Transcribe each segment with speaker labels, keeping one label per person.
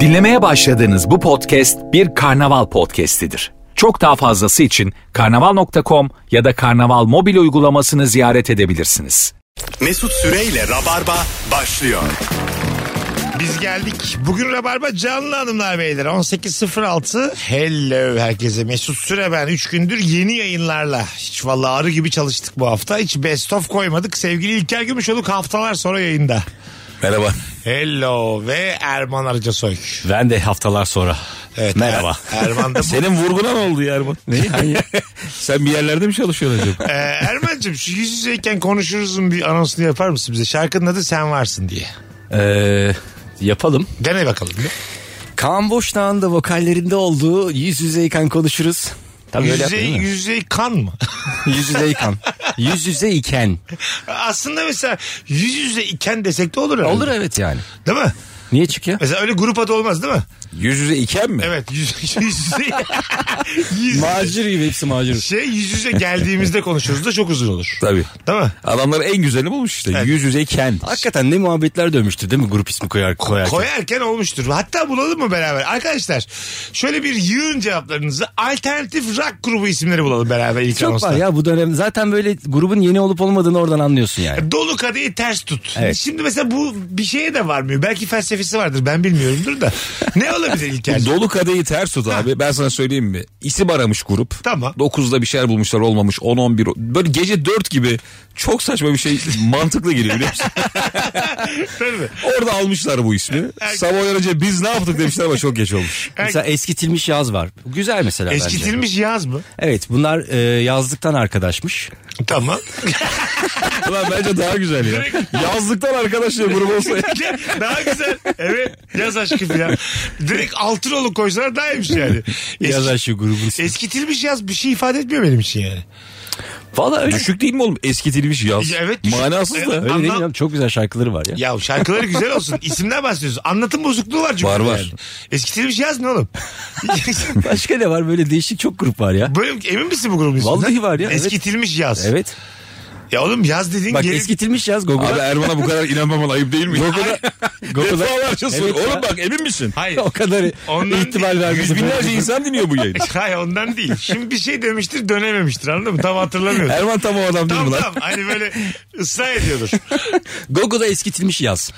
Speaker 1: Dinlemeye başladığınız bu podcast bir karnaval podcastidir. Çok daha fazlası için karnaval.com ya da karnaval mobil uygulamasını ziyaret edebilirsiniz.
Speaker 2: Mesut Süreyle Rabarba başlıyor.
Speaker 3: Biz geldik. Bugün Rabarba canlı hanımlar beyler. 18.06. Hello herkese. Mesut Süre ben. 3 gündür yeni yayınlarla. Hiç vallahi arı gibi çalıştık bu hafta. Hiç best of koymadık. Sevgili İlker Gümüşoluk haftalar sonra yayında.
Speaker 4: Merhaba.
Speaker 3: Hello ve Erman Arıcasoy.
Speaker 4: Ben de haftalar sonra.
Speaker 3: Evet,
Speaker 4: Merhaba.
Speaker 3: Er- Erman da bu.
Speaker 4: Senin vurguna ne oldu ya Erman? Ne? Sen bir yerlerde mi çalışıyorsun acaba?
Speaker 3: Ee, Erman'cığım şu yüz yüzeyken konuşuruzun bir anonsunu yapar mısın bize? Şarkının adı Sen Varsın diye.
Speaker 5: Ee, yapalım.
Speaker 3: Dene bakalım.
Speaker 5: Kaan Boşnağ'ın da vokallerinde olduğu yüz yüzeyken konuşuruz. Tabii
Speaker 3: Yüz
Speaker 5: öyle
Speaker 3: yüzey,
Speaker 5: yapmayın değil mi?
Speaker 3: yüz yüzey kan mı?
Speaker 5: Yüz yüzeyken. yüz yüzeyken.
Speaker 3: Aslında mesela yüz yüze iken desek de olur herhalde.
Speaker 5: Olur evet yani.
Speaker 3: Değil mi?
Speaker 5: Niye çıkıyor?
Speaker 3: Mesela öyle grup adı olmaz değil mi?
Speaker 4: Yüz yüze iken mi?
Speaker 3: Evet yüz, yüz yüze yüz,
Speaker 5: Macir gibi hepsi macir.
Speaker 3: şey yüz yüze geldiğimizde konuşuruz da çok uzun olur.
Speaker 4: Tabii.
Speaker 3: Değil mi?
Speaker 4: Adamlar en güzelini bulmuş işte.
Speaker 3: Evet.
Speaker 4: Yüz yüze iken.
Speaker 5: Hakikaten ne muhabbetler dönmüştür değil mi grup ismi koyar, koyarken?
Speaker 3: Koyarken olmuştur. Hatta bulalım mı beraber? Arkadaşlar şöyle bir yığın cevaplarınızı alternatif rock grubu isimleri bulalım beraber ilk
Speaker 5: Çok
Speaker 3: anonsla.
Speaker 5: var ya bu dönem. Zaten böyle grubun yeni olup olmadığını oradan anlıyorsun yani.
Speaker 3: Dolu kadehi ters tut.
Speaker 5: Evet.
Speaker 3: Şimdi mesela bu bir şeye de varmıyor. Belki felsefesi vardır ben bilmiyorumdur da. Ne olabilir İlker?
Speaker 4: Dolu kadehi ters tut abi. Ben sana söyleyeyim mi? İsim aramış grup.
Speaker 3: Tamam.
Speaker 4: 9'da bir şeyler bulmuşlar olmamış. 10-11. Böyle gece 4 gibi çok saçma bir şey mantıklı geliyor biliyor musun?
Speaker 3: Tabii mi?
Speaker 4: Orada almışlar bu ismi. Sabah uyanınca biz ne yaptık demişler ama çok geç olmuş.
Speaker 5: Mesela eskitilmiş yaz var. Güzel mesela bence.
Speaker 3: Eskitilmiş yaz mı?
Speaker 5: Evet bunlar e, yazlıktan arkadaşmış.
Speaker 3: Tamam.
Speaker 4: Ulan bence daha güzel ya. Yazlıktan arkadaşlar grup olsa.
Speaker 3: daha güzel. Evet. Yaz aşkı filan. Direkt Altınoluk koysalar daha iyiymiş yani. Eski-
Speaker 5: Yaz aşığı grubun ismi.
Speaker 3: Eskitilmiş yaz bir şey ifade etmiyor benim için yani.
Speaker 4: Valla Düşük değil mi oğlum? Eskitilmiş yaz.
Speaker 3: Ya evet, düşük.
Speaker 4: Manasız da.
Speaker 3: Evet.
Speaker 5: Öyle değil mi
Speaker 3: Anlam-
Speaker 5: ya? Çok güzel şarkıları var ya.
Speaker 3: Ya şarkıları güzel olsun. İsimler bahsediyoruz. Anlatım bozukluğu var çünkü.
Speaker 4: Var, var.
Speaker 3: yani. Eskitilmiş yaz ne oğlum?
Speaker 5: Başka ne var böyle değişik çok grup var ya.
Speaker 3: Böyle emin misin bu grubun isminden?
Speaker 5: Vallahi var ya, evet.
Speaker 3: Eskitilmiş yaz.
Speaker 5: Evet.
Speaker 3: Ya oğlum yaz dediğin
Speaker 5: Bak
Speaker 3: gelin-
Speaker 5: eskitilmiş yaz Google'a.
Speaker 4: Abi Erman'a bu kadar inanmaman ayıp değil mi? Google'da
Speaker 5: Google'da-
Speaker 4: defalarca sor.
Speaker 5: Evet ya.
Speaker 4: Oğlum bak emin misin?
Speaker 3: Hayır.
Speaker 5: o kadar
Speaker 3: Ondan
Speaker 5: ihtimal
Speaker 4: Yüz
Speaker 5: vermesin.
Speaker 4: binlerce insan dinliyor bu yayını.
Speaker 3: Hayır ondan değil. Şimdi bir şey demiştir dönememiştir anladın mı? Tam hatırlamıyorum.
Speaker 5: Er-
Speaker 4: Erman tam o adam değil mi
Speaker 3: Tam
Speaker 4: lan?
Speaker 3: tam hani böyle ısrar ediyordur.
Speaker 5: Google'da eskitilmiş yaz.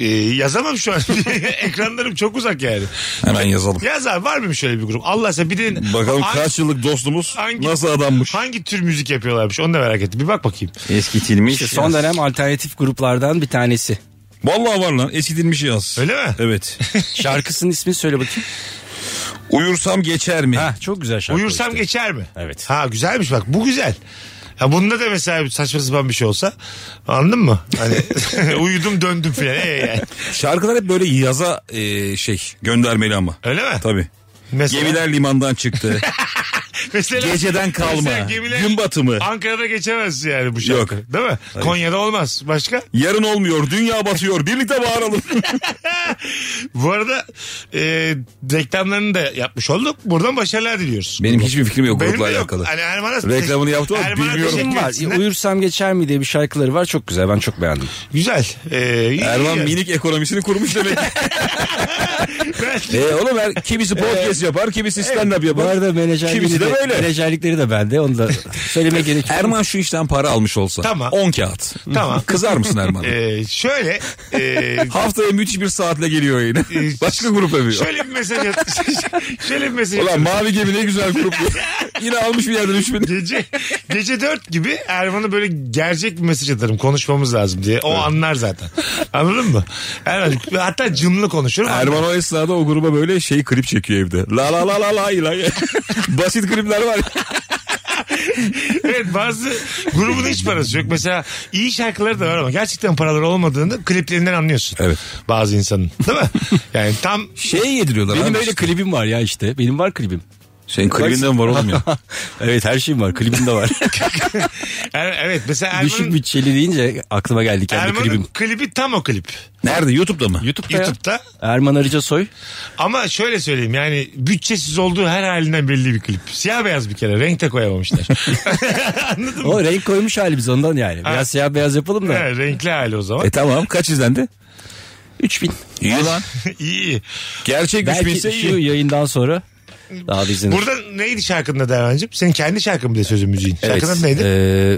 Speaker 3: Ee, yazamam şu an. Ekranlarım çok uzak yani.
Speaker 4: Hemen yazalım.
Speaker 3: Yaz abi var mı şöyle bir grup? Allah sen bir de
Speaker 4: Bakalım
Speaker 3: hangi,
Speaker 4: kaç yıllık dostumuz
Speaker 3: hangi-
Speaker 4: nasıl adammış?
Speaker 3: hangi tür müzik yapıyorlarmış onu da merak ettim. Bir bak bakayım.
Speaker 4: Eskitilmiş.
Speaker 5: Son dönem alternatif gruplardan bir tanesi.
Speaker 4: Vallahi var lan eskitilmiş yaz.
Speaker 3: Öyle mi?
Speaker 4: Evet.
Speaker 5: Şarkısının ismini söyle bakayım.
Speaker 4: Uyursam geçer mi?
Speaker 5: Ha, çok güzel şarkı.
Speaker 3: Uyursam
Speaker 5: işte.
Speaker 3: geçer mi?
Speaker 5: Evet.
Speaker 3: Ha güzelmiş bak bu güzel. Ya bunda da mesela saçma sapan bir şey olsa anladın mı? Hani uyudum döndüm filan. Ee, yani.
Speaker 4: Şarkılar hep böyle yaza e, şey göndermeli ama.
Speaker 3: Öyle mi?
Speaker 4: Tabii.
Speaker 3: Mesela,
Speaker 4: Gemiler limandan çıktı.
Speaker 3: mesela,
Speaker 4: Geceden kalma.
Speaker 3: mesela gemiler
Speaker 4: Gün batımı.
Speaker 3: Ankara'da geçemez yani bu şarkı.
Speaker 4: Yok.
Speaker 3: Değil mi? Konya'da olmaz. Başka?
Speaker 4: Yarın olmuyor. Dünya batıyor. Birlikte bağıralım.
Speaker 3: Bu arada e, reklamlarını da yapmış olduk. Buradan başarılar diliyoruz.
Speaker 4: Benim hiçbir fikrim yok
Speaker 3: Benim de
Speaker 4: grupla
Speaker 3: yok.
Speaker 4: alakalı.
Speaker 3: Hani Erman'a-
Speaker 4: Reklamını yaptı ama
Speaker 3: Erman'a
Speaker 4: bilmiyorum.
Speaker 3: teşekkür
Speaker 5: Kim
Speaker 3: etsinler.
Speaker 5: var? Uyursam geçer mi diye bir şarkıları var. Çok güzel. Ben çok beğendim.
Speaker 3: Güzel. Ee, iyi
Speaker 4: Erman
Speaker 3: yani.
Speaker 4: minik ekonomisini kurmuş demek.
Speaker 3: Ben-
Speaker 4: e oğlum er, kimisi podcast yapar, kimisi stand-up
Speaker 5: Bu
Speaker 4: yapar.
Speaker 5: arada menajerlikleri
Speaker 4: Kimisi de
Speaker 5: de,
Speaker 4: böyle.
Speaker 5: menajerlikleri de bende. Onu da söylemek gerekiyor.
Speaker 4: Erman şu işten para almış olsa.
Speaker 3: Tamam.
Speaker 4: 10 kağıt.
Speaker 3: Tamam.
Speaker 4: Kızar mısın Erman?
Speaker 3: Ee, şöyle e,
Speaker 4: Haftaya müthiş bir saatle geliyor yine.
Speaker 3: Ee,
Speaker 4: Başka grup yapıyor.
Speaker 3: şöyle bir mesaj at- şöyle bir mesaj
Speaker 4: Ulan
Speaker 3: atıyorum.
Speaker 4: mavi gemi ne güzel grup. yine almış bir yerden 3000.
Speaker 3: Gece gece 4 gibi Erman'a böyle gerçek bir mesaj atarım konuşmamız lazım diye. O anlar zaten. Anladın mı? Erman hatta cımlı konuşurum.
Speaker 4: Erman o esnada o gruba böyle şey klip çekiyor evde. La la la la la la. Basit klipler var.
Speaker 3: Evet bazı grubun hiç parası yok. Mesela iyi şarkıları da var ama gerçekten paraları olmadığını kliplerinden anlıyorsun.
Speaker 4: Evet.
Speaker 3: Bazı insanın değil mi? Yani tam
Speaker 4: Şey yediriyorlar.
Speaker 5: Benim
Speaker 4: abi
Speaker 5: öyle
Speaker 4: işte.
Speaker 5: klibim var ya işte. Benim var klibim.
Speaker 4: Senin klibinden var oğlum ya.
Speaker 5: evet her şeyim var. Klibim de var.
Speaker 3: Er- evet mesela
Speaker 5: Düşük
Speaker 3: Erman'ın
Speaker 5: bütçeli deyince aklıma geldi kendi
Speaker 3: Erman'ın
Speaker 5: klibim.
Speaker 3: klibi tam o klip.
Speaker 4: Nerede? YouTube'da mı?
Speaker 5: YouTube'da, ya.
Speaker 3: YouTube'da.
Speaker 5: Erman Arıca Soy.
Speaker 3: Ama şöyle söyleyeyim yani bütçesiz olduğu her halinden belli bir klip. Siyah beyaz bir kere renk de koyamamışlar. Anladın mı?
Speaker 5: O renk koymuş halimiz ondan yani.
Speaker 3: Ha.
Speaker 5: Biraz siyah beyaz yapalım da.
Speaker 3: Ha, renkli hali o zaman.
Speaker 4: E tamam. Kaç izlendi?
Speaker 5: 3000.
Speaker 4: İyi lan.
Speaker 3: İyi.
Speaker 4: Gerçek güç
Speaker 5: Belki
Speaker 4: bilse
Speaker 5: şu
Speaker 4: iyi.
Speaker 5: yayından sonra daha bizim.
Speaker 3: Burada neydi şarkının adı Erman'cığım? Senin kendi şarkın bir de sözün müziğin.
Speaker 5: Evet,
Speaker 3: Şarkının adı neydi?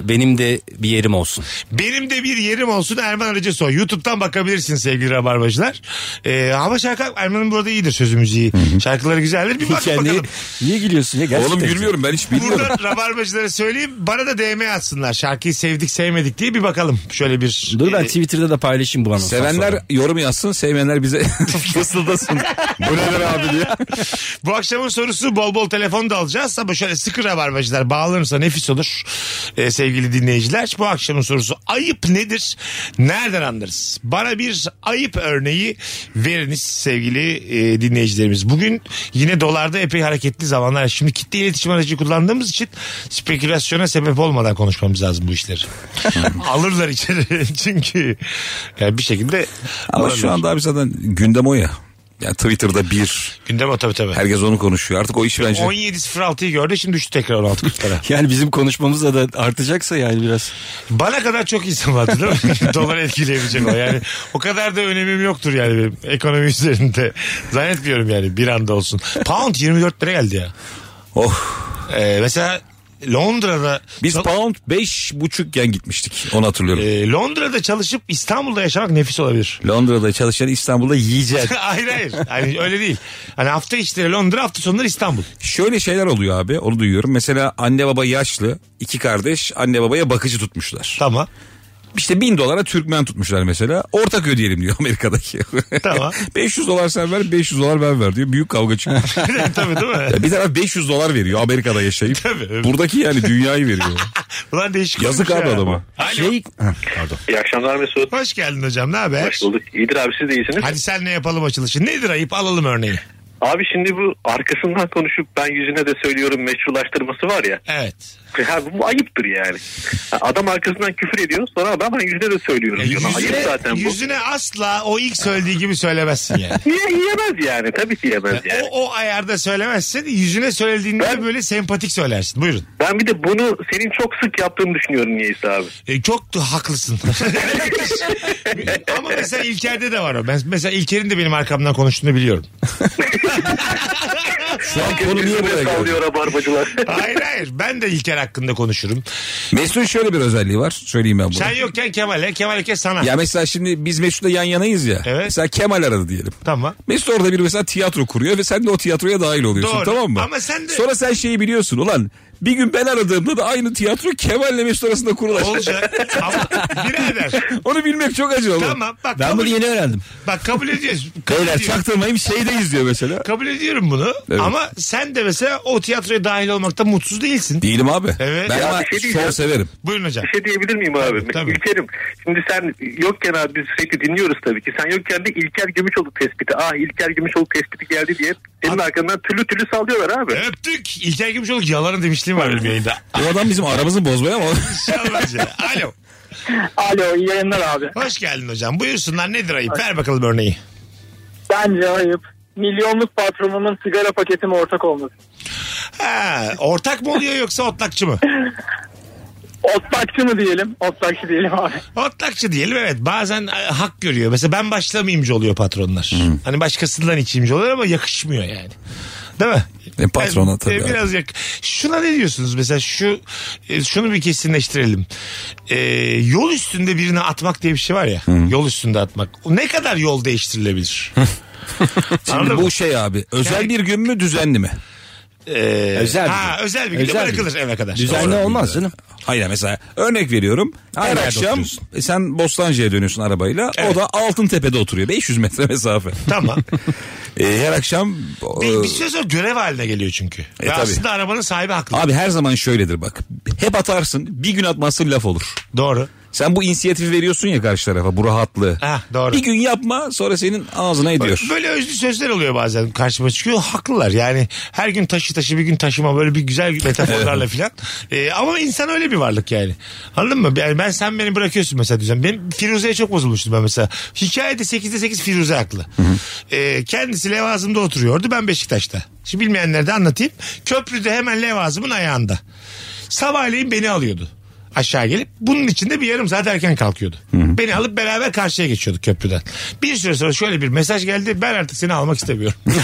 Speaker 5: e, benim de bir yerim olsun.
Speaker 3: Benim de bir yerim olsun Erman Arıcı Soy. YouTube'dan bakabilirsin sevgili Rabarbacılar. Ee, ama şarkı Erman'ın burada iyidir sözü müziği. Şarkıları güzeldir. Bir bak
Speaker 5: Yani niye,
Speaker 3: bakalım.
Speaker 5: niye gülüyorsun ya? Gerçekten
Speaker 4: Oğlum gülmüyorum ben hiç bilmiyorum.
Speaker 3: Burada Rabarbacılara söyleyeyim. Bana da DM atsınlar. Şarkıyı sevdik sevmedik diye bir bakalım. Şöyle bir...
Speaker 5: Dur ben
Speaker 3: e,
Speaker 5: Twitter'da da paylaşayım bu anonsu.
Speaker 4: Ee, Sevenler yorum yazsın, sevmeyenler bize fısıldasın. Bu nedir abi diye.
Speaker 3: Bu akşamın sorusu bol bol telefon da alacağız ama şöyle sıkı rabarbacılar bağlanırsa nefis olur Ee, sevgili dinleyiciler. Bu akşamın sorusu ayıp nedir? Nereden anlarız? Bana bir ayıp örneği veriniz sevgili e, dinleyicilerimiz. Bugün yine dolarda epey hareketli zamanlar. Şimdi kitle iletişim aracı kullandığımız için spekülasyona sebep olmadan konuşmamız lazım bu işleri. Alırlar içeri çünkü yani bir şekilde
Speaker 4: Ama
Speaker 3: alırlar.
Speaker 4: şu anda abi zaten gündem o ya. Yani Twitter'da bir.
Speaker 3: gündem o tabii tabii.
Speaker 4: Herkes onu konuşuyor. Artık o iş bence.
Speaker 3: 17.06'yı gördü şimdi düştü tekrar 16.40'lara.
Speaker 5: Yani bizim konuşmamızla da artacaksa yani biraz.
Speaker 3: Bana kadar çok insan vardı değil mi? Dolar etkileyebilecek o yani. O kadar da önemim yoktur yani benim ekonomi üzerinde. Zannetmiyorum yani bir anda olsun. Pound 24 lira geldi ya.
Speaker 4: Oh.
Speaker 3: Ee, mesela Londra'da
Speaker 4: Biz
Speaker 3: çal-
Speaker 4: pound beş buçukken gitmiştik. Onu hatırlıyorum.
Speaker 3: Ee, Londra'da çalışıp İstanbul'da yaşamak nefis olabilir.
Speaker 4: Londra'da çalışan İstanbul'da yiyecek.
Speaker 3: hayır hayır. Yani öyle değil. Hani hafta içleri Londra hafta sonları İstanbul.
Speaker 4: Şöyle şeyler oluyor abi onu duyuyorum. Mesela anne baba yaşlı iki kardeş anne babaya bakıcı tutmuşlar.
Speaker 3: Tamam.
Speaker 4: İşte bin dolara Türkmen tutmuşlar mesela. Ortak ödeyelim diyor Amerika'daki.
Speaker 3: Tamam.
Speaker 4: 500 dolar sen ver 500 dolar ben ver diyor. Büyük kavga çıkıyor.
Speaker 3: Tabii değil mi?
Speaker 4: Ya bir taraf 500 dolar veriyor Amerika'da yaşayıp.
Speaker 3: Tabii.
Speaker 4: Buradaki yani dünyayı veriyor.
Speaker 3: Ulan değişik.
Speaker 4: Yazık
Speaker 3: olmuş
Speaker 4: abi
Speaker 3: ya.
Speaker 4: adama.
Speaker 3: Alo.
Speaker 5: Şey,
Speaker 6: İyi akşamlar Mesut.
Speaker 3: Hoş geldin hocam ne haber?
Speaker 6: Hoş bulduk. İyidir abi siz de iyisiniz.
Speaker 3: Hadi sen ne yapalım açılışı? Nedir ayıp alalım örneği.
Speaker 6: Abi şimdi bu arkasından konuşup ben yüzüne de söylüyorum meşrulaştırması var ya.
Speaker 3: Evet.
Speaker 6: Ha, bu ayıptır yani. Ha, Adam arkasından küfür ediyor sonra ben, ben yüzüne de söylüyorum.
Speaker 4: E,
Speaker 3: Ya
Speaker 6: diyor. Ayıp zaten bu.
Speaker 3: yüzüne asla o ilk söylediği gibi söylemezsin yani.
Speaker 6: Niye yiyemez yani? Tabii ki
Speaker 4: E,
Speaker 6: yiyemez yani.
Speaker 3: O, o ayarda söylemezsin. Yüzüne söylediğinde
Speaker 6: Ben-
Speaker 3: de böyle sempatik söylersin. Buyurun.
Speaker 6: Ben bir de bunu senin çok sık yaptığını düşünüyorum niyeyse abi.
Speaker 3: E, çok da haklısın. Ama mesela İlker'de de var o. Ben mesela İlker'in de benim arkamdan konuştuğunu biliyorum.
Speaker 4: Şu an konu niye buraya geldi?
Speaker 6: sallıyor rabarbacılar.
Speaker 3: Hayır hayır. Ben de İlker hakkında konuşurum.
Speaker 4: Mesut'un şöyle bir özelliği var. Söyleyeyim ben bunu.
Speaker 3: Sen yokken Kemal'e, Kemal'e sana.
Speaker 4: Ya mesela şimdi biz Mesut'la yan yanayız ya.
Speaker 3: Evet.
Speaker 4: Mesela Kemal aradı diyelim.
Speaker 3: Tamam.
Speaker 4: Mesut orada bir mesela tiyatro kuruyor ve sen de o tiyatroya dahil oluyorsun
Speaker 3: Doğru.
Speaker 4: tamam mı?
Speaker 3: Ama sen de-
Speaker 4: Sonra sen şeyi biliyorsun ulan bir gün ben aradığımda da aynı tiyatro Kemal'le Mesut arasında kurulacak.
Speaker 3: Olacak. Ama birader.
Speaker 4: Onu bilmek çok acı oğlum.
Speaker 3: Tamam. Bak,
Speaker 5: ben
Speaker 3: kabul,
Speaker 5: bunu yeni öğrendim.
Speaker 3: bak kabul ediyoruz. Kabul
Speaker 4: Beyler
Speaker 3: ediyoruz.
Speaker 4: çaktırmayayım şeydeyiz diyor şey mesela.
Speaker 3: Kabul ediyorum bunu.
Speaker 4: Evet.
Speaker 3: Ama sen de mesela o tiyatroya dahil olmakta mutsuz değilsin.
Speaker 4: Değilim abi.
Speaker 3: Evet.
Speaker 4: Ben
Speaker 3: Ya
Speaker 4: ama
Speaker 6: bir şey diyeceğim.
Speaker 4: şov severim.
Speaker 3: Buyurun hocam.
Speaker 6: Bir şey diyebilir miyim abi?
Speaker 3: Tabii, tabii.
Speaker 6: İlker'im. Şimdi sen yokken abi biz sürekli dinliyoruz tabii ki. Sen yokken de İlker Gümüşoluk tespiti. Ah İlker Gümüşoluk tespiti geldi diye senin
Speaker 3: Abi-
Speaker 6: arkandan tülü tülü sallıyorlar abi.
Speaker 3: Öptük. İlker Gümüşoluk yalanı demişliğim var benim yayında.
Speaker 4: Bu adam bizim aramızı bozmaya ama
Speaker 3: Şalvarcı. Alo.
Speaker 7: Alo iyi yayınlar abi.
Speaker 3: Hoş geldin hocam. Buyursunlar nedir ayıp? Ver bakalım örneği.
Speaker 7: Bence ayıp. Milyonluk patronumun sigara paketime ortak olması.
Speaker 3: Ha, ortak mı oluyor yoksa otlakçı mı?
Speaker 7: Otlakçı mı diyelim? Otlakçı diyelim abi.
Speaker 3: Otlakçı diyelim evet. Bazen e, hak görüyor. Mesela ben başlamayımcı oluyor patronlar. Hani başkasından içimci oluyor ama yakışmıyor yani. Değil mi?
Speaker 4: E, patrona
Speaker 3: Ben-
Speaker 4: tabii
Speaker 3: e,
Speaker 4: abi.
Speaker 3: Biraz yak. Şuna ne diyorsunuz mesela şu e, şunu bir kesinleştirelim. E, yol üstünde birini atmak diye bir şey var ya. Yol üstünde atmak. O Ne kadar yol değiştirilebilir?
Speaker 4: şimdi bu şey abi özel bir gün mü düzenli mi?
Speaker 3: Ee,
Speaker 5: Özel bir
Speaker 3: ha,
Speaker 5: gün.
Speaker 3: özel bir günde
Speaker 5: Özel bir
Speaker 3: bırakılır eve kadar.
Speaker 5: Düzenli
Speaker 3: Doğru.
Speaker 5: olmaz canım.
Speaker 4: Hayır mesela örnek veriyorum. Her
Speaker 5: yerde
Speaker 4: akşam
Speaker 5: oturuyorsun.
Speaker 4: e, sen Bostancı'ya dönüyorsun arabayla. O da Altıntepe'de oturuyor. 500 metre mesafe.
Speaker 3: Tamam.
Speaker 4: E, her akşam e,
Speaker 3: bir, bir süre sonra görev haline geliyor çünkü.
Speaker 5: E,
Speaker 3: Ve
Speaker 4: tabii.
Speaker 3: aslında arabanın sahibi haklı.
Speaker 4: abi her zaman şöyledir bak. Hep atarsın. Bir gün atmazsın laf olur.
Speaker 3: Doğru.
Speaker 4: Sen bu inisiyatifi veriyorsun ya karşı tarafa bu rahatlığı.
Speaker 3: Ha, doğru.
Speaker 4: Bir gün yapma sonra senin ağzına ediyor.
Speaker 3: Böyle özlü sözler oluyor bazen karşıma çıkıyor. Haklılar yani her gün taşı taşı bir gün taşıma böyle bir güzel metaforlarla filan. Ee, ama insan öyle bir varlık yani. Anladın mı? Yani ben sen beni bırakıyorsun mesela düzen. Benim Firuze'ye çok bozulmuştum ben mesela. Hikayede 8'de 8 Firuze haklı. Ee, kendisi Levazım'da oturuyordu ben Beşiktaş'ta. Şimdi bilmeyenler de anlatayım. Köprüde hemen Levazım'ın ayağında. Sabahleyin beni alıyordu. aşağı gelip bunun içinde bir yarım saat erken kalkıyordu. Beni alıp beraber karşıya geçiyorduk köprüden. Bir süre sonra şöyle bir mesaj geldi. Ben artık seni almak istemiyorum.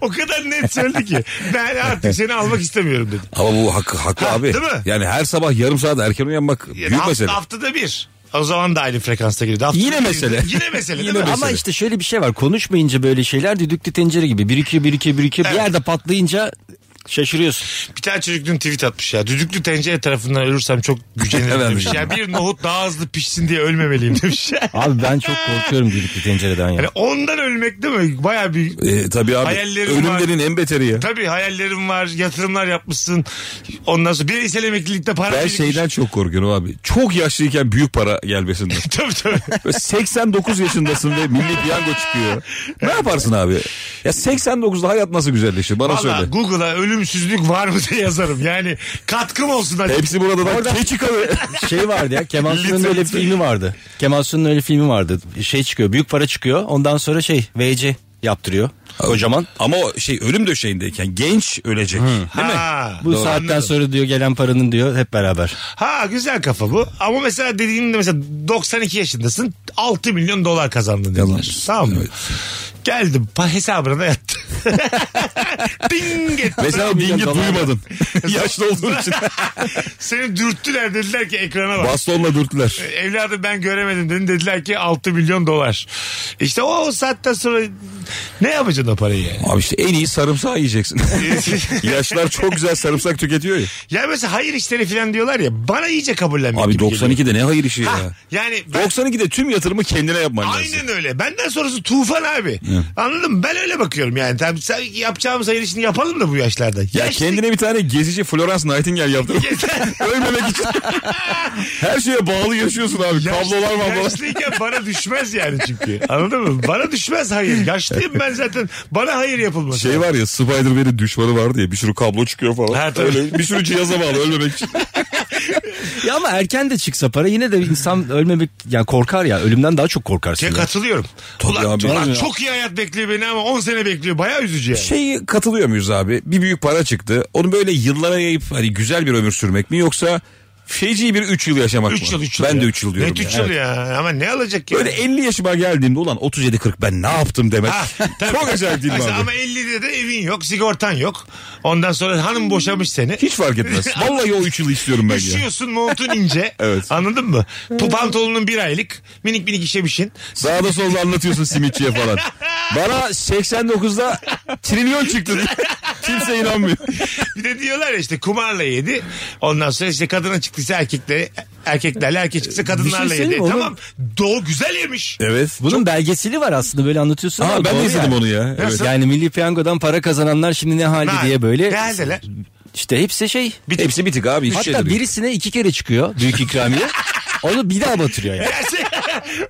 Speaker 3: o kadar net söyledi ki. Ben artık seni almak istemiyorum dedi.
Speaker 4: Ama bu hakkı, haklı
Speaker 3: Ha,
Speaker 4: abi.
Speaker 3: değil mi?
Speaker 4: Yani her sabah yarım saat erken uyanmak
Speaker 3: Yani
Speaker 4: büyük
Speaker 3: haft-
Speaker 4: mesele.
Speaker 3: Haftada bir. O zaman da aynı frekansta girdi. Haftada
Speaker 4: Yine
Speaker 3: bir-
Speaker 4: mesele.
Speaker 3: Yine mesele değil
Speaker 4: Yine
Speaker 3: mi?
Speaker 4: mesele.
Speaker 5: Ama işte şöyle bir şey var. Konuşmayınca böyle şeyler düdüklü tencere gibi birikiyor birikiyor birikiyor. Bir
Speaker 3: Evet.
Speaker 5: yerde patlayınca şaşırıyorsun.
Speaker 3: Bir tane çocuk dün tweet atmış ya. Düdüklü tencere tarafından ölürsem çok gücenirim
Speaker 4: Evet.
Speaker 3: demiş. Ya bir nohut daha hızlı pişsin diye ölmemeliyim demiş.
Speaker 5: Abi ben çok korkuyorum düdüklü tencereden ya.
Speaker 4: Hani
Speaker 3: yani ondan ölmek değil mi? Baya bir...
Speaker 4: Ee, tabii abi
Speaker 3: Hayallerim
Speaker 4: ölümlerin en beteri ya.
Speaker 3: Tabii hayallerim var, yatırımlar yapmışsın. Ondan sonra bireysel emeklilikte para
Speaker 4: Ben
Speaker 3: birikmiş.
Speaker 4: şeyden çok korkuyorum abi. Çok yaşlıyken büyük para gelmesinden.
Speaker 3: Tabii tabii.
Speaker 4: Böyle 89 yaşındasın ve milli piyango çıkıyor. Ne yaparsın abi? Ya 89'da hayat nasıl güzelleşir? Bana
Speaker 3: Valla
Speaker 4: söyle.
Speaker 3: Google'a ölümsüzlük var mı diye yazarım. Yani katkım olsun. Hadi.
Speaker 4: Hepsi burada da keçi kalıyor.
Speaker 5: şey vardı ya Kemal Sunal'ın
Speaker 4: Lütfen.
Speaker 5: öyle bir filmi vardı. Kemal Sunal'ın öyle filmi vardı. Şey çıkıyor büyük para çıkıyor ondan sonra şey VC yaptırıyor. Kocaman.
Speaker 4: Ama o şey ölüm döşeğindeyken genç ölecek. Değil mi?
Speaker 3: Ha,
Speaker 5: Bu saatten sonra diyor gelen paranın diyor hep beraber.
Speaker 3: ha güzel kafa bu. Ama mesela dediğinde mesela 92 yaşındasın 6 milyon dolar kazandın dediler. Tamam mı? Geldim pa hesabına da yattı. Ding etti.
Speaker 4: Ve sen o dingi duymadın. Yaşlı olduğun için.
Speaker 3: Seni dürttüler dediler ki ekrana bak.
Speaker 4: Bastonla dürttüler.
Speaker 3: Evladım ben göremedim dedin dediler ki 6 milyon dolar. İşte o, o saatten sonra ne yapacaksın o parayı yani?
Speaker 4: Abi işte en iyi sarımsağı yiyeceksin. Yaşlar çok güzel sarımsak tüketiyor ya.
Speaker 3: ya mesela hayır işleri falan diyorlar ya bana iyice kabullenmek
Speaker 4: Abi
Speaker 3: gibi geliyor.
Speaker 4: 92'de ne hayır işi
Speaker 3: Ha,
Speaker 4: ya.
Speaker 3: yani ben-
Speaker 4: 92'de tüm yatırımı kendine yapman lazım.
Speaker 3: Aynen öyle. Benden sonrası tufan abi. Anladın mı? Ben öyle bakıyorum yani. Tam, sen- yapacağımız hayır işini yapalım da bu yaşlarda.
Speaker 4: Ya
Speaker 3: Yaşlı-
Speaker 4: kendine bir tane gezici Florence Nightingale yaptın. Ölmemek için. Her şeye bağlı yaşıyorsun abi.
Speaker 3: yaşlı-
Speaker 4: Kablolar mablolar.
Speaker 3: Yaşlıyken bana düşmez yani çünkü. Anladın mı? Bana düşmez hayır. Yaşlıyım ben zaten. Bana hayır yapılmaz.
Speaker 4: Şey var ya Spider-Man'in düşmanı vardı ya bir sürü kablo çıkıyor falan.
Speaker 3: Ha, tabii.
Speaker 4: Öyle bir sürü cihaza bağlı ölmemek için.
Speaker 5: Ya ama erken de çıksa para yine de insan ölmemek yani korkar ya ölümden daha çok korkarsın.
Speaker 3: Şey
Speaker 5: ya.
Speaker 3: katılıyorum.
Speaker 4: Tabii
Speaker 3: ulan,
Speaker 4: abi.
Speaker 3: ulan
Speaker 4: Abi.
Speaker 3: çok iyi hayat bekliyor beni ama 10 sene bekliyor. Bayağı üzücü yani.
Speaker 4: Şeyi Şey, katılıyor muyuz abi? Bir büyük para çıktı. Onu böyle yıllara yayıp hani güzel bir ömür sürmek mi yoksa feci bir 3 yıl yaşamak
Speaker 3: 3
Speaker 4: mı?
Speaker 3: yıl 3 yıl.
Speaker 4: ben
Speaker 3: ya.
Speaker 4: de 3 yıl diyorum.
Speaker 3: Net 3
Speaker 4: ya.
Speaker 3: yıl ya. Ama ne alacak ya?
Speaker 4: Böyle 50 yaşıma geldiğimde ulan 37-40 ben ne yaptım demek.
Speaker 3: Ha, tabii.
Speaker 4: Çok acayip değil mi
Speaker 3: Mesela
Speaker 4: abi?
Speaker 3: Ama 50'de de evin yok, sigortan yok. Ondan sonra hanım boşamış seni.
Speaker 4: Hiç fark etmez. Vallahi o 3 yılı istiyorum ben ya.
Speaker 3: Üşüyorsun montun ince.
Speaker 4: Evet.
Speaker 3: Anladın mı? Bu pantolonun bir aylık. Minik minik işemişin.
Speaker 4: Sağda solda anlatıyorsun simitçiye falan. Bana 89'da trilyon çıktı diye. Kimse inanmıyor.
Speaker 3: Bir de diyorlar ya işte kumarla yedi. Ondan sonra işte kadına çıktıysa erkekleri erkeklerle erkek çıktıysa kadınlarla
Speaker 5: şey söyleyeyim
Speaker 3: yedi.
Speaker 5: mi? Onu-
Speaker 3: Tamam. Doğu güzel yemiş.
Speaker 4: Evet.
Speaker 5: Bunun belgeseli var aslında böyle anlatıyorsun.
Speaker 4: Aa,
Speaker 5: ama
Speaker 4: ben de
Speaker 5: doğru
Speaker 4: izledim
Speaker 5: yani.
Speaker 4: onu ya. Evet.
Speaker 3: Nasıl?
Speaker 5: Yani milli piyangodan para kazananlar şimdi ne halde
Speaker 3: Ha,
Speaker 5: diye böyle.
Speaker 3: ne haldeler?
Speaker 5: İşte hepsi şey.
Speaker 3: Bir tek-
Speaker 4: Hepsi bir tık abi. hiç şey de
Speaker 5: Hatta
Speaker 4: değil.
Speaker 5: birisine iki kere çıkıyor büyük ikramiye. Onu bir daha batırıyor yani.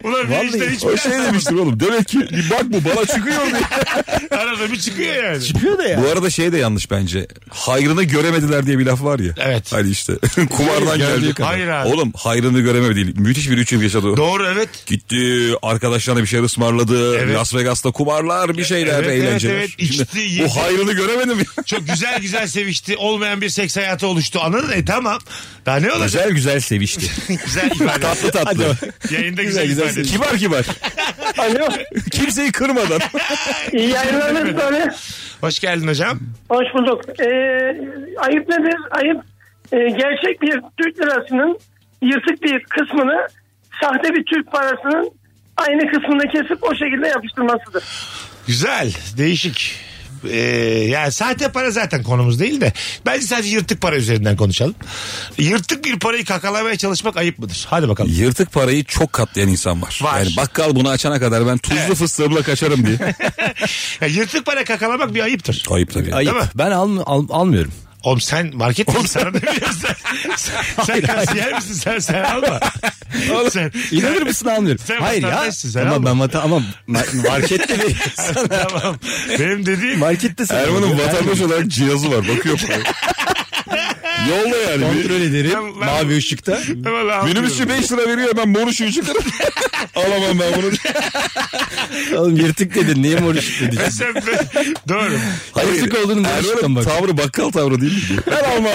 Speaker 3: Ulan bir
Speaker 5: Vallahi.
Speaker 3: işte hiç
Speaker 4: O şey demiştir oğlum. Demek ki bak bu bana çıkıyor diye.
Speaker 3: arada bir çıkıyor yani.
Speaker 5: Çıkıyor da ya.
Speaker 4: Bu arada şey de yanlış bence. Hayrını göremediler diye bir laf var ya.
Speaker 3: Evet.
Speaker 4: Hani işte kumardan
Speaker 5: Geldiği
Speaker 4: geldi.
Speaker 3: kadar. Hayır abi.
Speaker 4: Oğlum hayrını göremedi değil. Müthiş bir 3 yıl yaşadı. o.
Speaker 3: Doğru evet.
Speaker 4: Gitti arkadaşlarına bir şey ısmarladı.
Speaker 3: Evet.
Speaker 4: Las Vegas'ta kumarlar bir şeyler
Speaker 3: Evet,
Speaker 4: eğlenceler.
Speaker 3: evet, evet.
Speaker 4: Şimdi
Speaker 3: İçti, yedi.
Speaker 4: bu hayrını göremedim ya.
Speaker 3: Çok güzel güzel sevişti. Olmayan bir seks hayatı oluştu. Anladın mı? E tamam. Daha ne olacak?
Speaker 4: Güzel güzel sevişti.
Speaker 3: Güzel ifade.
Speaker 4: tatlı tatlı.
Speaker 3: Yayında güzel, güzel, ifade.
Speaker 4: Kibar kibar.
Speaker 7: Alo.
Speaker 4: Kimseyi kırmadan.
Speaker 7: İyi yayınlar böyle.
Speaker 3: Hoş geldin hocam.
Speaker 7: Hoş bulduk. Ee, ayıp nedir? Ayıp e, gerçek bir Türk lirasının yırtık bir kısmını sahte bir Türk parasının aynı kısmını kesip o şekilde yapıştırmasıdır.
Speaker 3: Güzel. Değişik. Ee, yani sahte para zaten konumuz değil de bence sadece yırtık para üzerinden konuşalım. Yırtık bir parayı kakalamaya çalışmak ayıp mıdır? Hadi bakalım.
Speaker 4: Yırtık parayı çok katlayan insan var.
Speaker 3: Var.
Speaker 4: Yani bakkal bunu açana kadar ben tuzlu fıstığımla kaçarım diye.
Speaker 3: Ya yırtık para kakalamak bir ayıptır.
Speaker 4: Ayıp tabii.
Speaker 5: Ayıp.
Speaker 3: Değil mi?
Speaker 5: Ben alm- al- almıyorum.
Speaker 3: Oğlum sen market misin sana demiyorsun. Sen, sen, sen kasiyer misin sen sen alma. sen,
Speaker 5: İnanır mısın almıyorum.
Speaker 3: Sen
Speaker 5: Hayır ya.
Speaker 3: vatandaşsın, sen
Speaker 5: ama
Speaker 3: alma.
Speaker 5: ben vata ama ma- markette de
Speaker 3: tamam. Benim dediğim
Speaker 5: markette sen
Speaker 4: Erman'ın vatandaş olarak cihazı var bakıyor paraya. Yolla yani.
Speaker 5: Kontrol ederim
Speaker 3: Ben- ben-
Speaker 5: mavi ışıkta.
Speaker 3: Vallahi
Speaker 4: Minibüsçü 5 lira veriyor ben bonus 3 lira. Alamam ben bunu.
Speaker 5: Oğlum yırtık dedin niye mor ışık dedin?
Speaker 3: Mesela ben- doğru.
Speaker 5: Yırtık olduğunu mor
Speaker 4: Erman'ın
Speaker 5: ışıktan bak.
Speaker 4: tavrı bakkal tavrı değil mi? Ben almam.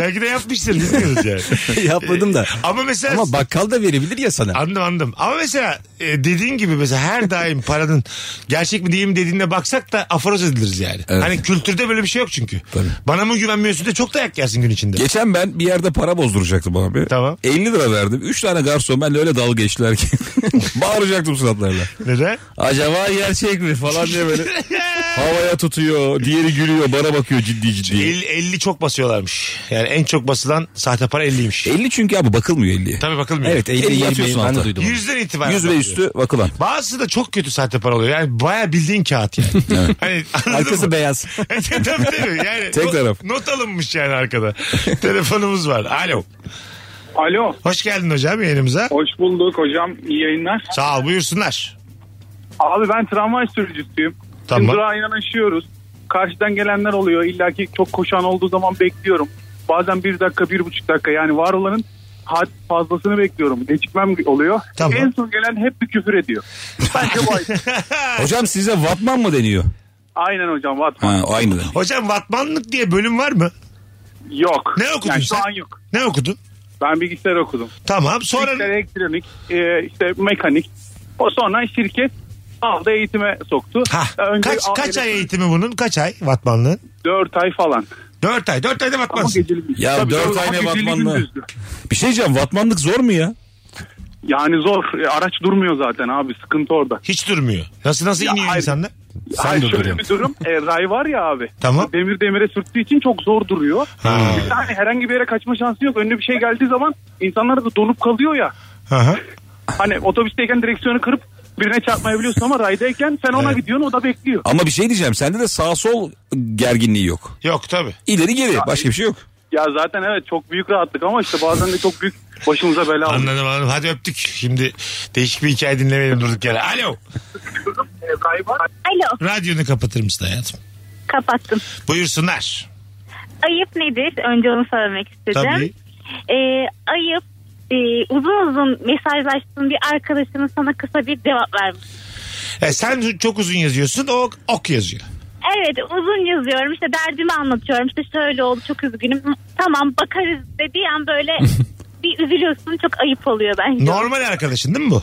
Speaker 3: Belki de yapmıştır bilmiyoruz yani.
Speaker 5: Yapmadım da.
Speaker 3: Ama mesela
Speaker 5: Ama bakkal da verebilir ya sana.
Speaker 3: Anladım anladım. Ama mesela e, dediğin gibi mesela her daim paranın gerçek mi değil mi dediğine baksak da aforoz ediliriz yani. Hani kültürde böyle bir şey yok çünkü. Bana mı güvenmiyorsun de çok dayak yersin gün içinde.
Speaker 4: Geçen ben bir yerde para bozduracaktım abi.
Speaker 3: Tamam.
Speaker 4: 50 lira verdim. 3 tane garson benimle öyle dalga geçtiler ki. Bağıracaktım suratlarla.
Speaker 3: Neden?
Speaker 4: Acaba gerçek mi falan diye böyle havaya tutuyor. Diğeri gülüyor bana bakıyor ciddi ciddi.
Speaker 3: 50, 50 çok basıyorlarmış. Yani en çok basılan sahte para 50'ymiş.
Speaker 4: 50 çünkü abi bakılmıyor 50'ye.
Speaker 3: Tabii bakılmıyor.
Speaker 5: Evet 50
Speaker 4: elli
Speaker 5: 20
Speaker 4: atıyorsun
Speaker 5: ben de
Speaker 4: alta.
Speaker 5: duydum. onu.
Speaker 3: Yüzden itibaren.
Speaker 4: 100 ve
Speaker 3: bakılıyor.
Speaker 4: üstü bakılan.
Speaker 3: Bazısı da çok kötü sahte para oluyor. Yani baya bildiğin kağıt yani. hani anladın mı?
Speaker 5: Arkası beyaz.
Speaker 3: tabii tabii. Yani
Speaker 4: Tek
Speaker 3: not-
Speaker 4: taraf.
Speaker 3: Not alınmış yani arkada. Telefonumuz var. Alo.
Speaker 8: Alo.
Speaker 3: Hoş geldin hocam yayınımıza.
Speaker 8: Hoş bulduk hocam. İyi yayınlar.
Speaker 3: Sağ ol buyursunlar.
Speaker 8: Abi ben tramvay sürücüsüyüm.
Speaker 3: Tamam.
Speaker 8: Şimdi durağa yanaşıyoruz. Karşıdan gelenler oluyor. İlla ki çok koşan olduğu zaman bekliyorum. Bazen bir dakika, bir buçuk dakika. Yani var olanın had fazlasını bekliyorum. Gecikmem oluyor.
Speaker 3: Tamam.
Speaker 8: En son gelen hep bir küfür ediyor. Bence bu ayıp.
Speaker 4: Hocam size Vatman mı deniyor?
Speaker 8: Aynen hocam. Vatma.
Speaker 4: Ha o aynı. deniyor.
Speaker 3: Hocam vatmanlık diye bölüm var mı?
Speaker 8: Yok.
Speaker 3: Ne okudun
Speaker 8: yani şu
Speaker 3: sen?
Speaker 8: an yok.
Speaker 3: Ne okudun?
Speaker 8: Ben bilgisayar okudum.
Speaker 3: Tamam
Speaker 8: Sonra...
Speaker 3: sonra
Speaker 8: Elektronik, e, işte mekanik. O sonra şirket aldı eğitime soktu.
Speaker 3: ha,
Speaker 8: Önce
Speaker 3: kaç,
Speaker 8: al-
Speaker 3: kaç ay eğitimi bunun? Kaç ay vatmanlığın?
Speaker 8: Dört ay falan.
Speaker 3: 4 ay. 4 ayda
Speaker 8: Ama
Speaker 3: vatmansın.
Speaker 8: geceli bir-
Speaker 4: Ya
Speaker 8: Tabii,
Speaker 4: dört
Speaker 8: tabii,
Speaker 4: ay
Speaker 8: ama
Speaker 4: ne
Speaker 8: geceli
Speaker 4: Batman'la?
Speaker 8: gündüzdü.
Speaker 4: Bir şey diyeceğim Vatmanlık zor mu ya?
Speaker 8: Yani zor. E, araç durmuyor zaten abi. Sıkıntı orada.
Speaker 3: Hiç durmuyor. Nasıl nasıl
Speaker 8: Ya,
Speaker 3: iniyor
Speaker 8: hayır.
Speaker 3: insanlar?
Speaker 8: Hayır, şöyle bir durum. E, ray var ya abi.
Speaker 3: Tamam.
Speaker 8: Demir demire sürttüğü için çok zor duruyor.
Speaker 3: Ha.
Speaker 8: Bir tane herhangi bir yere kaçma şansı yok. Önüne bir şey geldiği zaman insanlar da donup kalıyor ya.
Speaker 3: Hı hı.
Speaker 8: Hani otobüsteyken direksiyonu kırıp birine çarpmayabiliyorsun ama raydayken sen ona gidiyorsun o da bekliyor.
Speaker 4: Ama bir şey diyeceğim sende de sağ sol gerginliği yok.
Speaker 3: Yok tabii.
Speaker 4: İleri geri başka bir şey yok.
Speaker 8: Ya zaten evet çok büyük rahatlık ama işte bazen de çok büyük başımıza bela oluyor.
Speaker 3: Anladım anladım. Hadi öptük. Şimdi değişik bir hikaye dinlemeyelim durduk yere. Alo.
Speaker 8: Ee,
Speaker 9: Alo
Speaker 3: Radyonu kapatır mısın hayatım?
Speaker 9: kapattım.
Speaker 3: Buyursunlar.
Speaker 9: Ayıp nedir? Önce onu söylemek istedim.
Speaker 3: Tabii.
Speaker 9: Ee, ayıp e, uzun uzun mesajlaştığın bir arkadaşının sana kısa bir cevap vermiş.
Speaker 3: E, sen çok uzun yazıyorsun. O ok yazıyor.
Speaker 9: Evet uzun yazıyorum işte derdimi anlatıyorum işte şöyle oldu çok üzgünüm tamam bakarız dediği an böyle bir üzülüyorsun çok ayıp oluyor bence.
Speaker 3: Normal arkadaşın değil mi bu?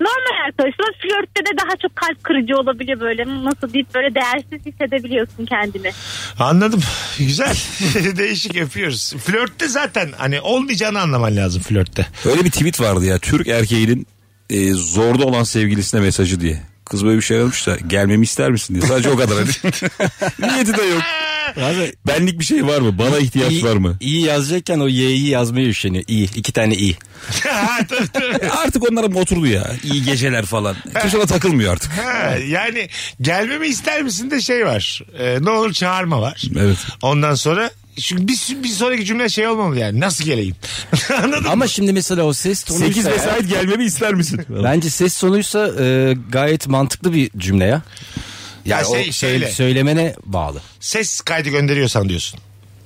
Speaker 9: Normal arkadaşlar flörtte de daha çok kalp kırıcı olabiliyor böyle nasıl deyip böyle değersiz hissedebiliyorsun kendini.
Speaker 3: Anladım. Güzel. Değişik yapıyoruz. Flörtte zaten hani olmayacağını anlaman lazım flörtte.
Speaker 4: Öyle bir tweet vardı ya Türk erkeğinin e, zorda olan sevgilisine mesajı diye. Kız böyle bir şey aramış da gelmemi ister misin diye. Sadece o kadar hani. Niyeti de yok.
Speaker 5: Abi
Speaker 4: Benlik bir şey var mı? Bana ihtiyaç
Speaker 5: iyi,
Speaker 4: var mı?
Speaker 5: iyi yazacakken o Y'yi yazmaya üşeniyor. İyi. iki tane iyi.
Speaker 3: Ha, tabii, tabii.
Speaker 4: E Artık onlara oturdu ya. İyi geceler falan. Kimse ona takılmıyor artık.
Speaker 3: Ha, yani gelmemi ister misin de şey var. Ee, ne olur çağırma var.
Speaker 4: Evet.
Speaker 3: Ondan sonra çünkü bir, bir sonraki cümle şey olmamalı yani. Nasıl geleyim? Anladın mı?
Speaker 5: Ama şimdi mesela o ses tonuysa...
Speaker 4: 8
Speaker 5: ya-
Speaker 4: vesait gelmemi ister misin?
Speaker 5: Bence ses tonuysa e, gayet mantıklı bir cümle ya.
Speaker 3: Ya
Speaker 5: Yani o
Speaker 3: şey-
Speaker 5: söyle-
Speaker 3: söyle.
Speaker 5: söylemene bağlı.
Speaker 3: Ses kaydı gönderiyorsan diyorsun.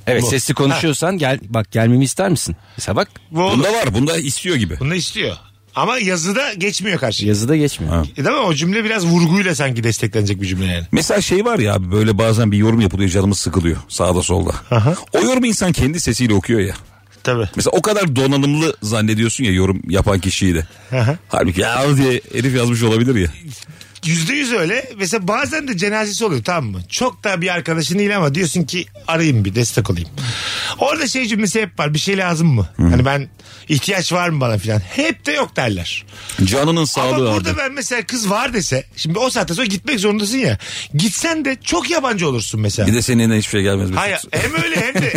Speaker 5: Evet
Speaker 3: Bu.
Speaker 5: sesli konuşuyorsan gel bak gelmemi ister misin? Mesela bak
Speaker 3: Bu olur.
Speaker 4: Bunda var. Bunda istiyor gibi.
Speaker 3: Bunu istiyor. Ama yazıda geçmiyor karşıya.
Speaker 5: yazıda geçmiyor.
Speaker 4: Ha.
Speaker 3: E, Değil mi? O cümle biraz vurguyla sanki desteklenecek bir cümle yani.
Speaker 4: Mesela şey var ya abi böyle bazen bir yorum yapılıyor canımız sıkılıyor sağda solda. O yorumu insan kendi sesiyle okuyor ya.
Speaker 3: Tabii.
Speaker 4: Mesela o kadar donanımlı zannediyorsun ya yorum yapan kişiyi de.
Speaker 3: hı.
Speaker 4: Halbuki ya diye herif yazmış olabilir ya.
Speaker 3: Yüzde yüz öyle. Mesela bazen de cenazesi oluyor tamam mı? Çok da bir arkadaşın değil ama diyorsun ki arayayım bir destek olayım. Orada şey cümlesi hep var. Bir şey lazım mı? Hani ben ihtiyaç var mı bana filan. Hep de yok derler.
Speaker 4: Canının sağlığı
Speaker 3: ama
Speaker 4: abi.
Speaker 3: burada ben mesela kız var dese. Şimdi o saatte sonra gitmek zorundasın ya. Gitsen de çok yabancı olursun mesela.
Speaker 4: Bir de senin eline hiçbir şey gelmez.
Speaker 3: Hayır
Speaker 4: Mesut.
Speaker 3: hem öyle hem de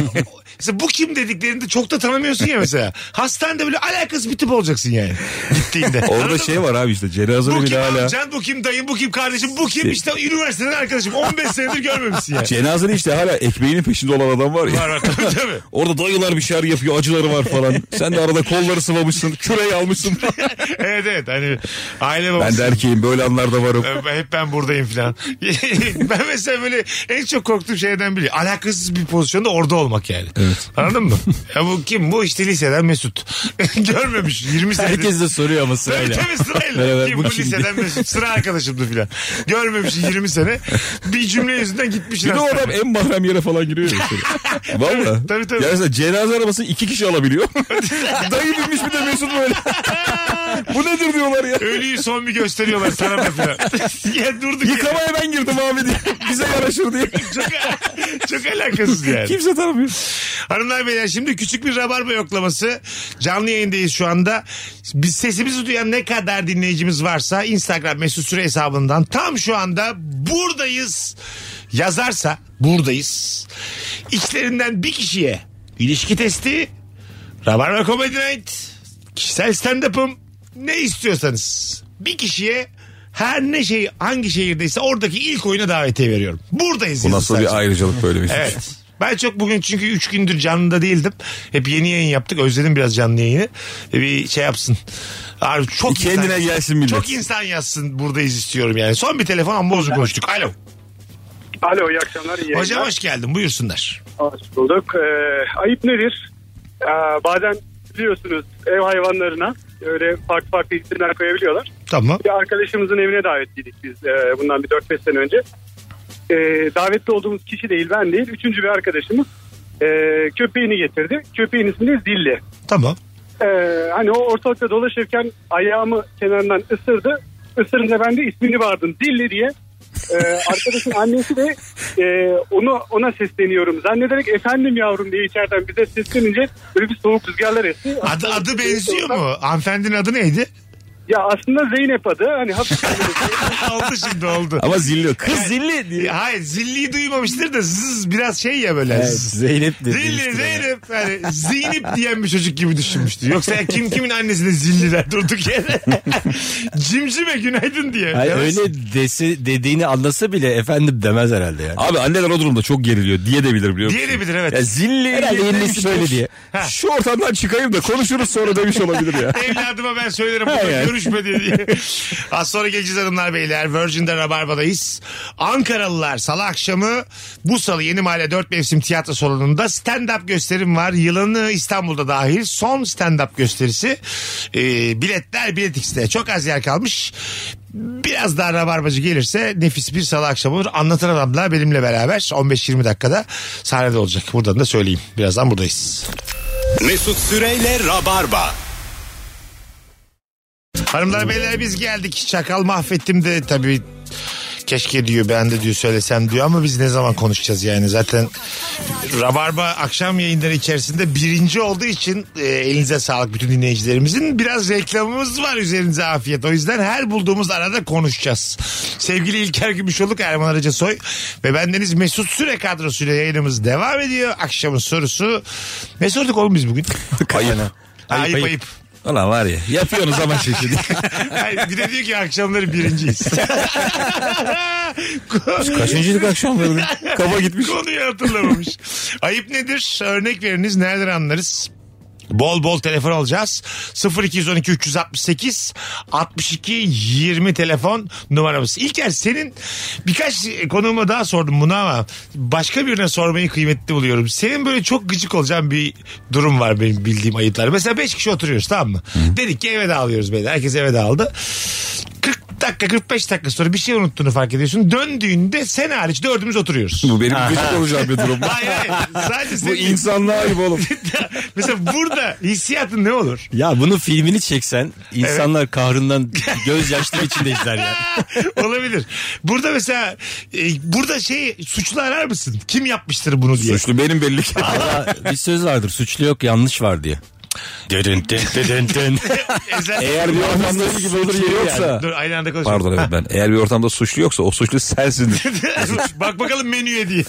Speaker 3: mesela bu kim dediklerinde çok da tanımıyorsun ya mesela. Hastanede böyle alakası bir tip olacaksın yani gittiğinde. Anladın
Speaker 4: Orada şey var abi işte cenazede
Speaker 3: bu
Speaker 4: bile
Speaker 3: kim
Speaker 4: hala.
Speaker 3: amcan, bu kim dayın, bu kim kardeşim, bu kim işte üniversiteden arkadaşım. 15 senedir görmemişsin yani.
Speaker 4: Cenazede işte hala ekmeğinin peşinde olan adam var ya.
Speaker 3: var var tabii tabii.
Speaker 4: Orada dayılar bir şeyler yapıyor acıları var falan. Sen de arada kolları sıvamışsın küreyi almışsın.
Speaker 3: Evet evet hani aile
Speaker 4: ben
Speaker 3: babası.
Speaker 4: de erkeğim böyle anlarda varım.
Speaker 3: Ben hep ben buradayım falan. ben mesela böyle en çok korktuğum şeyden biri. Alakasız bir pozisyonda orada olmak yani.
Speaker 4: Evet.
Speaker 3: Anladın mı? Ya bu kim? Bu işte liseden Mesut. Görmemiş 20 senedir.
Speaker 5: Herkes de soruyor ama
Speaker 3: Tabii
Speaker 5: sırayla.
Speaker 3: tabii sırayla.
Speaker 5: Beraber
Speaker 3: Kim
Speaker 5: bu
Speaker 3: bu
Speaker 5: kimdi?
Speaker 3: liseden Mesut? Sıra arkadaşımdı filan. Görmemiş 20 sene. Bir cümle yüzünden gitmiş.
Speaker 4: Bir de o
Speaker 3: hastaneye.
Speaker 4: adam en mahrem yere falan giriyor. ya şöyle. Valla.
Speaker 3: Tabii, tabii.
Speaker 4: Ya mesela cenaze arabası iki kişi alabiliyor. Dayı binmiş bir de Mesut böyle. Bu nedir diyorlar ya.
Speaker 3: Ölüyü son bir gösteriyorlar sana da filan. ya durduk ya.
Speaker 4: Yıkamaya ben girdim abi diye. Bize yaraşır diye.
Speaker 3: Çok, çok alakasız yani.
Speaker 4: Kimse tanımıyor.
Speaker 3: Hanımlar beyler şimdi küçük bir rabarba yoklaması. Canlı yayındayız şu anda. Biz sesimizi duyan ne kadar dinleyicimiz varsa Instagram mesut süre hesabından tam şu anda buradayız yazarsa buradayız. İçlerinden bir kişiye ilişki testi, rabarba comedy night, kişisel stand-up'ım ne istiyorsanız bir kişiye her ne şey hangi şehirdeyse oradaki ilk oyuna davetiye veriyorum. Buradayız.
Speaker 4: Bu
Speaker 3: yazın
Speaker 4: nasıl
Speaker 3: sadece.
Speaker 4: bir şey? ayrıcalık böyle Mesut?
Speaker 3: Evet. Ben çok bugün çünkü 3 gündür canlıda değildim. Hep yeni yayın yaptık. Özledim biraz canlı yayını. E Bir şey yapsın. Abi çok
Speaker 4: Kendine
Speaker 3: insan,
Speaker 4: gelsin millet.
Speaker 3: Çok insan yazsın buradayız istiyorum yani. Son bir telefon ama bozuk konuştuk. Alo.
Speaker 8: Alo iyi akşamlar. Iyi
Speaker 3: Hocam hoş geldin. Buyursunlar.
Speaker 8: Hoş bulduk. Ee, ayıp nedir? Ee, bazen biliyorsunuz ev hayvanlarına öyle farklı farklı isimler koyabiliyorlar.
Speaker 3: Tamam.
Speaker 8: Bir arkadaşımızın evine davetliydik biz e, bundan bir 4-5 sene önce. E, davetli olduğumuz kişi değil ben değil. Üçüncü bir arkadaşımız e, köpeğini getirdi. Köpeğin ismi de Zilli.
Speaker 3: Tamam.
Speaker 8: E, hani o ortalıkta dolaşırken ayağımı kenarından ısırdı. Isırınca ben de ismini bağırdım Zilli diye. E, arkadaşın annesi de e, onu ona sesleniyorum. Zannederek efendim yavrum diye içeriden bize seslenince böyle bir soğuk rüzgarlar esti.
Speaker 3: Adı, adı benziyor mu? Hanımefendinin adı neydi?
Speaker 8: Ya aslında Zeynep adı. Hani hafif
Speaker 3: oldu şimdi oldu.
Speaker 4: Ama zilli. Kız
Speaker 5: Zilli diye.
Speaker 3: E, Hayır zilliyi duymamıştır da zız biraz şey ya böyle. zız.
Speaker 5: Zeynep dedi.
Speaker 3: Zilli Zeynep hani Zeynep diyen bir çocuk gibi düşünmüştü. Yoksa ya kim kimin annesine zilliler durduk yere. Cimcime günaydın diye.
Speaker 5: Hayır,
Speaker 3: Ya
Speaker 5: öyle desi, dediğini anlasa bile efendim demez herhalde ya.
Speaker 4: Abi anneler o durumda çok geriliyor. Diye de bilir biliyor musun?
Speaker 3: Diyebilir evet.
Speaker 4: şey Ya zilli.
Speaker 5: Herhalde
Speaker 4: zilli
Speaker 5: yenilisi
Speaker 4: demiştir.
Speaker 5: böyle diye.
Speaker 4: Şu ortamdan çıkayım da konuşuruz sonra demiş olabilir ya.
Speaker 3: Evladıma ben söylerim bunu
Speaker 4: yani.
Speaker 3: görüşme diye, diye. Az sonra geleceğiz hanımlar beyler. Virgin'de Rabarba'dayız. Ankaralılar salı akşamı bu salı Yeni Mahalle 4 Mevsim Tiyatro Salonu'nda stand-up gösterim var. Yılanı İstanbul'da dahil son stand-up gösterisi. Ee, biletler Bilet X'te. Çok az yer kalmış. Biraz daha rabarbacı gelirse nefis bir salı akşamı olur. Anlatan adamlar benimle beraber 15-20 dakikada sahnede olacak. Buradan da söyleyeyim. Birazdan buradayız.
Speaker 2: Mesut Süreyle Rabarba.
Speaker 3: Hanımlar beyler biz geldik. Çakal mahvettim de tabii keşke diyor ben de diyor söylesem diyor ama biz ne zaman konuşacağız yani zaten Rabarba akşam yayınları içerisinde birinci olduğu için e, elinize sağlık bütün dinleyicilerimizin biraz reklamımız var üzerinize afiyet o yüzden her bulduğumuz arada konuşacağız sevgili İlker Gümüşoluk Erman Arıca Soy ve bendeniz Mesut Süre kadrosuyla yayınımız devam ediyor akşamın sorusu ne sorduk oğlum biz bugün
Speaker 4: Ayıp.
Speaker 3: ayıp ayıp,
Speaker 5: ayıp.
Speaker 4: Ulan var ya yapıyorsunuz ama şişi
Speaker 3: Hayır, bir de diyor ki akşamları birinciyiz.
Speaker 4: Kaçıncılık akşam böyle kafa gitmiş.
Speaker 3: Konuyu hatırlamamış. Ayıp nedir? Örnek veriniz. Nereden anlarız? Bol bol telefon alacağız. 0212 368 62 20 telefon numaramız. İlker senin birkaç konuğuma daha sordum bunu ama başka birine sormayı kıymetli buluyorum. Senin böyle çok gıcık olacağın bir durum var benim bildiğim ayıplar. Mesela 5 kişi oturuyoruz tamam mı? Dedik ki eve dağılıyoruz beyler. Herkes eve dağıldı. 40 dakika 45 dakika sonra bir şey unuttuğunu fark ediyorsun. Döndüğünde sen hariç dördümüz oturuyoruz.
Speaker 4: Bu benim gıcık olacağım bir durum.
Speaker 3: Hayır hayır. Sadece
Speaker 4: Bu
Speaker 3: senin...
Speaker 4: insanlığa ayıp oğlum.
Speaker 3: Mesela burada hissiyatın ne olur?
Speaker 5: Ya bunun filmini çeksen insanlar kahrından gözyaşları içinde izler ya.
Speaker 3: Olabilir. Burada mesela e, burada şey suçlu arar mısın? Kim yapmıştır bunu diye.
Speaker 4: Suçlu benim belli ki.
Speaker 5: Valla bir söz vardır suçlu yok yanlış var diye. Dün dün dün dün.
Speaker 3: Ezel-
Speaker 4: Eğer bir ortamda gibi olur yeri yoksa.
Speaker 3: Dur aynı anda konuşalım.
Speaker 4: Pardon evet ben. Eğer bir ortamda suçlu yoksa o suçlu sensindir.
Speaker 3: Bak bakalım menüye diye.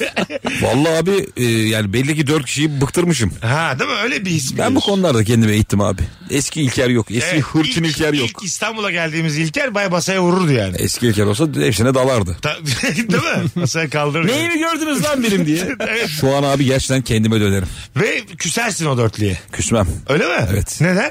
Speaker 4: Vallahi abi e, yani belli ki dört kişiyi bıktırmışım.
Speaker 3: ha değil mi? Öyle bir his.
Speaker 4: Ben bu konularda kendimi eğittim abi. Eski İlker yok. Eski
Speaker 3: Evet,
Speaker 4: hırçın
Speaker 3: ilk-
Speaker 4: İlker yok.
Speaker 3: ilk İstanbul'a geldiğimiz İlker bay basaya vururdu yani.
Speaker 4: Eski İlker olsa hepsine dalardı.
Speaker 3: Ta- değil mi? Masaya kaldırır.
Speaker 5: mi gördünüz lan benim diye.
Speaker 3: Evet.
Speaker 4: Şu an abi gerçekten kendime dönerim.
Speaker 3: Ve küsersin o dörtlüye.
Speaker 4: Küsmem.
Speaker 3: Öyle mi?
Speaker 4: Evet.
Speaker 3: Neden?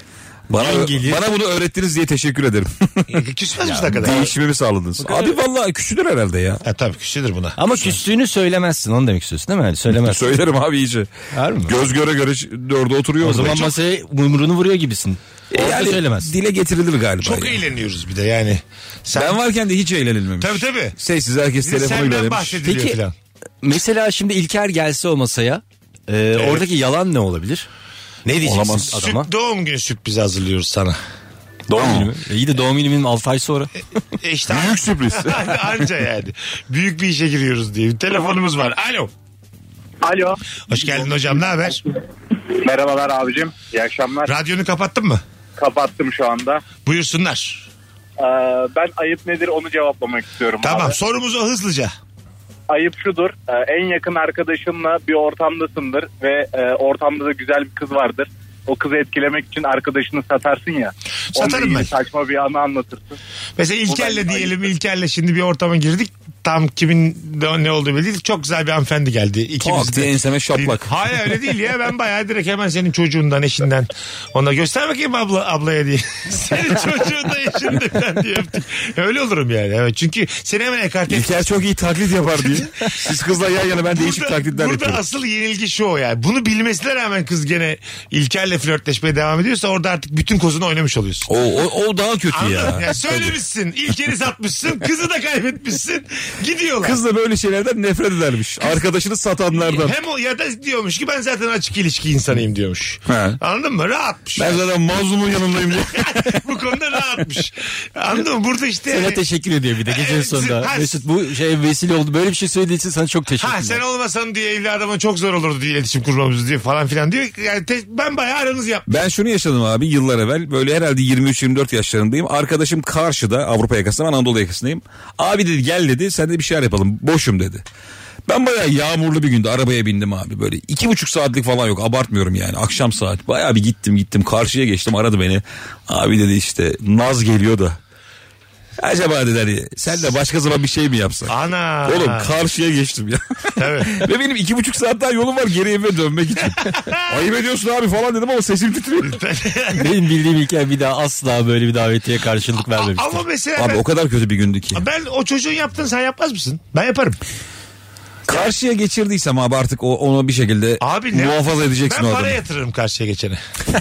Speaker 4: Bana,
Speaker 5: Dengeli.
Speaker 4: bana bunu öğrettiniz diye teşekkür ederim.
Speaker 3: E, Küsmez mi kadar?
Speaker 4: Değişmemi sağladınız. Abi vallahi küsülür herhalde ya.
Speaker 3: Ha, tabii küsüdür buna.
Speaker 5: Ama küstüğünü söylemezsin onu demek istiyorsun değil mi? Ali? Söylemezsin.
Speaker 4: Söylerim abi iyice.
Speaker 5: Harbi mi?
Speaker 4: Göz göre göre ş- dörde oturuyor.
Speaker 5: O zaman masaya mumrunu vuruyor gibisin. Orada söylemezsin.
Speaker 4: dile getirilir galiba.
Speaker 3: Çok
Speaker 4: ya.
Speaker 3: eğleniyoruz bir de yani. Sen,
Speaker 4: Ben varken de hiç eğlenilmemiş.
Speaker 3: Tabii tabii.
Speaker 4: Sessiz herkes telefonuyla
Speaker 3: Senden
Speaker 4: aramış.
Speaker 3: bahsediliyor
Speaker 5: Peki-
Speaker 3: falan.
Speaker 5: Mesela şimdi İlker gelse o masaya e, oradaki yalan ne olabilir? Ne diyeceksin
Speaker 4: Olamaz.
Speaker 5: adama?
Speaker 3: Süt, doğum günü sürprizi hazırlıyoruz sana.
Speaker 5: Doğum günü mü? E, iyi de doğum günümün 6 ay sonra.
Speaker 3: E işte Hani
Speaker 4: Büyük sürpriz.
Speaker 3: anca yani. Büyük bir işe giriyoruz diye. Bir telefonumuz var. Alo.
Speaker 6: Alo.
Speaker 3: Hoş geldin hocam ne haber?
Speaker 6: Merhabalar abicim. İyi akşamlar.
Speaker 3: Radyonu kapattın mı?
Speaker 6: Kapattım şu anda.
Speaker 3: Buyursunlar.
Speaker 6: Ee, ben ayıp nedir onu cevaplamak istiyorum.
Speaker 3: Tamam
Speaker 6: abi.
Speaker 3: sorumuzu hızlıca.
Speaker 6: Ayıp şudur. e, en yakın arkadaşınla bir ortamdasındır ve e, ortamda da güzel bir kız vardır. O kızı etkilemek için arkadaşını satarsın ya. Onunla
Speaker 3: Satarım
Speaker 6: ilgili
Speaker 3: ben.
Speaker 6: Saçma bir anı anlatırsın.
Speaker 3: Mesela İlker'le
Speaker 6: ayıp.
Speaker 3: diyelim İlker'le şimdi bir ortama girdik. Tam kimin ne ne olduğu belli değil. Çok güzel bir hanımefendi geldi. İkimiz
Speaker 4: Tuhaf diye enseme şaplak.
Speaker 3: Hayır öyle değil ya ben bayağı direkt hemen senin çocuğundan eşinden ona göster bakayım abla, ablaya diye. senin çocuğundan eşinden diye öptük. Öyle olurum yani. Evet, çünkü seni hemen ekarte ettim.
Speaker 4: İlker çok iyi taklit yapar diye. Siz kızla yan yana ben değişik taklitler
Speaker 3: burada
Speaker 4: yapıyorum.
Speaker 3: asıl yenilgi şu o yani. Bunu bilmesine rağmen kız gene İlker'le flörtleşmeye devam ediyorsa orada artık bütün kozunu oynamış oluyorsun.
Speaker 4: O, o, o daha kötü
Speaker 3: Anladın?
Speaker 4: ya.
Speaker 3: Ya. söylemişsin. İlker'i satmışsın. Kızı da kaybetmişsin. Gidiyorlar.
Speaker 4: Kız da böyle şeylerden nefret edermiş. Arkadaşını satanlardan.
Speaker 3: Hem o ya da diyormuş ki ben zaten açık ilişki insanıyım diyormuş.
Speaker 4: He.
Speaker 3: Anladın mı? Rahatmış.
Speaker 4: Ben zaten mazlumun yanındayım diye.
Speaker 3: Bu konuda rahatmış. Anladın mı? Burada işte...
Speaker 5: Sana teşekkür ediyor bir de gecenin
Speaker 3: Evet,
Speaker 5: sonunda.
Speaker 3: ha,
Speaker 5: Mesut bu şey vesile oldu. Böyle bir şey söylediğin için sana çok teşekkür
Speaker 3: Ha
Speaker 5: ederim.
Speaker 3: sen olmasan diye evli adama çok zor olurdu diye iletişim kurmamız diye falan filan diyor. Yani te- ben bayağı aranız yap.
Speaker 4: Ben şunu yaşadım abi yıllar evvel. Böyle herhalde 23-24 yaşlarındayım. Arkadaşım karşıda Avrupa yakasında ben Anadolu yakasındayım. Abi dedi gel dedi sen de bir şeyler yapalım. Boşum dedi. Ben bayağı yağmurlu bir günde arabaya bindim abi böyle. iki buçuk saatlik falan yok abartmıyorum yani. Akşam saat bayağı bir gittim gittim karşıya geçtim aradı beni. Abi dedi işte naz geliyor da. Acaba dedi hani sen de başka zaman bir şey mi yapsak?
Speaker 3: Ana.
Speaker 4: Oğlum karşıya geçtim ya.
Speaker 3: Tabii.
Speaker 4: Ve benim iki buçuk saat daha yolum var geri eve dönmek için. Ayıp ediyorsun abi falan dedim ama sesim titriyor.
Speaker 5: Benim bildiğim İlker bir daha asla böyle bir davetiye karşılık vermemiştir.
Speaker 3: Ama mesela
Speaker 4: Abi
Speaker 3: ben,
Speaker 4: o kadar kötü bir gündü ki.
Speaker 3: ben o çocuğun yaptığını sen yapmaz mısın? Ben yaparım.
Speaker 4: Karşıya geçirdiysem abi artık o, onu bir şekilde
Speaker 3: Abi ne?
Speaker 4: muhafaza edeceksin
Speaker 3: Ben
Speaker 4: o
Speaker 3: para
Speaker 4: adamı.
Speaker 3: yatırırım karşıya geçene.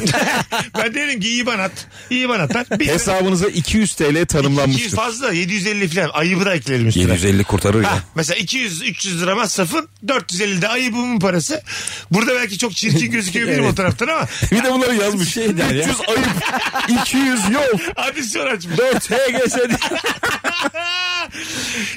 Speaker 3: ben derim ki iyi bana at. İyi bana atar. Bir
Speaker 4: Hesabınıza 200 TL
Speaker 3: 200
Speaker 4: tanımlanmıştır.
Speaker 3: fazla 750 falan ayıbı da eklerim üstüne.
Speaker 4: 750 kurtarır
Speaker 3: Ha,
Speaker 4: ya.
Speaker 3: mesela 200-300 lira masrafın 450 de ayıbımın parası. Burada belki çok çirkin gözükebilirim o taraftan ama
Speaker 4: Bir de bunları yazmış.
Speaker 5: Şey der ya.
Speaker 4: 300 ayıp, 200 yol,
Speaker 3: adisyon açmış.
Speaker 4: 4 HGS diye.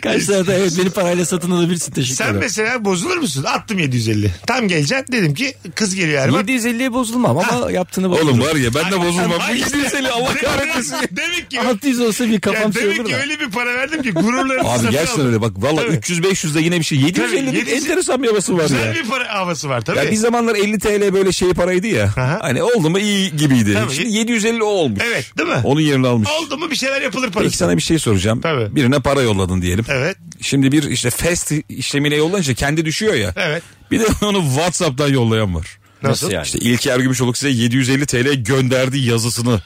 Speaker 5: Kaç tane evet beni parayla satın alabilirsin teşekkür
Speaker 3: Sen
Speaker 5: ederim.
Speaker 3: mesela bozulur musun? Attım 750. Tam geleceğim dedim ki kız geliyor Erman.
Speaker 5: 750'ye bozulmam ama yaptığını bozulmam.
Speaker 4: Oğlum var ya ben de bozulmam.
Speaker 3: Ay, işte.
Speaker 4: 750 Allah
Speaker 3: Demek-
Speaker 4: kahretmesin.
Speaker 3: Demek ki
Speaker 5: 600 olsa bir
Speaker 3: ya
Speaker 5: kafam şey
Speaker 3: demek
Speaker 5: olur
Speaker 3: ki
Speaker 5: da.
Speaker 3: öyle bir para verdim ki gururlarını
Speaker 4: Abi
Speaker 3: satın
Speaker 4: gerçekten
Speaker 3: aldım.
Speaker 4: öyle bak valla
Speaker 3: Tabii.
Speaker 4: 300-500'de yine bir şey. 750'nin
Speaker 3: 750
Speaker 4: enteresan bir havası var
Speaker 3: Güzel
Speaker 4: ya.
Speaker 3: bir para havası var tabii.
Speaker 4: Ya bir zamanlar 50 TL böyle şey paraydı ya.
Speaker 3: Aha.
Speaker 4: Hani oldu mu iyi gibiydi.
Speaker 3: Tabii.
Speaker 4: Şimdi 750 o olmuş.
Speaker 3: Evet değil mi?
Speaker 4: Onun yerini almış.
Speaker 3: Oldu mu bir şeyler yapılır parası.
Speaker 4: Peki sana bir şey soracağım.
Speaker 3: Tabii.
Speaker 4: Birine para yolladın diyelim.
Speaker 3: Evet.
Speaker 4: Şimdi bir işte fast işlemiyle yollayınca kendi düşüyor ya.
Speaker 3: Evet.
Speaker 4: Bir de onu WhatsApp'tan yollayan var.
Speaker 3: Nasıl?
Speaker 5: yani?
Speaker 4: İşte İlker Gümüşoluk size 750 TL gönderdi yazısını.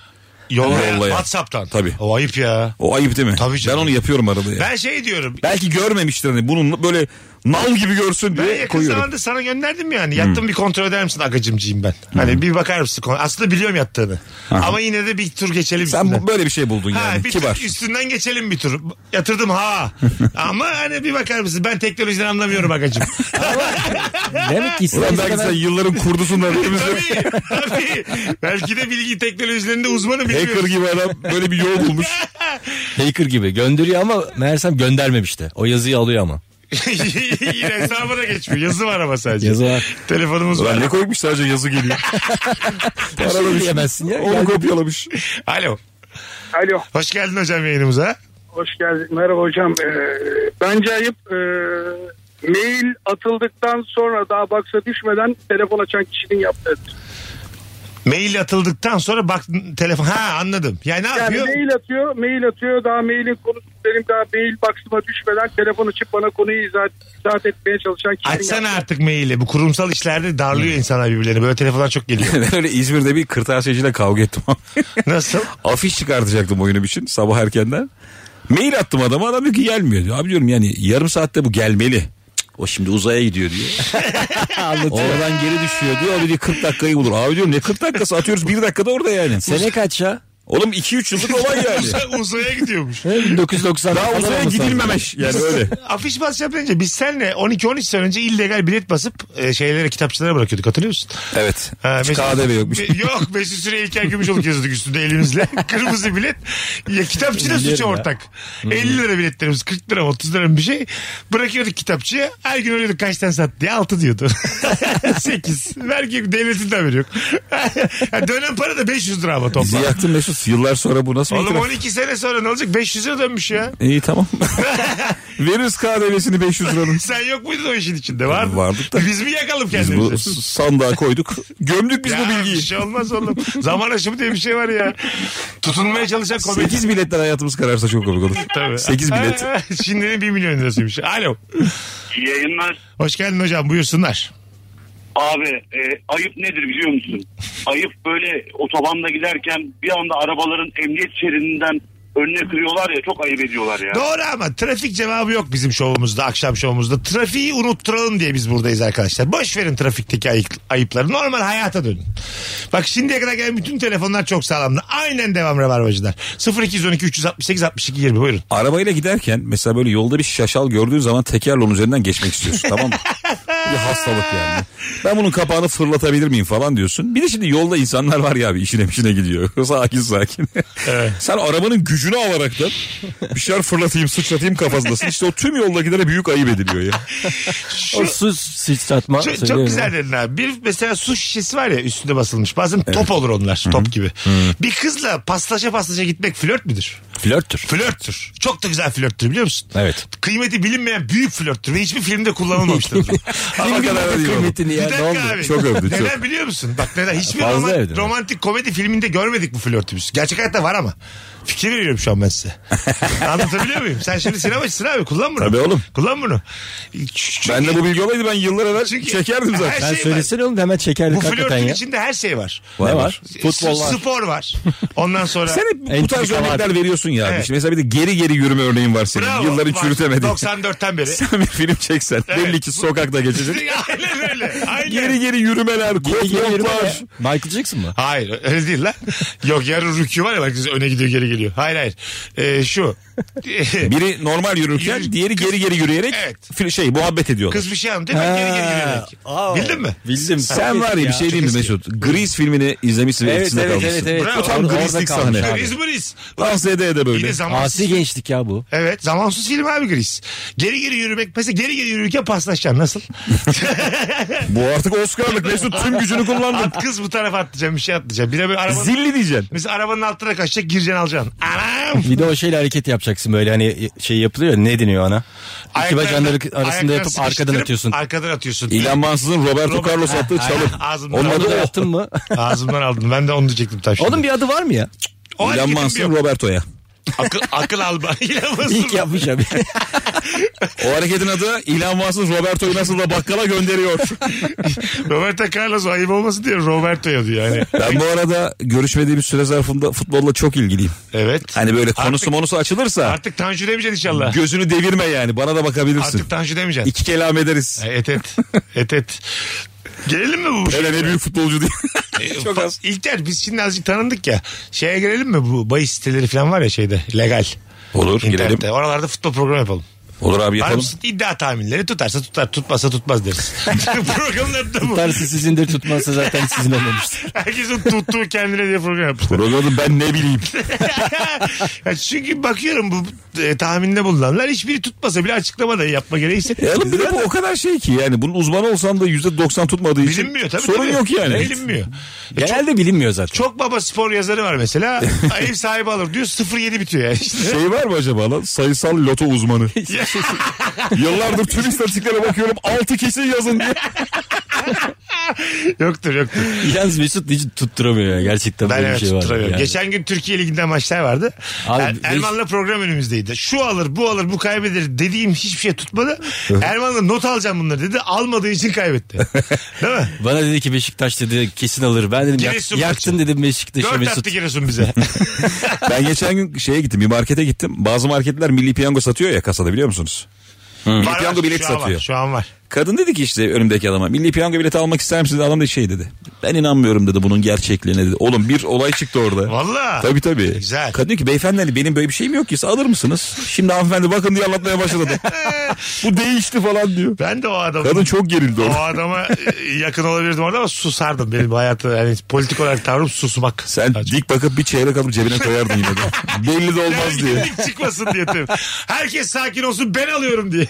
Speaker 3: Yollayan,
Speaker 4: Yollayan.
Speaker 3: Whatsapp'tan.
Speaker 4: Hani Tabii.
Speaker 3: O ayıp ya.
Speaker 4: O ayıp değil mi?
Speaker 3: Tabii
Speaker 4: ben
Speaker 3: canım.
Speaker 4: onu yapıyorum arada ya.
Speaker 3: Ben şey diyorum.
Speaker 4: Belki görmemiştir hani bunun böyle nal gibi görsün
Speaker 3: Ben
Speaker 4: diye
Speaker 3: yakın
Speaker 4: koyuyorum. Hmm.
Speaker 3: zamanda sana gönderdim yani. Yattım bir kontrol eder misin agacımcıyım ben. Hani bir bakar mısın? Aslında biliyorum yattığını. Ama yine de bir tur geçelim.
Speaker 4: Sen
Speaker 3: üstünden.
Speaker 4: bu- böyle bir şey buldun
Speaker 3: Ha,
Speaker 4: yani.
Speaker 3: bir
Speaker 4: Kibar.
Speaker 3: tur üstünden geçelim bir tur. Yatırdım ha. Ama hani bir bakar mısın? Ben teknolojiden anlamıyorum agacım.
Speaker 5: Demek ki
Speaker 4: Ulan belki sen yılların kurdusun da hepimizde.
Speaker 3: tabii, tabii. Belki de bilgi teknolojilerinde uzmanı
Speaker 4: Hacker
Speaker 3: bilmiyorum.
Speaker 4: gibi adam böyle bir yol bulmuş.
Speaker 5: Hacker gibi gönderiyor ama meğersem göndermemiş de. O yazıyı alıyor ama.
Speaker 3: yine hesabına da geçmiyor. Yazı var ama sadece.
Speaker 5: Yazı var.
Speaker 3: Telefonumuz
Speaker 4: Ulan
Speaker 3: var.
Speaker 4: ne koymuş sadece yazı geliyor. Şey Paralamış.
Speaker 5: Diyemezsin ya.
Speaker 4: Onu kopyalamış.
Speaker 3: Alo.
Speaker 8: Alo.
Speaker 3: Hoş geldin hocam yayınımıza.
Speaker 8: Hoş geldin. Merhaba hocam. Ee, bence ayıp e, mail atıldıktan sonra daha baksa düşmeden telefon açan kişinin yaptığı.
Speaker 3: Mail atıldıktan sonra bak telefon ha anladım. Yani ne
Speaker 8: Yani
Speaker 3: yapıyor?
Speaker 8: mail atıyor, mail atıyor. Daha mailin konusu benim daha mail baksıma düşmeden telefon açıp bana konuyu izah, izah etmeye çalışan kişi.
Speaker 3: Açsana artık maili. Bu kurumsal işlerde darlıyor insanlar birbirlerini. Böyle telefonlar çok geliyor.
Speaker 4: ben öyle İzmir'de bir kırtasiyeciyle kavga ettim.
Speaker 3: Nasıl?
Speaker 4: Afiş çıkartacaktım oyunum için sabah erkenden. Mail attım adama adam diyor ki gelmiyor diyor. Abi diyorum yani yarım saatte bu gelmeli. Cık, O şimdi uzaya gidiyor diyor. Oradan geri düşüyor diyor. O diyor 40 dakikayı bulur. Abi diyorum ne 40 dakikası atıyoruz 1 dakikada orada yani.
Speaker 5: Sene kaç ya?
Speaker 4: Oğlum 2-3 yıllık olay yani.
Speaker 3: Uzaya gidiyormuş.
Speaker 5: 1990.
Speaker 4: Daha uzaya gidilmemiş yani öyle.
Speaker 3: Afiş basacağım deyince biz senle 12-13 sene önce illegal bilet basıp e, şeylere kitapçılara bırakıyorduk hatırlıyor musun?
Speaker 4: Evet.
Speaker 3: Ha,
Speaker 4: Hiç
Speaker 3: Mesut-
Speaker 4: KDV yokmuş.
Speaker 3: Me- Yok Mesut Süre İlker Gümüşoluk yazıyorduk üstünde elimizle. Kırmızı bilet. Ya kitapçı da suça ortak. 50 lira biletlerimiz 40 lira 30 lira bir şey. Bırakıyorduk kitapçıya. Her gün ölüyorduk kaç tane sattı diye 6 diyordu. 8. Vergi devletin de haberi yok. Ya dönen para da 500 lira ama toplam.
Speaker 4: Ziyahattin Mesut yıllar sonra bu nasıl bir
Speaker 3: Oğlum
Speaker 4: itiraf?
Speaker 3: 12 sene sonra ne olacak? 500 lira dönmüş ya.
Speaker 4: İyi tamam. Veririz KDV'sini 500 liranın.
Speaker 3: Sen yok muydun o işin içinde? Vardı.
Speaker 4: Vardık da.
Speaker 3: Biz mi yakalım
Speaker 4: Biz
Speaker 3: kendimizi?
Speaker 4: bu sandığa koyduk. Gömdük biz
Speaker 3: Ya
Speaker 4: bu
Speaker 3: Bir
Speaker 4: bilgiyi.
Speaker 3: şey olmaz oğlum. Zaman aşımı diye bir şey var ya. Tutunmaya çalışan komedi.
Speaker 4: 8 biletten hayatımız kararsa çok komik olur.
Speaker 3: Tabii.
Speaker 4: 8 bilet.
Speaker 3: Şimdinin 1 milyon lirasıymış. Alo.
Speaker 6: İyi yayınlar.
Speaker 3: Hoş geldin hocam buyursunlar.
Speaker 6: Abi e, ayıp nedir biliyor musun? Ayıp böyle otobanda giderken bir anda arabaların emniyet şeridinden önüne kırıyorlar ya çok ayıp ediyorlar ya.
Speaker 3: Doğru ama trafik cevabı yok bizim şovumuzda, akşam şovumuzda. Trafiği unutturalım diye biz buradayız arkadaşlar. Boş verin trafikteki ayıp- ayıpları. Normal hayata dönün. Bak şimdiye kadar gelen bütün telefonlar çok sağlamdı. Aynen devam Rabarbacılar. 0212 368 62 20 buyurun.
Speaker 4: Arabayla giderken mesela böyle yolda bir şaşal gördüğün zaman tekerleğin üzerinden geçmek istiyorsun tamam mı? bir hastalık yani. Ben bunun kapağını fırlatabilir miyim falan diyorsun. Bir de şimdi yolda insanlar var ya abi işine işine gidiyor. sakin sakin. Sen arabanın gücünü alaraktan bir şeyler fırlatayım sıçratayım kafasındasın. İşte o tüm yoldakilere büyük ayıp ediliyor ya.
Speaker 5: O sus sıçratma.
Speaker 3: Çok, çok
Speaker 5: söylüyorum
Speaker 3: güzel
Speaker 5: ya.
Speaker 3: dedin abi. Bir mesela su şişesi var ya üstünde basılmış. Bazen top olur onlar. Top gibi. Bir kızla paslaşa paslaşa gitmek flört müdür?
Speaker 4: Flörttür.
Speaker 3: Flörttür. Çok da güzel flörttür biliyor musun?
Speaker 4: Evet.
Speaker 3: Kıymeti bilinmeyen büyük flörttür ve hiçbir filmde kullanılmamıştır.
Speaker 4: Ama kadar değil oğlum.
Speaker 5: Kıymetini ya
Speaker 3: bir
Speaker 5: ne oldu?
Speaker 3: dakika abi.
Speaker 4: Çok övdü,
Speaker 3: Neden
Speaker 4: çok.
Speaker 3: biliyor musun? Bak neden? Hiçbir
Speaker 5: Fazla
Speaker 3: roman-
Speaker 5: övdü.
Speaker 3: romantik komedi filminde görmedik bu flörtü biz. Gerçek hayatta var ama. Fikir veriyorum şu an ben size. Anlatabiliyor muyum? Sen şimdi sinemacısın abi. Kullan bunu.
Speaker 4: Tabii oğlum.
Speaker 3: Kullan bunu. Çünkü-
Speaker 4: Ben de bu bilgi olaydı ben yıllar evvel
Speaker 3: Çünkü-
Speaker 4: çekerdim
Speaker 3: Her
Speaker 4: zaten.
Speaker 5: Ben
Speaker 3: şey
Speaker 5: söylesene oğlum hemen
Speaker 3: bu
Speaker 5: çekerdik hakikaten
Speaker 3: flörtün
Speaker 5: ya.
Speaker 3: içinde her şey var.
Speaker 5: Ne var?
Speaker 3: S-
Speaker 5: Futbol var.
Speaker 3: Spor var. Ondan sonra...
Speaker 4: Sen hep bu
Speaker 5: Entrika
Speaker 4: tarz
Speaker 5: var.
Speaker 4: örnekler veriyorsun ya. abi.
Speaker 3: Evet.
Speaker 4: Şimdi mesela bir de geri geri yürüme örneğin var senin.
Speaker 3: Bravo.
Speaker 4: Yıllar hiç
Speaker 3: Var.
Speaker 4: yürütemedin.
Speaker 3: 94'ten beri.
Speaker 4: Sen bir film çeksen
Speaker 3: Evet.
Speaker 4: belli ki sokakta geçecek.
Speaker 3: Aynen öyle. Aynen.
Speaker 4: geri geri yürümeler,
Speaker 5: Geri geri yürüme ya.
Speaker 4: kopyoklar.
Speaker 5: Michael Jackson mı?
Speaker 3: Hayır öyle değil lan. Yok yarın rükü var ya bak öne gidiyor geri geliyor. Hayır hayır. Ee, şu.
Speaker 4: Biri normal yürürken
Speaker 3: Yürü-
Speaker 4: diğeri geri geri yürüyerek
Speaker 3: Evet.
Speaker 4: fil- şey muhabbet ediyorlar.
Speaker 3: Kız bir şey anlatıyor ben geri geri yürüyerek. Bildin mi?
Speaker 5: Bildim.
Speaker 4: Sen var ya bir şey diyeyim mi Mesut? Grease filmini izlemişsin ve
Speaker 5: Evet
Speaker 4: içinde
Speaker 5: evet
Speaker 4: kalmışsın.
Speaker 5: evet. evet.
Speaker 3: Bravo.
Speaker 4: Bu tam
Speaker 5: Orada-
Speaker 4: Grease'lik
Speaker 5: orada kalmış
Speaker 4: sahne.
Speaker 5: abi.
Speaker 3: Biz buradayız.
Speaker 4: Dans ede ede böyle.
Speaker 3: Yine zamansız.
Speaker 5: Asi gençlik ya bu.
Speaker 3: Evet zamansız film abi Gris. Geri geri yürümek mesela geri geri yürürken paslaşacaksın nasıl?
Speaker 4: Bu artık Oscar'lık Mesut tüm gücünü kullandın.
Speaker 3: At kız bu tarafa atlayacaksın bir şey atlayacaksın. Bir de böyle arabanın,
Speaker 4: Zilli diyeceksin.
Speaker 3: mesela arabanın altına kaçacak gireceksin alacaksın. Anam.
Speaker 5: Bir de o şeyle hareket yapacaksın böyle hani şey yapılıyor ya, ne deniyor ona? İki bacağın
Speaker 3: Ayaklarını-
Speaker 5: arasında
Speaker 3: ayaklarını
Speaker 5: yapıp arkadan
Speaker 3: sıkıştırıp
Speaker 5: atıyorsun.
Speaker 3: Arkadan atıyorsun.
Speaker 4: İlan Mansız'ın Roberto
Speaker 3: Robert-
Speaker 4: Carlos attığı çalım.
Speaker 3: Ağzımdan
Speaker 4: Onun
Speaker 3: aldım.
Speaker 4: adı
Speaker 5: Onu da
Speaker 4: o.
Speaker 5: yaptın mı?
Speaker 3: Ağzımdan aldım. Ben de onu diyecektim taş.
Speaker 5: Onun bir adı var mı ya?
Speaker 3: O
Speaker 4: İlan
Speaker 3: hareketim bir
Speaker 4: Mansız'ın
Speaker 3: yok.
Speaker 4: Roberto'ya.
Speaker 3: Akıl, akıl alma. İlan
Speaker 5: İlk
Speaker 3: Mansur.
Speaker 5: yapmış abi.
Speaker 4: O hareketin adı İlan Mansız Roberto'yu nasıl da bakkala gönderiyor.
Speaker 3: Roberto Carlos ayıp olmasın diye Roberto'ya diyor. Yani.
Speaker 4: Ben bu arada görüşmediğimiz süre zarfında futbolla çok ilgiliyim.
Speaker 3: Evet.
Speaker 4: Hani böyle konusu
Speaker 3: Artık-
Speaker 4: monusu açılırsa
Speaker 3: Artık Tanju demeyeceksin inşallah.
Speaker 4: gözünü devirme yani bana da bakabilirsin.
Speaker 3: Artık Tanju demeyeceksin. E,
Speaker 4: İki kelam ederiz.
Speaker 3: Et et. Et et. Gelelim mi bu?
Speaker 4: Hele ne büyük futbolcu diye.
Speaker 3: Çok az. İlker biz şimdi azıcık tanındık ya. Şeye girelim mi bu bahis siteleri falan var ya şeyde legal.
Speaker 4: Olur
Speaker 3: İnternette.
Speaker 4: girelim.
Speaker 3: Oralarda futbol programı yapalım.
Speaker 4: Olur abi
Speaker 3: Var
Speaker 4: yapalım.
Speaker 3: mısın? İddia tahminleri tutarsa tutar tutmazsa tutmaz deriz. Programın adı da bu.
Speaker 5: Tarısı sizindir tutmazsa zaten sizin olmamıştır.
Speaker 3: Herkesin tuttuğu kendine diye program yapmışlar.
Speaker 4: Programı ben ne bileyim.
Speaker 3: Ya çünkü bakıyorum bu e, tahminde bulunanlar hiçbiri tutmasa bile açıklama da yapma gereği
Speaker 4: E
Speaker 3: hissetmiyor.
Speaker 4: oğlum bir de bu o kadar şey ki yani bunun uzmanı olsan da %90 tutmadığı için
Speaker 3: Bilinmiyor tabii.
Speaker 4: şey sorun
Speaker 3: tabii.
Speaker 4: yok yani.
Speaker 3: Bilinmiyor.
Speaker 5: Genelde bilinmiyor zaten.
Speaker 3: Çok baba spor yazarı var mesela. Ev sahibi alır diyor 0.7 bitiyor yani. İşte.
Speaker 4: Şey var mı acaba lan sayısal loto uzmanı? Yıllardır tüm istatistiklere bakıyorum altı kesin yazın diye.
Speaker 3: yoktur yoktur.
Speaker 5: Yalnız Mesut hiç tutturamıyor ya. Gerçekten
Speaker 3: Ben
Speaker 5: böyle
Speaker 3: evet
Speaker 5: bir şey var.
Speaker 3: tutturamıyorum.
Speaker 5: yani.
Speaker 3: Geçen gün Türkiye Ligi'nden maçlar vardı.
Speaker 5: Abi,
Speaker 3: Er-
Speaker 5: beş-
Speaker 3: Erman'la program önümüzdeydi. Şu alır, bu alır, bu kaybeder dediğim hiçbir şey tutmadı. Erman'la not alacağım bunları dedi. Almadığı için kaybetti. Değil mi?
Speaker 5: Bana dedi ki Beşiktaş dedi kesin alır. Ben dedim
Speaker 3: Giresun
Speaker 5: yak,
Speaker 3: maçı.
Speaker 5: yaktın dedim Beşiktaş'a
Speaker 3: Dört attı
Speaker 5: Mesut.
Speaker 3: Giresun bize.
Speaker 4: Ben geçen gün şeye gittim bir markete gittim. Bazı marketler milli piyango satıyor ya kasada biliyor musunuz?
Speaker 3: Var, var.
Speaker 4: Piyango bilet
Speaker 3: Şu an şey var,
Speaker 4: satıyor.
Speaker 3: şu an var.
Speaker 4: Kadın dedi ki işte önümdeki adama milli piyango bileti almak ister misiniz? Adam da şey dedi. Ben inanmıyorum dedi bunun gerçekliğine dedi. Oğlum bir olay çıktı orada.
Speaker 3: Valla.
Speaker 4: Tabii tabii.
Speaker 3: Güzel.
Speaker 4: Kadın diyor ki beyefendi hani benim böyle bir şeyim yok ki siz alır mısınız? Şimdi hanımefendi bakın diye anlatmaya başladı. Bu değişti falan diyor.
Speaker 3: Ben de o adamı.
Speaker 4: Kadın çok gerildi
Speaker 3: o
Speaker 4: orada.
Speaker 3: adama e, yakın olabilirdim orada ama susardım. Benim hayatı yani politik olarak tavrım susmak.
Speaker 4: Sen
Speaker 3: Daha çok.
Speaker 4: dik bakıp bir çeyrek alıp cebine koyardın yine de. Belli de olmaz diye.
Speaker 3: Gerginlik çıkmasın diye tabii. Herkes sakin olsun ben alıyorum diye.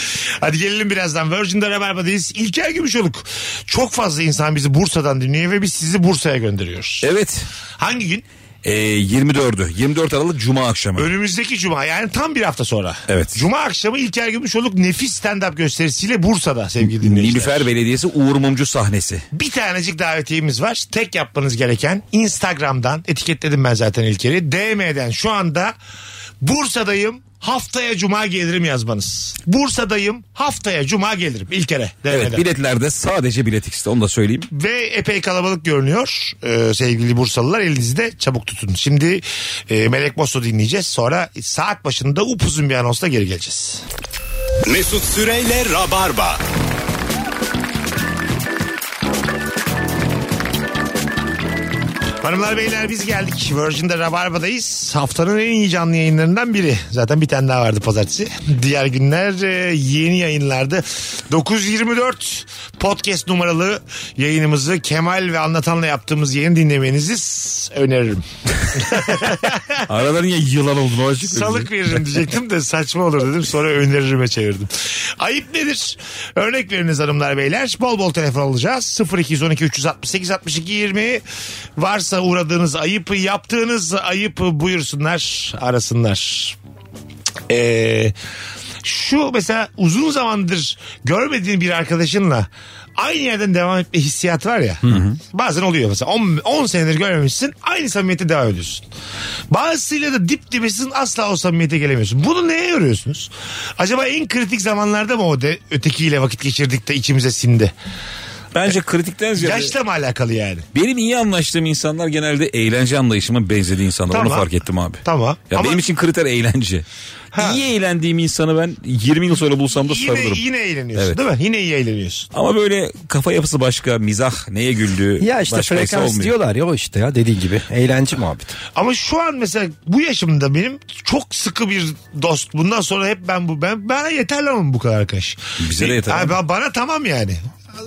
Speaker 3: Hadi gelelim birazdan. Virgin'de Rabarba'dayız. İlker Gümüşoluk. Çok fazla insan bizi Bursa'dan dinliyor ve biz sizi Bursa'ya gönderiyoruz.
Speaker 4: Evet.
Speaker 3: Hangi gün?
Speaker 4: Ee, 24'ü. 24 Aralık Cuma akşamı.
Speaker 3: Önümüzdeki cuma yani tam bir hafta sonra.
Speaker 4: Evet.
Speaker 3: Cuma akşamı İlker Gümüşoluk nefis stand-up gösterisiyle Bursa'da sevgili dinleyiciler.
Speaker 4: Nilüfer Belediyesi Uğur Mumcu sahnesi.
Speaker 3: Bir tanecik davetiyemiz var. Tek yapmanız gereken Instagram'dan etiketledim ben zaten İlker'i. DM'den şu anda Bursa'dayım haftaya cuma gelirim yazmanız. Bursa'dayım haftaya cuma gelirim İlker'e. DM'den.
Speaker 4: Evet biletlerde sadece bilet X'te onu da söyleyeyim.
Speaker 3: Ve epey kalabalık görünüyor Ee, sevgili Bursalılar elinizi de çabuk tutun. Şimdi e, Melek Mosso dinleyeceğiz sonra saat başında upuzun bir anonsla geri geleceğiz.
Speaker 2: Mesut Süreyle Rabarba.
Speaker 3: Hanımlar beyler biz geldik. Virgin'de Rabarba'dayız. Haftanın en iyi canlı yayınlarından biri. Zaten bir tane daha vardı pazartesi. Diğer günler e, yeni yayınlarda. 924 podcast numaralı yayınımızı Kemal ve Anlatan'la yaptığımız yayın dinlemenizi s- öneririm.
Speaker 4: Arada niye yılan oldun o açık.
Speaker 3: Salık veririm diyecektim de saçma olur dedim. Sonra öneririme çevirdim. Ayıp nedir? Örnek veriniz hanımlar beyler. Bol bol telefon alacağız. 0212 368 62 20 varsa uğradığınız ayıpı yaptığınız ayıpı buyursunlar arasınlar. Ee, şu mesela uzun zamandır görmediğin bir arkadaşınla aynı yerden devam etme hissiyatı var ya. Bazen oluyor mesela 10 10 senedir görmemişsin aynı samimiyete devam ediyorsun. Bazısıyla da dip dibesin asla o samimiyete gelemiyorsun. Bunu neye yoruyorsunuz? Acaba en kritik zamanlarda mı o de, ötekiyle vakit geçirdik de içimize sindi?
Speaker 4: Bence kritikten ziyade.
Speaker 3: Yaşla mı alakalı yani?
Speaker 4: Benim iyi anlaştığım insanlar genelde eğlence anlayışıma benzediği insanlar. Onu
Speaker 3: Tamam.
Speaker 4: fark ettim abi.
Speaker 3: Tamam.
Speaker 4: Ya
Speaker 3: Ama
Speaker 4: benim için kriter eğlence.
Speaker 3: Ha.
Speaker 4: İyi eğlendiğim insanı ben 20 yıl sonra bulsam da
Speaker 3: yine,
Speaker 4: sarılırım.
Speaker 3: yine eğleniyorsun
Speaker 4: Evet.
Speaker 3: değil mi? Yine iyi eğleniyorsun.
Speaker 4: Ama böyle kafa yapısı başka, mizah, neye güldüğü
Speaker 5: Ya işte
Speaker 4: başka ise
Speaker 5: frekans
Speaker 4: olmuyor.
Speaker 5: diyorlar ya o işte ya dediğin gibi. Eğlence muhabbeti.
Speaker 3: Ama şu an mesela bu yaşımda benim çok sıkı bir dost. Bundan sonra hep ben bu ben bana yeter lan oğlum bu kadar arkadaş.
Speaker 4: Bize de yeter
Speaker 3: Ha,
Speaker 4: abi.
Speaker 3: ba- bana tamam yani.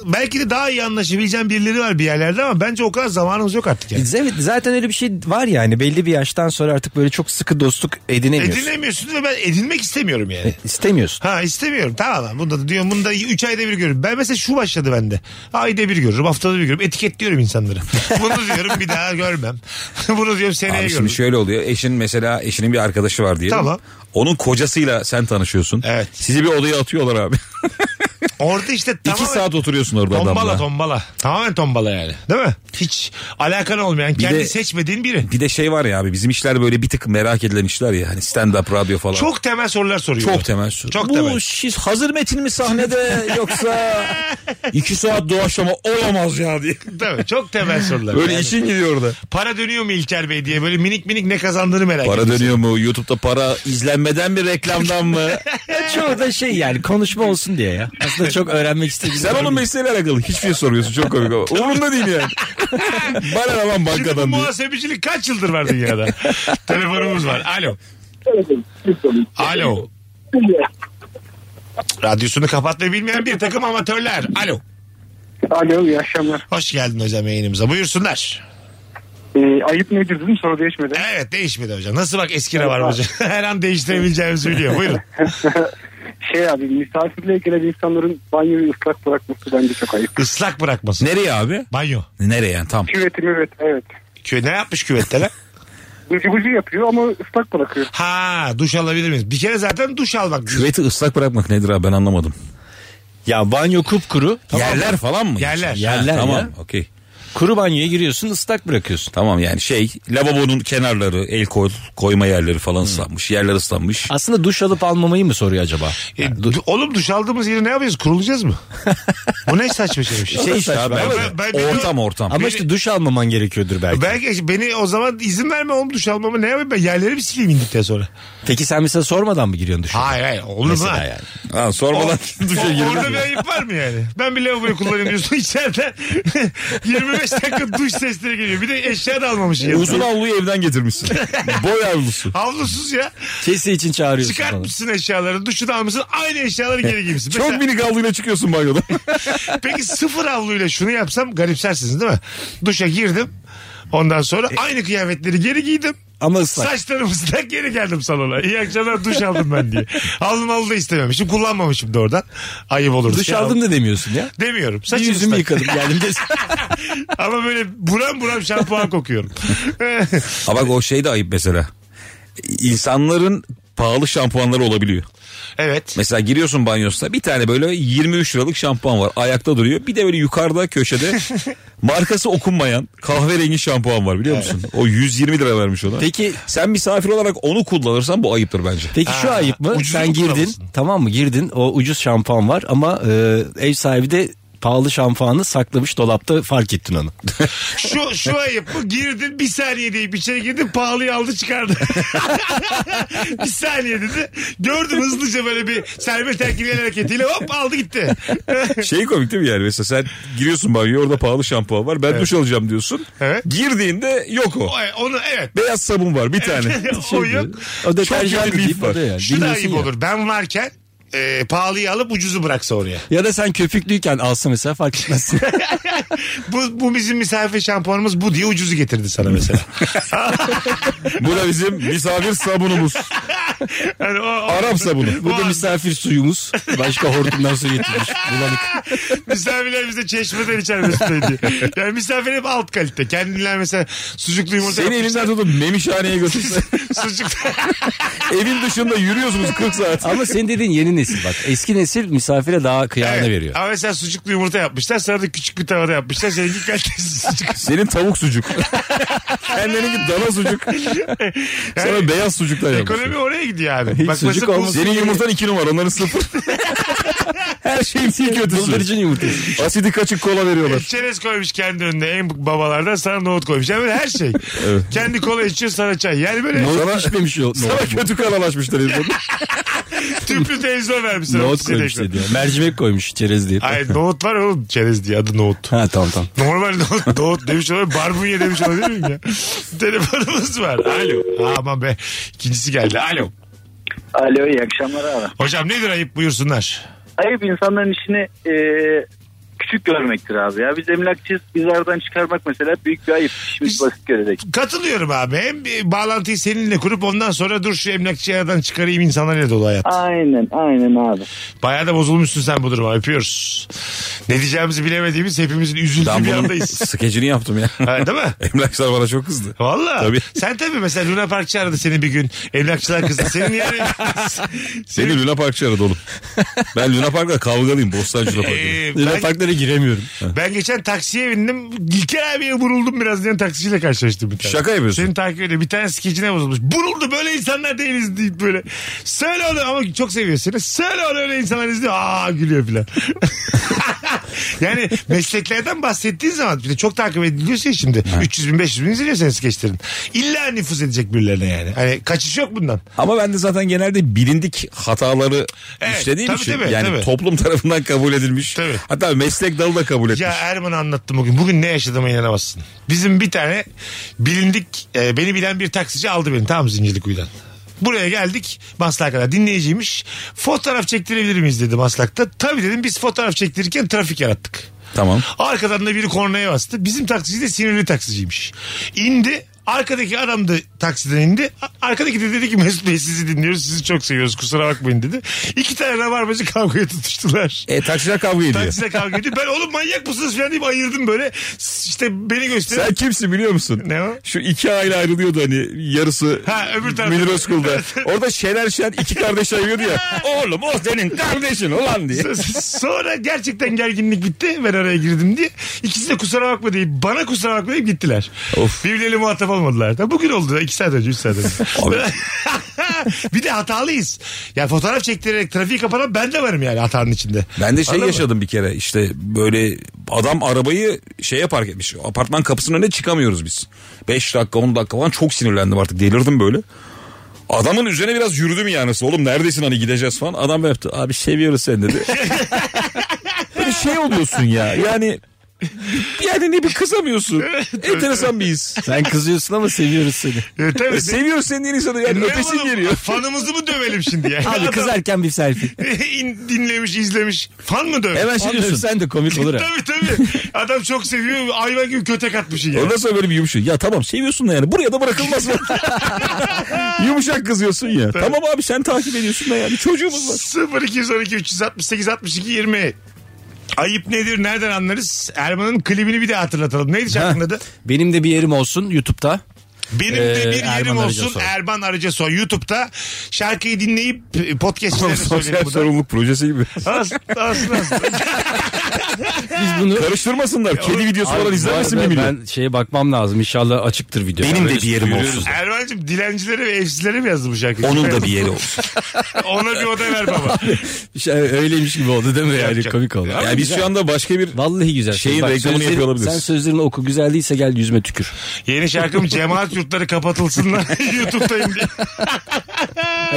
Speaker 3: Belki de daha iyi anlaşabileceğim birileri var bir yerlerde ama bence o kadar zamanımız yok artık yani.
Speaker 5: Evet zaten öyle bir şey var yani belli bir yaştan sonra artık böyle çok sıkı dostluk edinemiyorsun.
Speaker 3: Edinemiyorsun ve ben edinmek istemiyorum yani.
Speaker 5: İstemiyorsun.
Speaker 3: Ha istemiyorum tamam lan bunu da diyorum bunu da 3 ayda bir görürüm. Ben mesela şu başladı bende. Ayda bir görürüm haftada bir görürüm etiketliyorum insanları. Bunu diyorum bir daha görmem. Bunu diyorum seneye
Speaker 4: Abi
Speaker 3: görürüm.
Speaker 4: şimdi şöyle oluyor. Eşin mesela eşinin bir arkadaşı var diyelim.
Speaker 3: Tamam.
Speaker 4: Onun kocasıyla sen tanışıyorsun.
Speaker 3: Evet.
Speaker 4: Sizi bir odaya atıyorlar abi.
Speaker 3: Orada işte tamamen...
Speaker 4: İki saat oturuyorsun orada
Speaker 3: Tombala
Speaker 4: adamla.
Speaker 3: tombala. Tamamen tombala yani. Değil mi? Hiç alakan olmayan, kendi
Speaker 4: de-
Speaker 3: seçmediğin biri.
Speaker 4: Bir de şey var ya abi bizim işler böyle bir tık merak edilen işler ya. Hani stand up radyo falan.
Speaker 3: Çok temel sorular soruyor.
Speaker 4: çok temel soru.
Speaker 3: Çok
Speaker 4: Bu
Speaker 3: temel.
Speaker 4: şiş hazır metin mi sahnede yoksa iki saat doğaçlama olamaz ya diye.
Speaker 3: Tabii, çok temel sorular.
Speaker 4: Böyle
Speaker 3: Yani
Speaker 4: işin gidiyor orada.
Speaker 3: Para dönüyor mu İlker Bey diye böyle minik minik ne kazandığını merak
Speaker 4: Para
Speaker 3: ediyorsun.
Speaker 4: dönüyor mu? YouTube'da para izlenmeden mi reklamdan mı?
Speaker 5: Çoğu da şey yani konuşma olsun diye ya. Aslında çok öğrenmek istediğim.
Speaker 4: Sen onun mesleğiyle alakalı hiçbir şey soruyorsun. Çok komik ama. Umurumda değil yani. Bana ne lan
Speaker 3: Şimdi bu
Speaker 4: bankadan diye.
Speaker 3: muhasebecilik kaç yıldır var dünyada? Telefonumuz var. Alo. Alo. Radyosunu kapatmayı bilmeyen bir takım amatörler. Alo.
Speaker 8: Alo iyi akşamlar.
Speaker 3: Hoş geldin hocam yayınımıza. Buyursunlar.
Speaker 8: Ee, Ay- ayıp nedir dedim soru değişmedi.
Speaker 3: Evet değişmedi hocam. Nasıl bak eski var hocam. Her an değiştirebileceğimizi biliyor. Buyurun.
Speaker 8: şey abi misafirliğe gelen insanların banyoyu ıslak bırakması bence çok ayıp.
Speaker 3: Islak bırakmasın.
Speaker 4: Nereye abi?
Speaker 3: Banyo.
Speaker 4: Nereye yani tam?
Speaker 8: Küveti müvet evet.
Speaker 3: Kö ne yapmış küvette lan?
Speaker 8: Bıcı bıcı yapıyor ama ıslak bırakıyor.
Speaker 3: Ha duş alabilir miyiz? Bir kere zaten duş almak.
Speaker 4: Küveti ıslak bırakmak nedir abi ben anlamadım.
Speaker 5: Ya banyo kupkuru. Tamam.
Speaker 4: Yerler falan mı?
Speaker 3: Yerler.
Speaker 4: Ha,
Speaker 5: Yerler
Speaker 4: tamam
Speaker 5: ya.
Speaker 4: okey.
Speaker 5: Kuru banyoya giriyorsun ıslak bırakıyorsun.
Speaker 4: Tamam yani şey lavabonun kenarları el koy, koyma yerleri falan ıslanmış. Yerler ıslanmış.
Speaker 5: Aslında duş alıp almamayı mı soruyor acaba?
Speaker 3: E, du- oğlum duş aldığımız yeri ne yapacağız? Kurulacağız mı? Bu ne saçma şeymiş.
Speaker 5: Şey işte abi,
Speaker 4: Ben-
Speaker 5: ama-
Speaker 3: ben- ben- ben-
Speaker 4: ortam ortam.
Speaker 5: Ama işte duş almaman gerekiyordur belki.
Speaker 3: Belki beni o zaman izin verme oğlum duş almama ne yapayım ben yerleri bir sileyim indikten sonra.
Speaker 5: Peki sen mesela sormadan mı giriyorsun duşa?
Speaker 3: Hayır hayır olur mu?
Speaker 5: Mesela
Speaker 3: lan?
Speaker 5: yani.
Speaker 4: Ha,
Speaker 3: O-
Speaker 4: sormadan
Speaker 3: o-
Speaker 4: duşa girmek.
Speaker 3: Orada bir ayıp var mı yani? Ben bir lavaboyu kullanayım diyorsun içeriden 25 dakika duş sesleri geliyor. Bir de eşya da almamış. yanına.
Speaker 4: Uzun havluyu evden getirmişsin. Boy havlusu.
Speaker 3: Havlusuz ya.
Speaker 5: Kesi için çağırıyorsun falan.
Speaker 3: Çıkartmışsın eşyaları. Duşu da almışsın. Aynı eşyaları geri giymişsin.
Speaker 4: Çok
Speaker 3: Mesela-
Speaker 4: minik havluyla çıkıyorsun banyoda.
Speaker 3: Peki sıfır havluyla şunu yapsam garipsersiniz değil mi? Duşa girdim. Ondan
Speaker 5: E-
Speaker 3: sonra aynı kıyafetleri geri giydim.
Speaker 5: Ama ıslak.
Speaker 3: Saçlarım ıslak geri geldim salona. İyi akşamlar duş aldım ben diye. Aldım aldı da istememişim. Kullanmamışım da oradan. Ayıp olur.
Speaker 5: Duş aldım da demiyorsun ya.
Speaker 3: Demiyorum.
Speaker 5: Bir
Speaker 3: Saçım
Speaker 5: yüzümü
Speaker 3: ıslak.
Speaker 5: yıkadım geldim de.
Speaker 3: Ama böyle buram buram şampuan kokuyorum.
Speaker 4: Ha bak o şey de ayıp mesela. İnsanların pahalı şampuanları olabiliyor.
Speaker 3: evet.
Speaker 4: Mesela giriyorsun banyosuna bir tane böyle 23 liralık şampuan var. Ayakta duruyor. Bir de böyle yukarıda köşede markası okunmayan kahverengi şampuan var biliyor musun? O 120 lira vermiş ona.
Speaker 5: Peki
Speaker 4: Sen misafir olarak onu kullanırsan bu ayıptır bence.
Speaker 5: Peki şu
Speaker 3: Ha,
Speaker 5: ayıp mı?
Speaker 3: ucuzunu
Speaker 5: Sen girdin
Speaker 3: kullanırsın.
Speaker 5: tamam mı girdin o ucuz şampuan var ama e, ev sahibi de pahalı şampuanı saklamış dolapta fark ettin onu.
Speaker 3: Şu, şu ayıp mı? Girdin bir saniye deyip içeri girdin pahalıyı aldı çıkardı. bir saniye dedi. Gördüm hızlıca böyle bir serbest erkeliğin hareketiyle hop aldı gitti.
Speaker 4: Şey komik değil mi yani mesela sen giriyorsun banyoya orada pahalı şampuan var. Ben duş alacağım diyorsun.
Speaker 3: Evet.
Speaker 4: Girdiğinde yok o.
Speaker 3: O- Onu evet.
Speaker 4: Beyaz sabun var bir tane.
Speaker 3: o yok.
Speaker 5: O
Speaker 4: Çok
Speaker 5: deterjan
Speaker 4: kötü bir
Speaker 5: değil
Speaker 4: lif
Speaker 5: o da
Speaker 4: var.
Speaker 5: yani.
Speaker 3: Şu da
Speaker 5: Bilmiyorsun
Speaker 3: ayıp
Speaker 5: ya.
Speaker 3: olur. Ben varken e, pahalıyı alıp ucuzu bıraksa oraya.
Speaker 5: Ya da sen köpüklüyken alsa mesela fark etmezsin.
Speaker 3: Bu, bu bizim misafir şampuanımız bu diye ucuzu getirdi sana mesela.
Speaker 4: Bu da bizim misafir sabunumuz.
Speaker 3: Yani o, o-
Speaker 4: Arap sabunu.
Speaker 5: Bu da
Speaker 3: an-
Speaker 5: misafir suyumuz. Başka hortumdan su getirmiş. Bulanık.
Speaker 3: Misafirler bize çeşmeden içer Mesut Bey diye. Yani misafir hep alt kalite. Kendiler mesela sucuklu yumurta
Speaker 4: Seni elinden tutup memişhaneye götürse.
Speaker 3: sucuk
Speaker 4: Evin dışında yürüyorsunuz 40 saat.
Speaker 5: Ama senin dediğin yeni nesil bak. Eski nesil misafire daha kıyağını
Speaker 3: Evet.
Speaker 5: veriyor.
Speaker 3: Ama mesela sucuklu yumurta yapmışlar. Sonra da küçük bir tavada yapmışlar. Seninki kalitesiz sucuk.
Speaker 4: Senin tavuk sucuk. Kendinin dana sucuk. Sonra
Speaker 3: Yani
Speaker 4: beyaz sucuklar yapmışlar.
Speaker 3: Ekonomi oraya gidiyor abi.
Speaker 5: Hiç
Speaker 3: Bak
Speaker 5: sucuk
Speaker 3: mesela bu-
Speaker 5: olmaz.
Speaker 4: Senin yumurtan iki numara onların sıfır. Her şeyin en kötüsü.
Speaker 5: Bıldırcın yumurtası.
Speaker 4: Asidi kaçık kola veriyorlar.
Speaker 3: Çerez koymuş kendi önüne en babalardan sana nohut koymuş. Yani böyle her şey. Kendi kola içiyor E, sana çay. Yani böyle
Speaker 5: Nohut pişmemiş o.
Speaker 4: Sana
Speaker 5: Nohut,
Speaker 4: kötü kanalaşmışlar insanı.
Speaker 3: tüplü televizyon vermişsin.
Speaker 5: nohut koymuş dedi. ya. Mercimek koymuş çerez diye.
Speaker 3: Hayır nohut var oğlum çerez diye adı nohut.
Speaker 5: Ha tamam tamam.
Speaker 3: Normal nohut, nohut demiş olabilir. Barbunya demiş olabilir miyim ya? Telefonumuz var. Alo. Aman be. İkincisi geldi. Alo.
Speaker 6: Alo iyi akşamlar abi.
Speaker 3: Hocam nedir ayıp buyursunlar.
Speaker 6: Ayıp insanların işini e, küçük görmektir abi ya. Biz emlakçıyız. Biz aradan çıkarmak mesela büyük bir ayıp. İşimiz basit görerek.
Speaker 3: Katılıyorum abi. Hem bir bağlantıyı seninle kurup ondan sonra dur şu emlakçı yerden çıkarayım insanlarla dolu hayat.
Speaker 6: Aynen aynen abi.
Speaker 3: Bayağı da bozulmuşsun sen bu duruma. Öpüyoruz. Ne diyeceğimizi bilemediğimiz hepimizin üzüldüğü
Speaker 4: Ben
Speaker 3: bir
Speaker 4: bunun
Speaker 3: andayız.
Speaker 4: skecini yaptım ya.
Speaker 3: Ha, değil mi?
Speaker 4: Emlakçılar bana çok kızdı.
Speaker 3: Valla.
Speaker 4: Tabii.
Speaker 3: Sen tabii mesela Luna Parkçı aradı seni bir gün. Emlakçılar kızdı. Senin yani...
Speaker 4: Seni Luna Parkçı aradı oğlum. Ben Luna Park'la kavgalıyım. Bostancı Luna Park'la.
Speaker 3: Ee,
Speaker 5: Luna
Speaker 3: ben,
Speaker 5: parklara giremiyorum.
Speaker 3: ben geçen taksiye bindim. İlker abiye vuruldum biraz diye taksiciyle karşılaştım bir tane.
Speaker 4: Şaka yapıyorsun.
Speaker 3: Seni takip ediyor. Bir tane skecine bozulmuş. Vuruldu böyle insanlar değiliz deyip böyle. Söyle onu ama çok seviyor seni. Söyle onu öyle insanlar izliyor. Aa gülüyor filan. yani mesleklerden bahsettiğin zaman bir de çok takip ediliyorsun ya şimdi. 300 bin 500 bin izliyor senin skeçlerin. İlla nüfus edecek birilerine yani. Hani kaçış yok bundan.
Speaker 4: Ama ben de zaten genelde bilindik hataları
Speaker 3: Evet,
Speaker 4: işlediğim
Speaker 3: tabii,
Speaker 4: için
Speaker 3: tabii,
Speaker 4: yani
Speaker 3: tabii.
Speaker 4: toplum tarafından kabul edilmiş.
Speaker 3: Tabii.
Speaker 4: Hatta meslek dalı da kabul etmiş.
Speaker 3: Ya Erman anlattım bugün. Bugün ne yaşadığıma inanamazsın. Bizim bir tane bilindik e, beni bilen bir taksici aldı beni tam zincirlik uydan. Buraya geldik Maslak'a kadar dinleyiciymiş. Fotoğraf çektirebilir miyiz dedi Maslak'ta. Tabii dedim biz fotoğraf çektirirken trafik yarattık.
Speaker 4: Tamam.
Speaker 3: Arkadan da biri kornaya bastı. Bizim taksici de sinirli taksiciymiş. İndi Arkadaki adam da taksiden indi. A- Arkadaki de dedi ki Mesut Bey sizi dinliyoruz. Sizi çok seviyoruz. Kusura bakmayın dedi. İki tane rabarbacı kavgaya tutuştular.
Speaker 4: E taksiler kavga ediyor.
Speaker 3: Takside kavga ediyor. Ben oğlum manyak mısınız falan deyip ayırdım böyle. S- İşte beni gösterip.
Speaker 4: Sen kimsin biliyor musun?
Speaker 3: Ne o?
Speaker 4: Şu iki aile ayrılıyordu hani yarısı
Speaker 3: Ha, öbür tarafta.
Speaker 4: Münir Özkul'da. Orada Şener Şen iki kardeş ayırıyordu ya. Oğlum o senin kardeşin ulan diye.
Speaker 3: Sonra gerçekten gerginlik bitti. Ben araya girdim diye. İkisi de kusura bakma deyip bana kusura bakma deyip gittiler.
Speaker 4: Of.
Speaker 3: Birbirleriyle muhatap olmadılar. Da bugün oldu. iki saat önce, üç saat önce. bir de hatalıyız. Ya fotoğraf çektirerek trafiği kapatan ben de varım yani hatanın içinde.
Speaker 4: Ben de şey
Speaker 3: Anladın mı?
Speaker 4: yaşadım bir kere işte böyle adam arabayı şeye park etmiş. Apartman kapısının önüne çıkamıyoruz biz. 5 dakika 10 dakika falan çok sinirlendim artık delirdim böyle. Adamın üzerine biraz yürüdüm yani nasıl oğlum neredesin hani gideceğiz falan. Adam böyle yaptı abi seviyoruz seni dedi. böyle şey oluyorsun ya yani yani ne bir kızamıyorsun. Enteresan bir his.
Speaker 5: Sen kızıyorsun ama seviyoruz seni.
Speaker 3: Evet, tabii.
Speaker 4: E, Seviyoruz senin insanı yani
Speaker 3: E, Ne
Speaker 4: öpesin
Speaker 3: oğlum,
Speaker 4: geliyor.
Speaker 3: Fanımızı mı dövelim şimdi yani?
Speaker 5: Abi
Speaker 3: Adam
Speaker 5: kızarken bir selfie.
Speaker 3: in- dinlemiş, izlemiş. Fan mı dövelim?
Speaker 4: Hemen şey diyorsun.
Speaker 5: Sen de komik olur ha.
Speaker 3: Tabii tabii. Adam çok seviyor. Hayvan gibi kötek atmışsın yani.
Speaker 4: Ondan sonra böyle bir yumuşuyor. Ya tamam seviyorsun da yani buraya da bırakılmaz mı? Yumuşak kızıyorsun ya. Tamam abi sen takip ediyorsun da yani çocuğumuz var.
Speaker 3: 0212 368 62 20 Ayıp nedir nereden anlarız? Erman'ın klibini bir de hatırlatalım. Neydi şarkının adı?
Speaker 5: Benim de bir yerim olsun YouTube'da.
Speaker 3: Benim
Speaker 5: Ee,
Speaker 3: de bir
Speaker 5: Erman
Speaker 3: yerim olsun
Speaker 5: Arıcasoy.
Speaker 3: Erman Arıcasoy YouTube'da şarkıyı dinleyip e, podcast'lerine
Speaker 4: Sosyal
Speaker 3: söyleyelim buradan.
Speaker 4: sorumluluk projesi gibi.
Speaker 3: Aslında aslında.
Speaker 5: Biz bunu
Speaker 4: Karıştırmasınlar. Kedi videosu
Speaker 5: Abi
Speaker 4: falan
Speaker 5: bu
Speaker 4: izlemesin
Speaker 5: arada
Speaker 4: bir milyon.
Speaker 5: Ben şeye bakmam lazım. İnşallah açıktır video.
Speaker 4: de bir yerim olsun.
Speaker 3: Erman'cığım dilencilere ve evsizlere mi yazdı bu şarkıyı?
Speaker 4: bir yeri olsun.
Speaker 3: Ona bir oda ver baba.
Speaker 4: e,
Speaker 5: Şey, öyleymiş gibi oldu değil mi yani
Speaker 3: Yapacak.
Speaker 5: komik oldu. Ama
Speaker 4: yani biz
Speaker 5: güzel.
Speaker 4: şu anda başka bir
Speaker 5: Vallahi güzel.
Speaker 4: Şeyin
Speaker 5: Bak,
Speaker 4: reklamını
Speaker 5: sözleri-
Speaker 4: yapıyor olabiliriz.
Speaker 5: Sen sözlerini oku güzel değilse gel yüzüme tükür.
Speaker 3: Yeni şarkım Cemaat Yurtları Kapatılsınlar YouTube'dayım diye.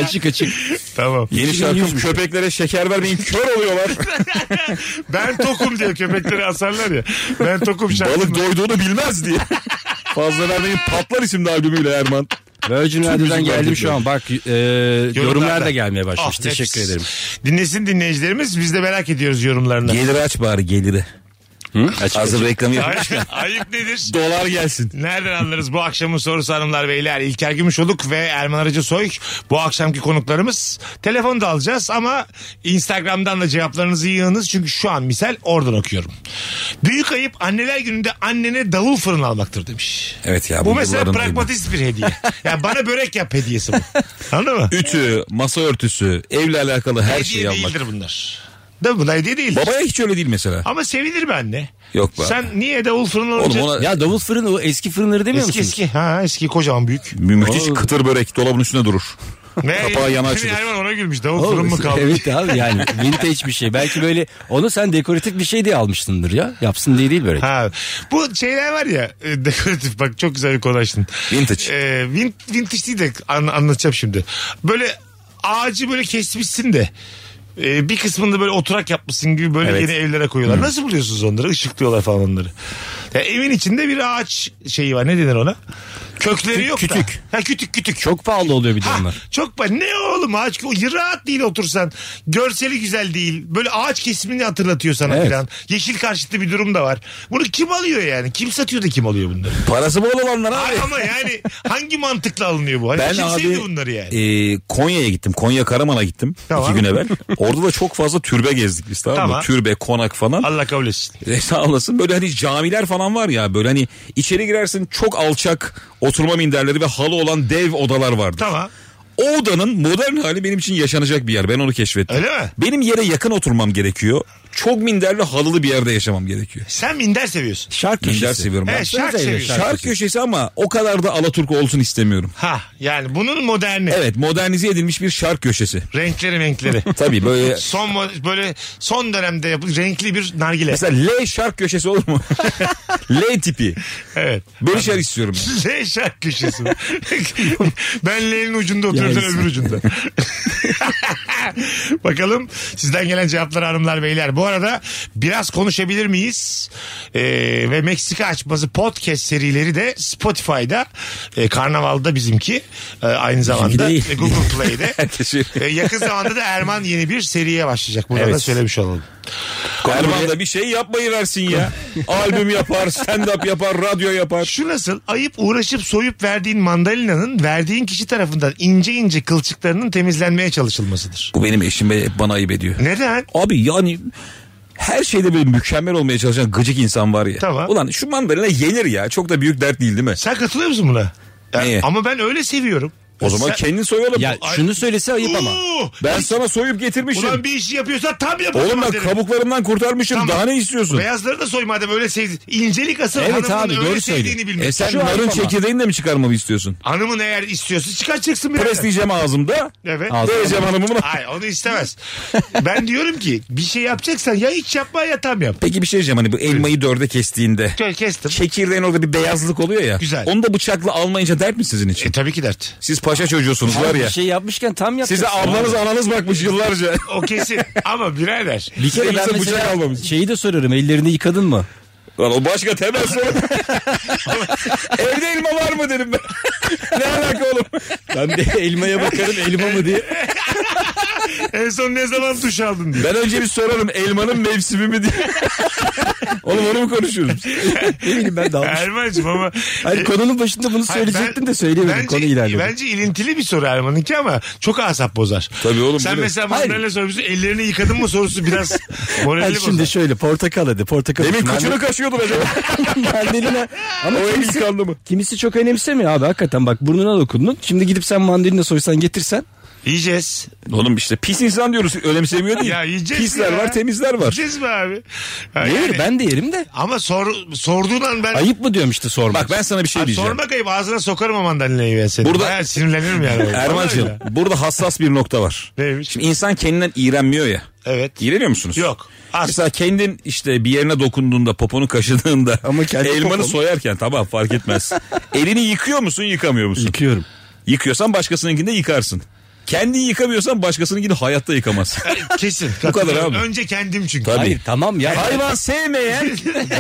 Speaker 5: Açık açık.
Speaker 3: Tamam.
Speaker 4: yeni şarkım köpeklere şeker vermeyin kör oluyorlar.
Speaker 3: Ben tokum diye köpekleri asarlar ya. Ben tokum şarkısını.
Speaker 4: Balık doyduğunu bilmez diye. Fazla vermeyin patlar isimli albümüyle Erman.
Speaker 5: Virgin Radio'dan geldim şu an. Bak e, yorumlar
Speaker 3: Yorumlarda.
Speaker 5: da gelmeye başlamış.
Speaker 3: Ah,
Speaker 5: Teşekkür
Speaker 3: nefis.
Speaker 5: ederim.
Speaker 3: Dinlesin dinleyicilerimiz. Biz de merak ediyoruz yorumlarını.
Speaker 4: Geliri aç bari geliri.
Speaker 5: Açık
Speaker 4: Hazır
Speaker 5: açık.
Speaker 4: reklamı yap.
Speaker 3: Ay- ayıp nedir?
Speaker 4: Dolar gelsin.
Speaker 3: Nereden anlarız bu akşamın sorusu hanımlar beyler? İlker Gümüşoluk ve Erman Arıcı Soy bu akşamki konuklarımız. Telefon da alacağız ama Instagram'dan da cevaplarınızı yığınız. Çünkü şu an misal oradan okuyorum. Büyük ayıp anneler gününde annene davul fırın almaktır demiş.
Speaker 4: Evet ya.
Speaker 3: Bu mesela
Speaker 4: yılların ayıbı.
Speaker 3: pragmatist bir hediye. yani bana börek yap hediyesi bu. Anladın mı?
Speaker 4: Ütü, masa örtüsü, evle alakalı her şeyi
Speaker 3: hediye
Speaker 4: almak.
Speaker 3: değildir bunlar. Değil mi? Bunlar hediye değil.
Speaker 4: Babaya hiç öyle değil mesela.
Speaker 3: Ama sevinir mi anne?
Speaker 4: Yok be.
Speaker 3: Sen niye davul fırın
Speaker 4: Oğlum
Speaker 3: alınca...
Speaker 4: ona
Speaker 5: Ya davul fırını o eski fırınları demiyor
Speaker 3: Eski
Speaker 5: musun?
Speaker 3: eski. Ha eski kocaman büyük.
Speaker 4: mü- müthiş kıtır börek dolabın üstüne durur.
Speaker 3: Ne?
Speaker 4: Kapağı yana
Speaker 3: Şimdi
Speaker 4: açılır.
Speaker 3: Erman ona gülmüş. Davul fırın mı kaldı?
Speaker 5: Evet abi yani vintage bir şey. Belki böyle onu sen dekoratif bir şey diye almışsındır ya. Yapsın diye değil böyle.
Speaker 3: Ha, bu şeyler var ya e, dekoratif bak çok güzel bir konu açtın.
Speaker 4: Vintage.
Speaker 3: E, vin, vintage değil de an- anlatacağım şimdi. Böyle ağacı böyle kesmişsin de e, bir kısmında böyle oturak yapmışsın gibi böyle yeni evlere koyuyorlar. Nasıl buluyorsunuz onları? Işıklıyorlar falan onları. Ya evin içinde bir ağaç şeyi var ne denir ona? Kökleri yok da.
Speaker 5: kütük.
Speaker 3: Ha, kütük kütük.
Speaker 5: Çok pahalı oluyor bir de
Speaker 3: Ha,
Speaker 5: onlar.
Speaker 3: çok ba- ne oğlum ağaç o rahat değil otursan görseli güzel değil böyle ağaç kesimini hatırlatıyor sana
Speaker 5: Evet.
Speaker 3: filan yeşil karşıtlı bir durum da var bunu kim alıyor yani kim satıyor da kim alıyor bunları
Speaker 4: Parası bol olanlar abi.
Speaker 3: Ay ama yani hangi mantıkla alınıyor bu hani
Speaker 4: Ben
Speaker 3: kim sevdi
Speaker 4: abi
Speaker 3: bunları yani
Speaker 4: e, Konya'ya gittim. Konya Karaman'a gittim.
Speaker 3: Tamam.
Speaker 4: iki gün evvel. Orada da çok fazla türbe gezdik biz tamam,
Speaker 3: Tamam.
Speaker 4: mı? Türbe, konak falan.
Speaker 3: Allah kabul etsin
Speaker 4: E, sağ olasın. Böyle hani camiler falan var ya. Böyle hani içeri girersin çok alçak oturma minderleri ve halı olan dev odalar vardı.
Speaker 3: tamam
Speaker 4: O odanın modern hali benim için yaşanacak bir yer. Ben onu keşfettim.
Speaker 3: Öyle mi?
Speaker 4: Benim yere yakın oturmam gerekiyor. Çok minderli halılı bir yerde yaşamam gerekiyor.
Speaker 3: sen minder seviyorsun
Speaker 5: Şark
Speaker 4: Minder
Speaker 5: köşesi.
Speaker 4: seviyorum ben.
Speaker 3: evet şark seviyorsun
Speaker 4: Şark köşesi ama o kadar da Alaturk olsun istemiyorum.
Speaker 3: ha yani bunun moderni
Speaker 4: Evet modernize edilmiş bir şark köşesi.
Speaker 3: renkleri renkleri
Speaker 4: Tabii böyle
Speaker 3: son mo- böyle son dönemde yapıl- renkli bir nargile
Speaker 4: mesela L şark köşesi olur mu? L tipi.
Speaker 3: evet
Speaker 4: Böyle şeyler istiyorum. ben.
Speaker 3: L şey şark köşesi. ben L'nin ucunda oturuyorum sen
Speaker 5: Yani-
Speaker 3: öbür ucunda. Bakalım sizden gelen cevaplar hanımlar beyler. Bu arada biraz konuşabilir miyiz? Ee, ve Meksika açması podcast serileri de Spotify'da e, Karnaval'da bizimki e, aynı zamanda
Speaker 5: değil.
Speaker 3: e, Google Play'de.
Speaker 4: Herkes şey-
Speaker 3: E, yakın zamanda da Erman yeni bir seriye başlayacak. Burada
Speaker 4: Evet.
Speaker 3: da söylemiş olalım.
Speaker 4: Erman da bir şey yapmayı versin ya. Albüm yapar, stand up yapar, radyo yapar.
Speaker 3: Şu nasıl ayıp uğraşıp soyup verdiğin mandalinanın verdiğin kişi tarafından ince ince kılçıklarının temizlenmeye çalışılmasıdır.
Speaker 4: Bu benim eşim ve hep bana ayıp ediyor.
Speaker 3: Neden?
Speaker 4: Abi yani her şeyde böyle mükemmel olmaya çalışan gıcık insan var ya.
Speaker 3: Tamam.
Speaker 4: Ulan şu mandalina yenir ya. Çok da büyük dert değil değil mi?
Speaker 3: Sen katılıyor musun buna? Ya,
Speaker 4: Neye?
Speaker 3: ama ben öyle seviyorum.
Speaker 4: O zaman
Speaker 3: Sen-
Speaker 4: kendin soy oğlum.
Speaker 5: Ya şunu söylese ayıp ama.
Speaker 3: Uuu!
Speaker 4: Ben sana soyup getirmişim.
Speaker 3: Ulan bir işi yapıyorsan tam yap. o
Speaker 4: şey Oğlum
Speaker 3: zaman
Speaker 4: ben
Speaker 3: derim.
Speaker 4: kabuklarımdan kurtarmışım.
Speaker 3: Tamam.
Speaker 4: Daha ne istiyorsun?
Speaker 3: Beyazları da soy madem öyle sevdi. İncelik asıl
Speaker 5: Evet
Speaker 3: hanımın
Speaker 5: abi,
Speaker 3: öyle
Speaker 5: doğru
Speaker 3: sevdiğini
Speaker 5: söylüyor.
Speaker 3: bilmek.
Speaker 4: E sen
Speaker 5: Şu
Speaker 4: narın
Speaker 5: ayıp ama.
Speaker 4: çekirdeğini de mi çıkarmamı istiyorsun?
Speaker 3: Hanımın eğer istiyorsa çıkartacaksın bir yerden.
Speaker 4: Presleyeceğim ağzımda.
Speaker 3: Evet.
Speaker 5: Ağzı-
Speaker 4: Vereceğim hanımımı.
Speaker 3: Hayır onu istemez. ben diyorum ki bir şey yapacaksan ya hiç yapma ya tam yap.
Speaker 4: Peki bir şey diyeceğim hani bu elmayı dörde kestiğinde.
Speaker 3: Şöyle kestim.
Speaker 4: Çekirdeğin orada bir beyazlık oluyor ya.
Speaker 3: Güzel.
Speaker 4: Onu da bıçakla almayınca dert mi sizin
Speaker 3: E
Speaker 4: için?
Speaker 3: tabii ki dert.
Speaker 4: Siz paşa çocuğusunuz var
Speaker 5: Abi
Speaker 4: ya.
Speaker 5: Bir şey yapmışken tam yap.
Speaker 4: Size ablanız ananız bakmış yıllarca.
Speaker 3: O kesin. Ama birader.
Speaker 5: Bir kere ben
Speaker 4: Elinize bıçak
Speaker 5: mesela
Speaker 4: almamış.
Speaker 5: şeyi de sorarım ellerini yıkadın mı?
Speaker 4: Lan o başka temel sorun. Evde elma var mı dedim ben. ne alaka oğlum?
Speaker 5: Ben bir elmaya bakarım elma mı diye.
Speaker 3: En son ne zaman duş aldın diye.
Speaker 4: Ben önce bir sorarım elmanın mevsimi mi diye. oğlum onu mu konuşuyoruz?
Speaker 5: Ne bileyim ben dalmışım.
Speaker 3: Erman'cığım ama... e,
Speaker 5: Hayır konunun başında bunu
Speaker 3: Hayır, ben-
Speaker 5: söyleyecektim de söyleyemedim.
Speaker 3: bence-
Speaker 5: Konu ilerledi.
Speaker 3: Bence ilintili bir soru Erman'ınki ama çok asap bozar.
Speaker 4: Tabii oğlum,
Speaker 3: Sen
Speaker 4: böyle-
Speaker 3: mesela
Speaker 5: Hayır.
Speaker 3: mandalina sorusu ellerini yıkadın mı sorusu biraz moralli
Speaker 5: Bak
Speaker 3: bozar.
Speaker 5: şimdi şöyle portakal hadi portakal.
Speaker 4: Demin
Speaker 5: Mandal-
Speaker 4: kaçını kaşıyordum acaba.
Speaker 5: Mandalina. Ama
Speaker 4: O el
Speaker 5: kimisi,
Speaker 4: yıkandı mı?
Speaker 5: kimisi çok önemsemiyor abi hakikaten bak burnuna dokundun. Şimdi gidip sen mandalina soysan getirsen.
Speaker 3: Yiyeceğiz.
Speaker 4: Oğlum işte pis insan diyoruz. Önemsemiyor değil.
Speaker 3: Ya yiyeceğiz
Speaker 4: Pisler
Speaker 3: ya.
Speaker 4: var temizler var.
Speaker 3: Yiyeceğiz mi abi? Ha,
Speaker 5: Ne
Speaker 3: yani-
Speaker 5: ben de yerim de.
Speaker 3: Ama sor, sorduğun an ben...
Speaker 5: Ayıp mı diyorum işte sormak.
Speaker 4: Bak ben sana bir şey
Speaker 3: Abi
Speaker 4: diyeceğim.
Speaker 3: sormak ayıp ağzına sokarım o mandalinayı ben seni.
Speaker 4: Burada-
Speaker 3: Bayağı sinirlenirim yani.
Speaker 4: Erman'cığım
Speaker 3: Vallahi.
Speaker 4: burada hassas bir nokta var.
Speaker 3: Neymiş?
Speaker 4: Şimdi insan kendinden iğrenmiyor ya.
Speaker 3: Evet.
Speaker 4: İğreniyor musunuz?
Speaker 3: Yok. Az.
Speaker 4: Mesela kendin işte bir yerine dokunduğunda poponu kaşıdığında
Speaker 5: Ama kendi
Speaker 4: elmanı
Speaker 5: poponu.
Speaker 4: soyarken tamam fark etmez. Elini yıkıyor musun yıkamıyor musun?
Speaker 5: Yıkıyorum.
Speaker 4: Yıkıyorsan başkasınınkini de yıkarsın. Kendini yıkamıyorsan başkasınınkini hayatta yıkamazsın.
Speaker 3: Kesin.
Speaker 4: Bu kadar abi.
Speaker 3: Önce kendim çünkü.
Speaker 4: Tabii.
Speaker 5: Hayır E, tamam ya.
Speaker 4: Hayvan sevmeyen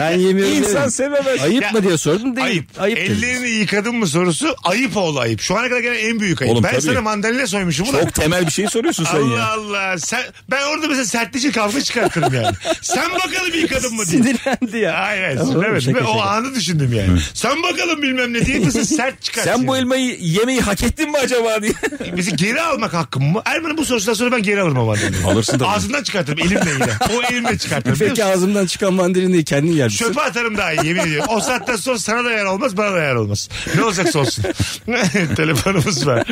Speaker 5: Ben yemiyorum.
Speaker 4: insan
Speaker 5: demedim.
Speaker 4: sevemez.
Speaker 5: Ayıp
Speaker 3: Ya-
Speaker 5: mı diye sordum değil.
Speaker 3: Ayıp.
Speaker 5: Ayıp dedim.
Speaker 3: Ellerini yıkadın mı sorusu ayıp oğlu ayıp. Şu ana kadar gelen en büyük ayıp.
Speaker 4: Oğlum
Speaker 3: ben
Speaker 4: tabii.
Speaker 3: sana mandalina soymuşum. ulan.
Speaker 4: Çok temel bir şey soruyorsun sen
Speaker 3: Allah
Speaker 4: ya.
Speaker 3: Allah. Sen, ben orada mesela sertleşe kavga çıkartırım yani. Sen bakalım yıkadın mı diye.
Speaker 5: Sinirlendi ya.
Speaker 3: Hayır hayır
Speaker 5: Tamam,
Speaker 3: sinirlenmedim.
Speaker 5: şaka,
Speaker 3: Ben O
Speaker 5: şaka.
Speaker 3: anı düşündüm yani. Sen bakalım bilmem ne diye mesela sert çıkarsın.
Speaker 4: Sen bu
Speaker 3: yani.
Speaker 4: elmayı yemeyi hak ettin mi acaba diye.
Speaker 3: Bizi geri almak hakkım mı? Erman'ın bu sorusundan sonra ben geri alırım ama.
Speaker 4: Alırsın tabii.
Speaker 3: Ağzından çıkartırım elimle yine. O elimle çıkartırım. biliyor
Speaker 5: Peki
Speaker 3: musun?
Speaker 5: ağzımdan çıkan mandalinayı kendin yer misin?
Speaker 3: Çöpe atarım daha iyi yemin ediyorum. O saatten sonra sana da yer olmaz bana da yer olmaz. Ne olacaksa olsun. Telefonumuz var.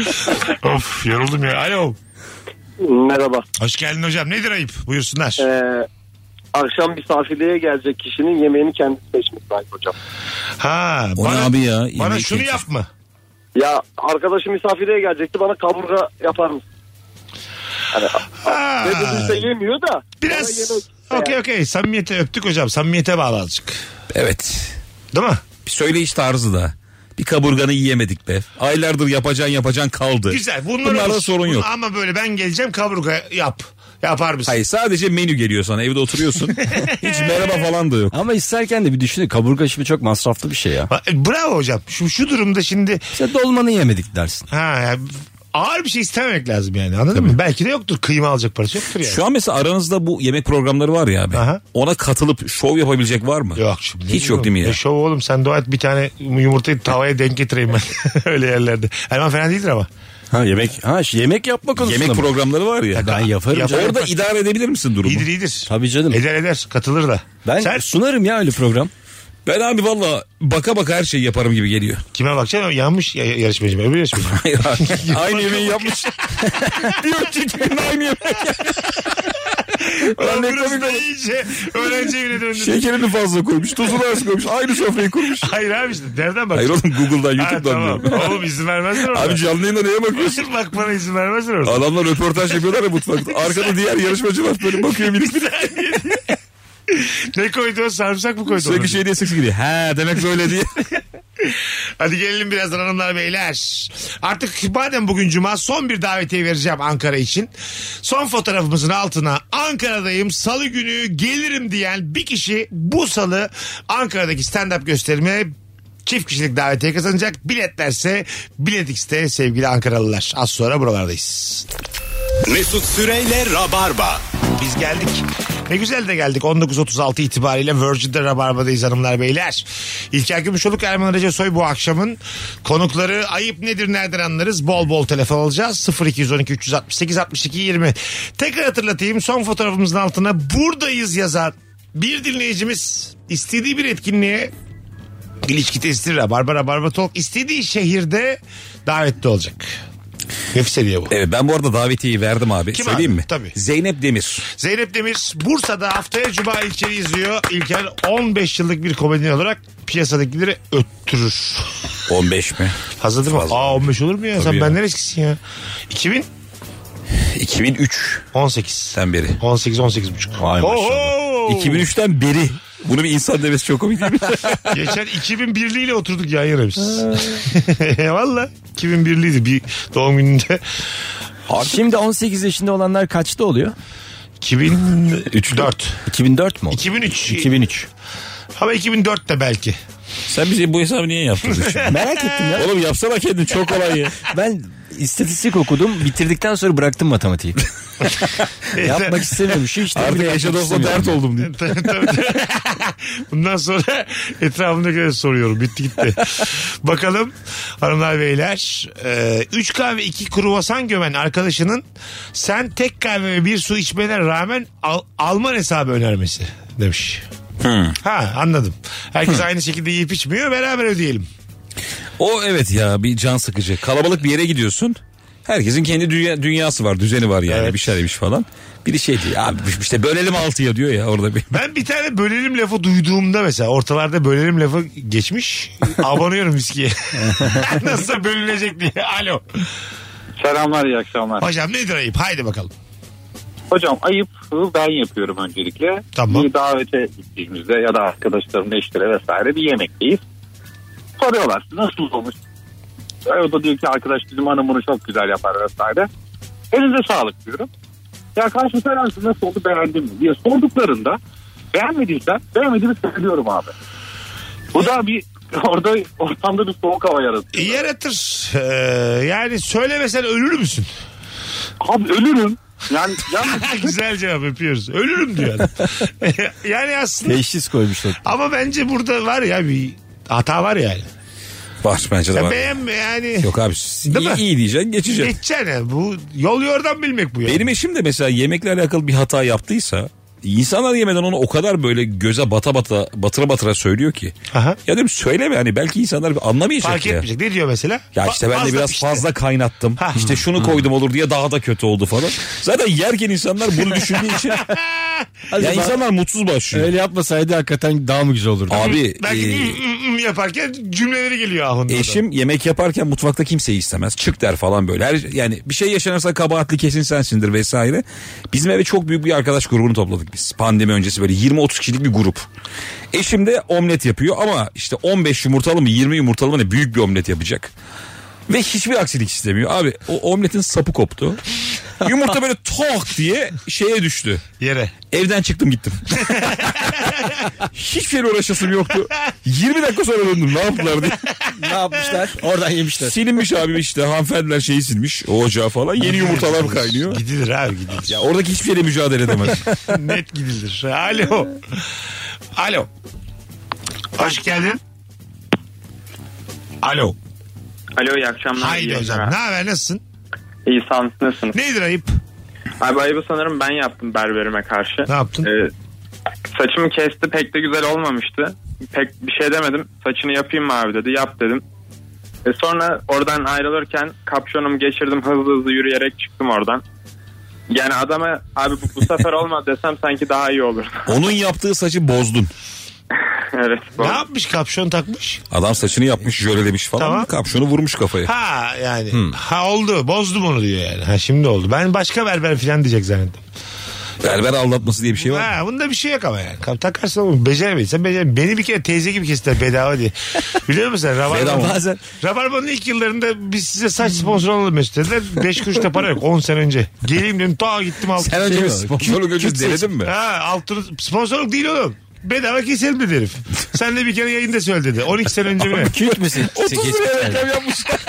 Speaker 3: of yoruldum ya. Alo.
Speaker 10: Merhaba.
Speaker 3: Hoş geldin hocam. Nedir ayıp? Buyursunlar.
Speaker 10: Ee, akşam misafirliğe gelecek kişinin yemeğini kendisi seçmesi ayıp hocam.
Speaker 3: Ha.
Speaker 4: O ne abi ya?
Speaker 3: Bana
Speaker 4: Yemeği
Speaker 3: şunu
Speaker 4: kes-
Speaker 3: yapma.
Speaker 10: Ya arkadaşım misafirliğe gelecekti bana kaburga yapar mısın?
Speaker 3: Ha.
Speaker 10: Ne dediyse yemiyor da. bana
Speaker 3: Biraz.
Speaker 10: yemek ister.
Speaker 3: Okey okey. Samimiyete öptük hocam. Samimiyete bağlı azıcık.
Speaker 4: Evet.
Speaker 3: Değil mi?
Speaker 4: Bir söyleyiş tarzı da. Bir kaburganı yiyemedik be. Aylardır yapacan yapacan kaldı.
Speaker 3: Güzel. Bunlar
Speaker 4: Bunlarda
Speaker 3: olur.
Speaker 4: sorun yok.
Speaker 3: Ama böyle ben geleceğim kaburga yap. Yapar mısın?
Speaker 4: Hayır sadece menü geliyor sana evde oturuyorsun. Hiç merhaba falan da yok.
Speaker 5: Ama isterken de bir düşünün. Kaburga şimdi çok masraflı bir şey ya.
Speaker 3: Ha, e, Bravo hocam. Şu, şu durumda şimdi
Speaker 5: İşte dolmanı yemedik dersin.
Speaker 3: ha ya, ağır bir şey istememek lazım yani. Anladın mı? Belki de yoktur. Kıyma alacak parası yoktur yani.
Speaker 4: Şu an mesela aranızda bu yemek programları var ya abi.
Speaker 3: Aha.
Speaker 4: Ona katılıp şov yapabilecek var mı?
Speaker 3: Yok şimdi.
Speaker 4: Hiç yok değil mi ya?
Speaker 3: Ne şov oğlum sen dua et bir tane yumurtayı tavaya denk getireyim ben. Öyle yerlerde. Erman fena değildir ama.
Speaker 5: Ha yemek. Ha şu yemek yapma konusunda.
Speaker 4: yemek
Speaker 5: mı?
Speaker 4: programları var ya.
Speaker 5: Ben yaparım
Speaker 3: Yap-
Speaker 5: canım.
Speaker 4: Orada idare edebilir misin durumu?
Speaker 3: İyidir iyidir.
Speaker 5: Tabii canım.
Speaker 3: Eder eder katılır da.
Speaker 5: Ben
Speaker 3: Sen
Speaker 5: sunarım ya öyle program.
Speaker 4: Ben abi valla baka baka her şeyi yaparım gibi geliyor.
Speaker 3: kime bakacaksın? Yanmış ya- yarışmacı mı? Öbür yarışmacı mı?
Speaker 4: Hayır abi. aynı yemeği yapmış. Bir önceki gün aynı yemek.
Speaker 3: Ulan
Speaker 4: Ulan ne Şey-
Speaker 3: burası
Speaker 4: komik
Speaker 3: da
Speaker 4: olur.
Speaker 3: iyice öğrenci evine döndü.
Speaker 4: Şekerini fazla koymuş, tuzunu az koymuş, aynı sofrayı kurmuş.
Speaker 3: Hayır abi işte nereden bakacaksın?
Speaker 4: Hayır oğlum Google'dan,
Speaker 3: Ha,
Speaker 4: YouTube'dan
Speaker 3: tamam.
Speaker 4: diyorum.
Speaker 3: Oğlum izin vermezler orada.
Speaker 4: Abi
Speaker 3: Abi
Speaker 4: canlı yayında neye bakıyorsun?
Speaker 3: Bak bana izin vermezler orada.
Speaker 4: Adamlar röportaj yapıyorlar ya mutfakta. Arkada diğer yarışmacılar böyle bakıyor minik minik.
Speaker 3: ne koydu o sarımsak mı koydu?
Speaker 4: Sürekli
Speaker 3: ona?
Speaker 4: şey diye sık sık gidiyor. He demek böyle diye.
Speaker 3: Hadi gelelim birazdan hanımlar beyler. Artık madem bugün cuma son bir davetiye vereceğim Ankara için. Son fotoğrafımızın altına Ankara'dayım salı günü gelirim diyen bir kişi bu salı Ankara'daki stand-up gösterime çift kişilik davetiye kazanacak. Biletlerse Biletix'te sevgili Ankaralılar. Az sonra buralardayız.
Speaker 2: Mesut Süreyle Rabarba.
Speaker 3: Biz geldik. Ne güzel de geldik 19.36 itibariyle Virgin'de Rabarba'dayız hanımlar beyler. İlker Gümüşoluk Erman Recep Soy bu akşamın konukları ayıp nedir nereden anlarız bol bol telefon alacağız 0212 368 62 20. Tekrar hatırlatayım son fotoğrafımızın altına buradayız yazan bir dinleyicimiz istediği bir etkinliğe ilişki testi Rabarba Rabarba Talk istediği şehirde davetli olacak. Nefis diye bu.
Speaker 4: Evet ben bu arada davetiyi verdim abi.
Speaker 3: Kim
Speaker 4: Söyleyeyim
Speaker 3: abi?
Speaker 4: mi?
Speaker 3: Tabii.
Speaker 4: Zeynep Demir.
Speaker 3: Zeynep Demir Bursa'da haftaya Cuma İlker'i izliyor. İlker 15 yıllık bir komedyen olarak piyasadakileri öttürür.
Speaker 4: 15 mi?
Speaker 3: Fazla değil mi?
Speaker 4: Fazla.
Speaker 3: Aa 15 olur mu ya? Sen
Speaker 4: ya.
Speaker 3: benden eskisin ya. 2000?
Speaker 4: 2003
Speaker 3: 18.
Speaker 4: sen beri.
Speaker 3: 18 18 buçuk.
Speaker 4: Vay maşallah. 2003'ten beri. Bunu bir insan demesi çok komik değil mi?
Speaker 3: Geçen 2001'liyle oturduk yan yana biz. Valla 2001'liydi bir doğum gününde.
Speaker 5: Şimdi 18 yaşında olanlar kaçta oluyor?
Speaker 3: 2004.
Speaker 5: 2004 mu?
Speaker 3: 2003.
Speaker 5: 2003.
Speaker 3: Ama 2004 de belki.
Speaker 4: Sen bize bu hesabı niye yaptırdın şimdi?
Speaker 5: Merak ettim ya.
Speaker 4: Oğlum yapsana kendin çok kolay ya.
Speaker 5: Ben istatistik okudum. Bitirdikten sonra bıraktım matematiği. yapmak istemiyorum. Şu işte
Speaker 4: Artık eşe dostla dert oldum diye.
Speaker 3: Tabii, tabii. Bundan sonra etrafımdakilere soruyorum. Bitti gitti. Bakalım hanımlar beyler. 3 kahve 2 kruvasan gömen arkadaşının sen tek kahve ve bir su içmene rağmen Al- Alman hesabı önermesi demiş. Ha anladım. Herkes aynı şekilde yiyip içmiyor beraber ödeyelim.
Speaker 4: O evet ya bir can sıkıcı. Kalabalık bir yere gidiyorsun. Herkesin kendi dünya, dünyası var, düzeni var yani.
Speaker 3: Evet.
Speaker 4: Bir şey demiş falan. Biri şey diyor. Abi işte bölelim altıya diyor ya orada bir.
Speaker 3: Ben bir tane bölelim lafı duyduğumda mesela ortalarda bölelim lafı geçmiş. Abanıyorum viskiye. Nasıl bölünecek diye. Alo.
Speaker 6: Selamlar iyi akşamlar.
Speaker 3: Hocam nedir ayıp? Haydi bakalım.
Speaker 6: Hocam ayıpı ben yapıyorum öncelikle.
Speaker 3: Tamam.
Speaker 6: Bir davete gittiğimizde ya da arkadaşlarımla eşlere vesaire bir yemekteyiz. Soruyorlar nasıl olmuş? E, O da diyor ki arkadaş bizim hanım bunu çok güzel yapar vesaire. Elinize sağlık diyorum. Ya karşı söylersin nasıl oldu beğendin mi diye sorduklarında beğenmediysen beğenmediğimi söylüyorum abi. Bu da bir orada ortamda bir soğuk hava yaratıyor.
Speaker 3: Yaratır. Ee, yani söylemesen ölür müsün?
Speaker 6: Abi ölürüm. Yani yalnız
Speaker 3: Güzel cevap yapıyoruz. Ölürüm diyor adam. yani aslında
Speaker 5: Teşhis koymuşlar.
Speaker 3: ama bence burada var ya bir hata var yani.
Speaker 4: Var bence de
Speaker 3: Ya
Speaker 4: var.
Speaker 3: beğenme yani.
Speaker 4: Yok
Speaker 3: mi?
Speaker 4: abi iyi, iyi diyeceksin geçeceksin.
Speaker 3: Geçeceksin ya. Bu yol yordan bilmek bu yani.
Speaker 4: Benim eşim de mesela yemekle alakalı bir hata yaptıysa insanlar yemeden onu o kadar böyle göze bata bata batıra batıra söylüyor ki.
Speaker 3: Aha.
Speaker 4: Ya diyorum söyleme hani belki insanlar anlamayacak
Speaker 3: Fark
Speaker 4: ya.
Speaker 3: etmeyecek. Ne diyor mesela?
Speaker 4: Ya işte
Speaker 3: Fa-
Speaker 4: ben de
Speaker 3: fazla
Speaker 4: biraz
Speaker 3: pişti.
Speaker 4: fazla kaynattım.
Speaker 3: Ha.
Speaker 4: İşte şunu koydum olur diye daha da kötü oldu falan. Zaten yerken insanlar bunu düşündüğü için ya insanlar mutsuz başlıyor.
Speaker 5: Öyle yapmasaydı hakikaten daha mı güzel olurdu?
Speaker 4: Abi
Speaker 3: Belki
Speaker 4: e,
Speaker 3: ım, ım, ım yaparken cümleleri geliyor ahında.
Speaker 4: eşim yemek yaparken mutfakta kimseyi istemez. Çık der falan böyle. Her, yani bir şey yaşanırsa kabahatli kesin sensindir vesaire. Bizim eve çok büyük bir arkadaş grubunu topladık biz. Pandemi öncesi böyle 20-30 kişilik bir grup. Eşim de omlet yapıyor ama işte 15 yumurtalı mı 20 yumurtalı mı ne büyük bir omlet yapacak. Ve hiçbir aksilik istemiyor. Abi o omletin sapı koptu. Yumurta böyle tok diye şeye düştü.
Speaker 3: Yere.
Speaker 4: Evden çıktım gittim. Hiçbir şeyle uğraşasım yoktu. 20 dakika sonra döndüm ne yaptılar diye.
Speaker 5: ne yapmışlar? Oradan yemişler.
Speaker 4: Silinmiş abi işte hanımefendiler şeyi silmiş o ocağı falan yeni yumurtalar kaynıyor.
Speaker 3: Gidilir abi gidilir.
Speaker 4: Ya oradaki hiçbir şeyle mücadele edemez.
Speaker 3: Net gidilir. Alo. Alo. Hoş geldin. Alo.
Speaker 10: Alo iyi akşamlar.
Speaker 3: Haydi
Speaker 10: İyi
Speaker 3: hocam.
Speaker 10: yayınlar.
Speaker 3: Ne haber nasılsın?
Speaker 10: İyi sağ olun, nasılsınız?
Speaker 3: Nedir ayıp?
Speaker 10: Abi ayıbı sanırım ben yaptım berberime karşı.
Speaker 3: Ne yaptın?
Speaker 10: Ee, saçımı kesti pek de güzel olmamıştı. Pek bir şey demedim. Saçını yapayım mı abi dedi. Yap dedim. E sonra oradan ayrılırken kapşonumu geçirdim. Hızlı hızlı yürüyerek çıktım oradan. Yani adama abi bu, bu sefer olmaz desem sanki daha iyi olur.
Speaker 4: Onun yaptığı saçı bozdun.
Speaker 10: evet. bu-
Speaker 3: Ne yapmış kapşon takmış?
Speaker 4: Adam saçını yapmış jölelemiş falan.
Speaker 3: Tamam.
Speaker 4: Kapşonu vurmuş kafaya.
Speaker 3: Ha yani.
Speaker 10: Hmm.
Speaker 3: Ha oldu. Bozdum onu diyor yani. Ha şimdi oldu. Ben başka berber falan diyecek zannettim.
Speaker 4: Berber aldatması diye bir şey var. mı?
Speaker 3: Ha bunda bir şey yok ama yani. Kap- Takarsın oğlum. Beceremediysen beceremedin. Beni bir kere teyze gibi kestiler bedava diye. Biliyor musun sen? Rabarba.
Speaker 4: Bedava.
Speaker 5: Bazen
Speaker 3: Rabarba'nın ilk yıllarında biz size saç sponsor olalım Mesut dediler. 5 kuruş da para yok 10 sene önce. Geleyim dedim ta gittim altın.
Speaker 4: Şey Sen önce bir sponsorluk önce denedin mi?
Speaker 3: Ha altın sponsorluk değil oğlum. bedava keselim dedi herif. Sen de bir kere yayında söyle dedi. 12 sene önce mi?
Speaker 5: Kürt müsün?
Speaker 4: 30 liraya reklam yapmışlar.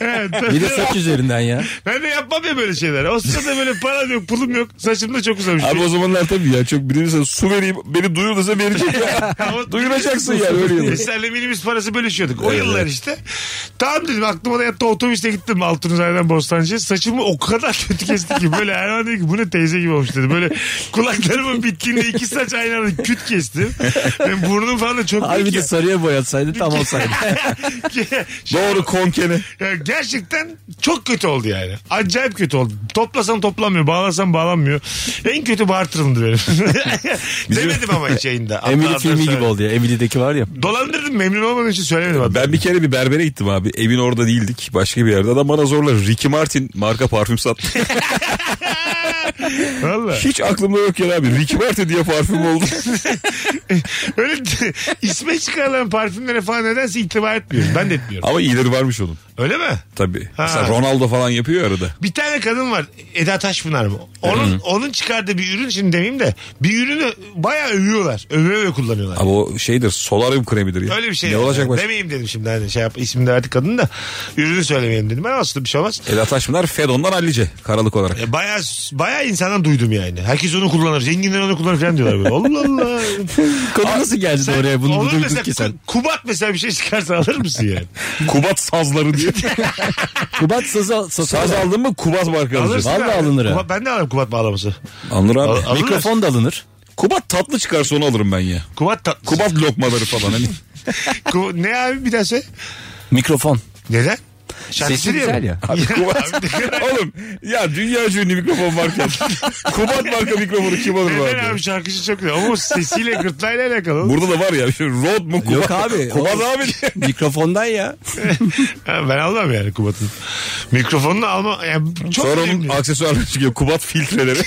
Speaker 3: Evet.
Speaker 5: Bir de saç üzerinden ya.
Speaker 3: Ben de yapmam ya böyle şeyler. O sırada böyle param yok, pulum yok. Saçım da çok uzamış.
Speaker 4: Abi o zamanlar tabii ya çok birisi su vereyim beni duyur dese verecek ya.
Speaker 3: Ama-
Speaker 4: Duyuracaksın yani öyle yıllar.
Speaker 3: Biz seninle minibüs parası bölüşüyorduk. O yıllar işte. Tamam dedim aklıma da yattı otobüste gittim Altınızay'dan Bostancı'ya. Saçımı o kadar kötü kesti ki. Böyle Erman dedi ki bu ne teyze gibi olmuş dedi. Böyle kulaklarımın bittiğinde iki saç aynı anda küt kestim. Ve burnum falan da çok
Speaker 5: Abi bir
Speaker 3: büyük
Speaker 5: de
Speaker 3: ya.
Speaker 5: sarıya boyatsaydın tam olsaydı.
Speaker 3: Şey-
Speaker 4: Doğru konkeni.
Speaker 3: Ya gerçekten çok kötü oldu yani. Acayip kötü oldu. Toplasam toplanmıyor, bağlasam bağlanmıyor. En kötü bağırtırımdı benim. Demedim ama hiç yayında.
Speaker 5: Emily
Speaker 3: Hatta
Speaker 5: filmi gibi
Speaker 3: söyle-
Speaker 5: oldu ya. Emily'deki var ya.
Speaker 3: Dolandırdım memnun olmadığım için söylemedim. hatta.
Speaker 4: Ben bir kere bir berbere gittim abi. Evin orada değildik. Başka bir yerde. Adam bana zorla Ricky Martin marka parfüm sattı.
Speaker 3: Valla.
Speaker 4: Hiç aklımda yok ya abi. Ricky Martin diye parfüm oldu.
Speaker 3: Öyle t- isme çıkarılan parfümlere falan nedense itibar etmiyoruz. Ben de etmiyorum.
Speaker 4: Ama iyileri varmış onun.
Speaker 3: Öyle mi?
Speaker 4: Tabii.
Speaker 3: Ha.
Speaker 4: Mesela Ronaldo falan yapıyor ya arada.
Speaker 3: Bir tane kadın var Eda Taşpınar mı? Onun onun çıkardığı bir ürün şimdi demeyeyim de bir ürünü bayağı övüyorlar. Öve öve kullanıyorlar.
Speaker 4: Abi o şeydir solaryum kremidir ya.
Speaker 3: Öyle bir şey.
Speaker 4: Ne olacak başka?
Speaker 3: Demeyeyim dedim şimdi hani şey yap ismini de artık kadın da ürünü söylemeyelim dedim. Ben aslında bir şey olmaz.
Speaker 4: Eda Taşpınar Fedon'dan hallice karalık olarak.
Speaker 3: E, Bayağı bayağı insandan duydum yani. Herkes onu kullanır. Zenginler onu kullanır falan diyorlar böyle. Allah Allah.
Speaker 5: Konu nasıl geldi
Speaker 3: Sen-
Speaker 5: oraya
Speaker 3: Olur
Speaker 5: bunu duyduk
Speaker 3: mesela
Speaker 5: ki sen.
Speaker 3: Ku- Kubat mesela bir şey çıkarsa alır mısın yani?
Speaker 4: Kubat sazları diye.
Speaker 5: Kubat sazı
Speaker 4: Saz
Speaker 5: sazı
Speaker 4: aldın mı Kubat marka alacaksın.
Speaker 5: Vallahi
Speaker 3: abi.
Speaker 5: alınır ha.
Speaker 3: Kubat- Ben de alırım kubat bağlaması.
Speaker 4: Alınır abi.
Speaker 3: Al- al-
Speaker 5: Mikrofon da alınır.
Speaker 4: Kubat tatlı çıkarsa onu alırım ben ya.
Speaker 3: Kubat tatlısı.
Speaker 4: Kubat lokmaları falan hani.
Speaker 3: Ku- ne abi bir daha söyle.
Speaker 5: Mikrofon.
Speaker 3: Neden? Şarkısı
Speaker 5: Sesi
Speaker 3: diye
Speaker 5: güzel
Speaker 3: mi?
Speaker 5: ya.
Speaker 4: Abi Kubat.
Speaker 3: abi, ne kadar-
Speaker 4: Oğlum ya dünya ünlü mikrofon marka. Kubat marka mikrofonu kim alır
Speaker 3: Neden
Speaker 4: abi?
Speaker 3: abi şarkısı çok güzel. Ama o sesiyle gırtlağıyla alakalı.
Speaker 4: Burada da var ya şu Rod mu Kubat?
Speaker 5: Yok abi.
Speaker 4: Kubat
Speaker 5: Oğlum.
Speaker 4: abi diye.
Speaker 5: Mikrofondan ya.
Speaker 3: Ha, ben almam yani Kubat'ın. Mikrofonunu alma. Yani çok
Speaker 4: Sonra onun
Speaker 3: önemli.
Speaker 4: aksesuarları çıkıyor. Kubat filtreleri.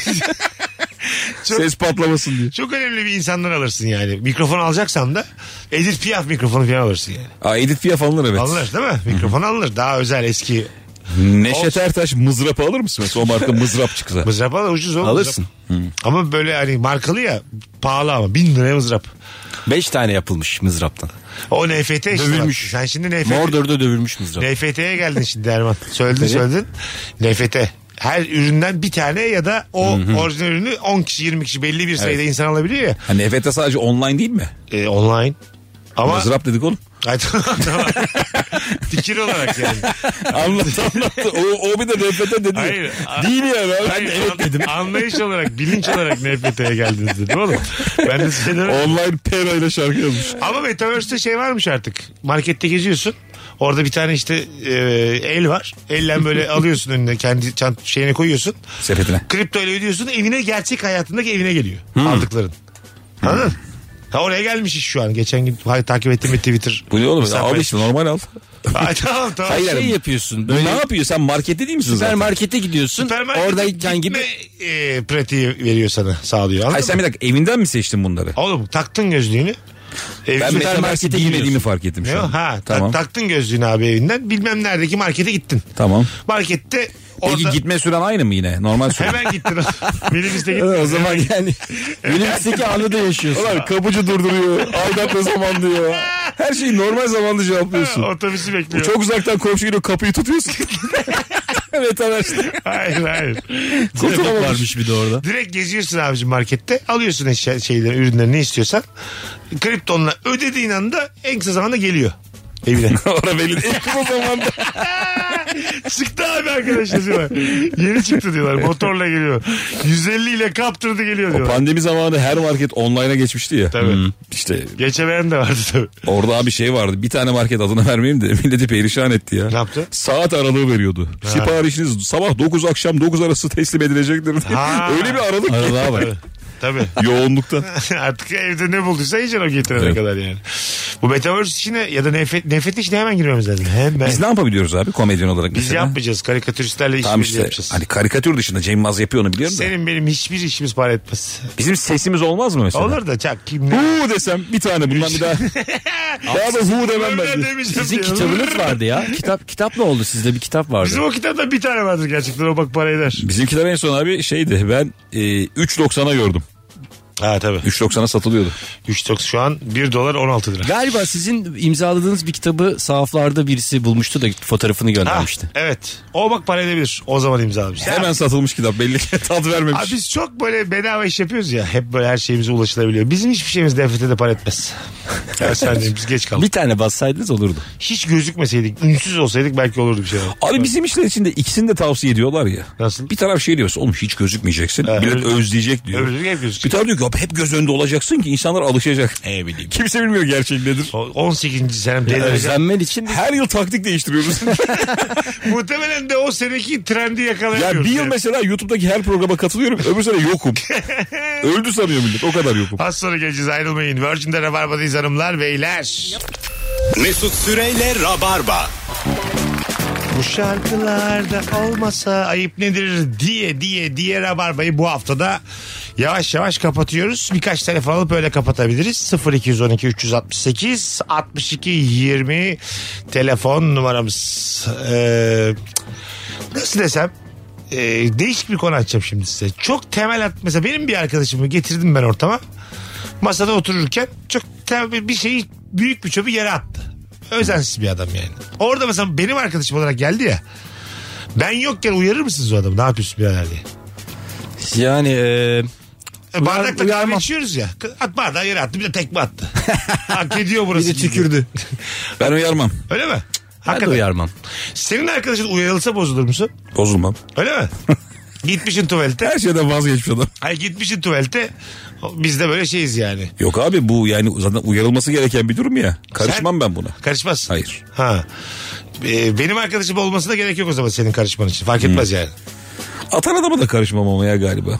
Speaker 4: Ses patlamasın diye.
Speaker 3: Çok önemli bir insandan alırsın yani. Mikrofon alacaksan da Edith Piaf mikrofonu falan alırsın yani.
Speaker 4: Aa, Edith Piaf alınır evet.
Speaker 3: Alınır değil mi? Mikrofon alınır. Daha özel eski
Speaker 4: Neşet Ertaş mızrap alır mısın? Mesela o marka mızrap çıksa.
Speaker 3: mızrap alır. Ucuz olur.
Speaker 5: Alırsın.
Speaker 3: Ama böyle hani markalı ya pahalı ama bin liraya mızrap.
Speaker 5: Beş tane yapılmış mızraptan.
Speaker 3: O NFT işte. bak.
Speaker 5: Dövülmüş.
Speaker 3: Sen şimdi NFT.
Speaker 5: Mordor'da dövülmüş mızrap.
Speaker 3: NFT'ye geldin şimdi Erman. Söyledin söyledin. NFT. Her üründen bir tane ya da o orijinal ürünü 10 kişi 20 kişi belli bir sayıda insan alabiliyor ya.
Speaker 4: Hani EFT sadece online değil mi?
Speaker 3: E, online. Ama
Speaker 4: Mızrap dedik oğlum.
Speaker 3: Ay, tamam, tamam. fikir olarak yani.
Speaker 4: Anlattı anlattı. O, o bir de NFT dedi.
Speaker 3: Hayır.
Speaker 4: Değil yani abi.
Speaker 3: Hayır, an- Anlayış olarak, bilinç olarak NFT'ye geldiniz dedim oğlum. Ben de size dedim.
Speaker 4: Online pera ile şarkı yazmış.
Speaker 3: Ama Metaverse'de şey varmış artık. Markette geziyorsun. Orada bir tane işte e, el var. Elle böyle alıyorsun önüne kendi çant şeyine koyuyorsun.
Speaker 4: Sepetine. Hmm.
Speaker 3: Kripto ile ödüyorsun. Evine gerçek hayatındaki evine geliyor. Aldıkların. Anladın mı? Ha oraya gelmiş iş şu an. Geçen gün hay, takip ettiğim bir Twitter.
Speaker 4: Bu ne oğlum?
Speaker 3: hesabı.
Speaker 4: Al işte normal al.
Speaker 3: Ay, tamam tamam.
Speaker 5: Hayır, şey
Speaker 4: Hayır.
Speaker 5: yapıyorsun.
Speaker 4: Bu ne
Speaker 5: Böyle
Speaker 4: yapıyor? Sen markette değil misin zaten?
Speaker 5: süpermarkete gidiyorsun.
Speaker 3: Süpermarkete
Speaker 5: Oradayken gibi.
Speaker 3: gitme, e, pratiği veriyor sana sağlıyor. Anladın
Speaker 4: Hayır sen
Speaker 3: mı?
Speaker 4: bir dakika evinden mi seçtin bunları?
Speaker 3: Oğlum taktın gözlüğünü. Ev-
Speaker 4: Ben
Speaker 5: Süpermarkete
Speaker 4: Metaverse'i bilmediğimi
Speaker 5: giriyorsun.
Speaker 4: fark ettim
Speaker 3: Ne
Speaker 4: şu
Speaker 3: o?
Speaker 4: an.
Speaker 3: Ha, ta-
Speaker 4: tamam.
Speaker 3: taktın gözlüğünü abi evinden. Bilmem neredeki markete gittin.
Speaker 4: tamam.
Speaker 3: Markette orada...
Speaker 4: Peki gitme süren aynı mı yine? Normal süre.
Speaker 3: Hemen gittin. Minibüste gittin.
Speaker 5: o zaman yani minibüsteki anı da yaşıyorsun.
Speaker 4: Ulan kapıcı durduruyor. Aldatma zamanlı ya. Her şeyi normal zamanda cevaplıyorsun.
Speaker 3: Otobüsü bekliyor.
Speaker 4: Çok uzaktan komşu geliyor kapıyı tutuyorsun. Metaverse'de.
Speaker 3: Hayır hayır.
Speaker 4: Kurtulamamış.
Speaker 5: bir de orada.
Speaker 3: Direkt geziyorsun abicim markette. Alıyorsun eşya, şeyleri, ürünleri ne istiyorsan. Kriptonla ödediğin anda en kısa zamanda geliyor. Evine.
Speaker 4: Orada belli değil. O zaman da-
Speaker 3: çıktı abi arkadaş yazıyorlar. Yeni çıktı diyorlar. Motorla geliyor. 150 ile kaptırdı geliyor
Speaker 4: O
Speaker 3: diyorlar.
Speaker 4: pandemi zamanı her market online'a geçmişti ya.
Speaker 3: Tabii.
Speaker 4: Hı. İşte
Speaker 3: Geçemeyen de vardı tabii.
Speaker 4: orada abi şey vardı. Bir tane market adını vermeyeyim de milleti perişan etti ya.
Speaker 3: Ne yaptı?
Speaker 4: Saat aralığı veriyordu. Siparişiniz sabah 9 akşam 9 arası teslim edilecektir diye.
Speaker 3: Ha.
Speaker 4: Öyle bir aralık. ki.
Speaker 5: Aralığa bak.
Speaker 3: Tabii.
Speaker 4: Yoğunluktan.
Speaker 3: Artık evde ne bulduysa yiyeceksin o getirene
Speaker 4: Evet.
Speaker 3: kadar yani. Bu metaverse işine ya da nefret, nefret işine hemen girmemiz lazım. Hemen.
Speaker 4: Biz
Speaker 3: Biz,
Speaker 4: ne yapabiliyoruz abi komedyen olarak mesela?
Speaker 3: yapmayacağız. Karikatüristlerle işimizi
Speaker 4: Tamam işte
Speaker 3: yapacağız.
Speaker 4: hani karikatür dışında Cem Yılmaz yapıyor onu biliyorum da.
Speaker 3: Senin benim hiçbir işimiz para etmez.
Speaker 4: Bizim sesimiz olmaz mı mesela?
Speaker 3: Olur da çak kim ne?
Speaker 4: Hu desem bir tane bundan bir daha. daha da hu demem ben. de.
Speaker 5: Sizin kitabınız vardı ya. Kitap kitap ne oldu sizde bir kitap vardı.
Speaker 3: Bizim o kitapta bir tane vardır gerçekten o bak para eder.
Speaker 4: Bizimkiler en son abi şeydi ben e, 3.90'a gördüm.
Speaker 3: Ha tabii.
Speaker 4: 3.90'a satılıyordu.
Speaker 3: 3.90 şu an 1 dolar 16 lira.
Speaker 5: Galiba sizin imzaladığınız bir kitabı sahaflarda birisi bulmuştu da fotoğrafını
Speaker 3: Ha,
Speaker 5: göndermişti.
Speaker 3: Ah, evet. O bak para edebilir. O zaman imzalamış.
Speaker 4: Hemen satılmış kitap belli ki tat vermemiş.
Speaker 3: Abi biz çok böyle bedava iş yapıyoruz ya. Hep böyle her şeyimize ulaşılabiliyor. Bizim hiçbir şeyimiz devlete de para etmez. Ya sen de biz geç kaldık.
Speaker 5: Bir tane bassaydınız olurdu.
Speaker 3: Hiç gözükmeseydik, ünsüz olsaydık belki olurdu bir şey. ama.
Speaker 4: Abi bizim işler içinde ikisini de tavsiye ediyorlar ya.
Speaker 3: Nasıl?
Speaker 4: Bir taraf şey diyorsun oğlum hiç gözükmeyeceksin.
Speaker 3: Evet.
Speaker 4: Millet
Speaker 3: Öbür-
Speaker 4: özleyecek diyor.
Speaker 3: Öbür türlü hep
Speaker 4: Bir
Speaker 3: gözükecek.
Speaker 4: taraf diyor ki "Abi hep göz önünde olacaksın ki insanlar alışacak.
Speaker 3: Ne bileyim.
Speaker 4: Kimse bilmiyor gerçek nedir.
Speaker 3: O- 18. senem delireceğim.
Speaker 5: Özlenmen için
Speaker 4: Her yıl taktik değiştiriyoruz.
Speaker 3: Muhtemelen de o seneki trendi
Speaker 4: ya
Speaker 3: yakalayamıyoruz.
Speaker 4: bir yıl
Speaker 3: Yani.
Speaker 4: mesela YouTube'daki her programa katılıyorum. Öbür sene yokum. Öldü sanıyor millet. O kadar yokum.
Speaker 3: Az sonra geleceğiz ayrılmayın. Virgin'de Rabarba'dayız hanımlar beyler.
Speaker 2: Mesut Süreyle Rabarba.
Speaker 3: Bu şarkılarda olmasa ayıp nedir diye diye diye Rabarba'yı bu haftada yavaş yavaş kapatıyoruz. Birkaç telefon alıp öyle kapatabiliriz. 0212 368 62 20 telefon numaramız. Ee, nasıl desem ee, değişik bir konu açacağım şimdi size. Çok temel at mesela benim bir arkadaşımı getirdim ben ortama. Masada otururken çok temel bir şeyi büyük bir çöpü yere attı. Özensiz bir adam yani. Orada mesela benim arkadaşım olarak geldi ya. Ben yokken uyarır mısınız o adamı? Ne yapıyorsun birader diye.
Speaker 5: yani e,
Speaker 3: E, Bardakla kahve
Speaker 5: uyarmam.
Speaker 3: içiyoruz ya. At bardağı yere attı bir de tekme attı. Hak ediyor burası.
Speaker 5: Bir de tükürdü.
Speaker 4: Ben uyarmam.
Speaker 3: Öyle mi?
Speaker 5: ben de
Speaker 3: Hakikaten.
Speaker 5: uyarmam.
Speaker 3: Senin arkadaşın uyarılsa bozulur musun?
Speaker 4: Bozulmam.
Speaker 3: Öyle mi? gitmişin tuvalete.
Speaker 4: Her
Speaker 5: şey-
Speaker 4: şeyden vazgeçmiş adam.
Speaker 3: Ay gitmişin tuvalete. Biz de böyle şeyiz yani.
Speaker 4: Yok abi bu yani zaten uyarılması gereken bir durum ya. Karışmam ben buna.
Speaker 3: Karışmazsın.
Speaker 4: Hayır.
Speaker 3: Ha. E, benim arkadaşım olmasına gerek yok o zaman senin karışman için. Fark
Speaker 4: Hmm.
Speaker 3: etmez yani.
Speaker 4: Atan adama da karışmam ama ya galiba.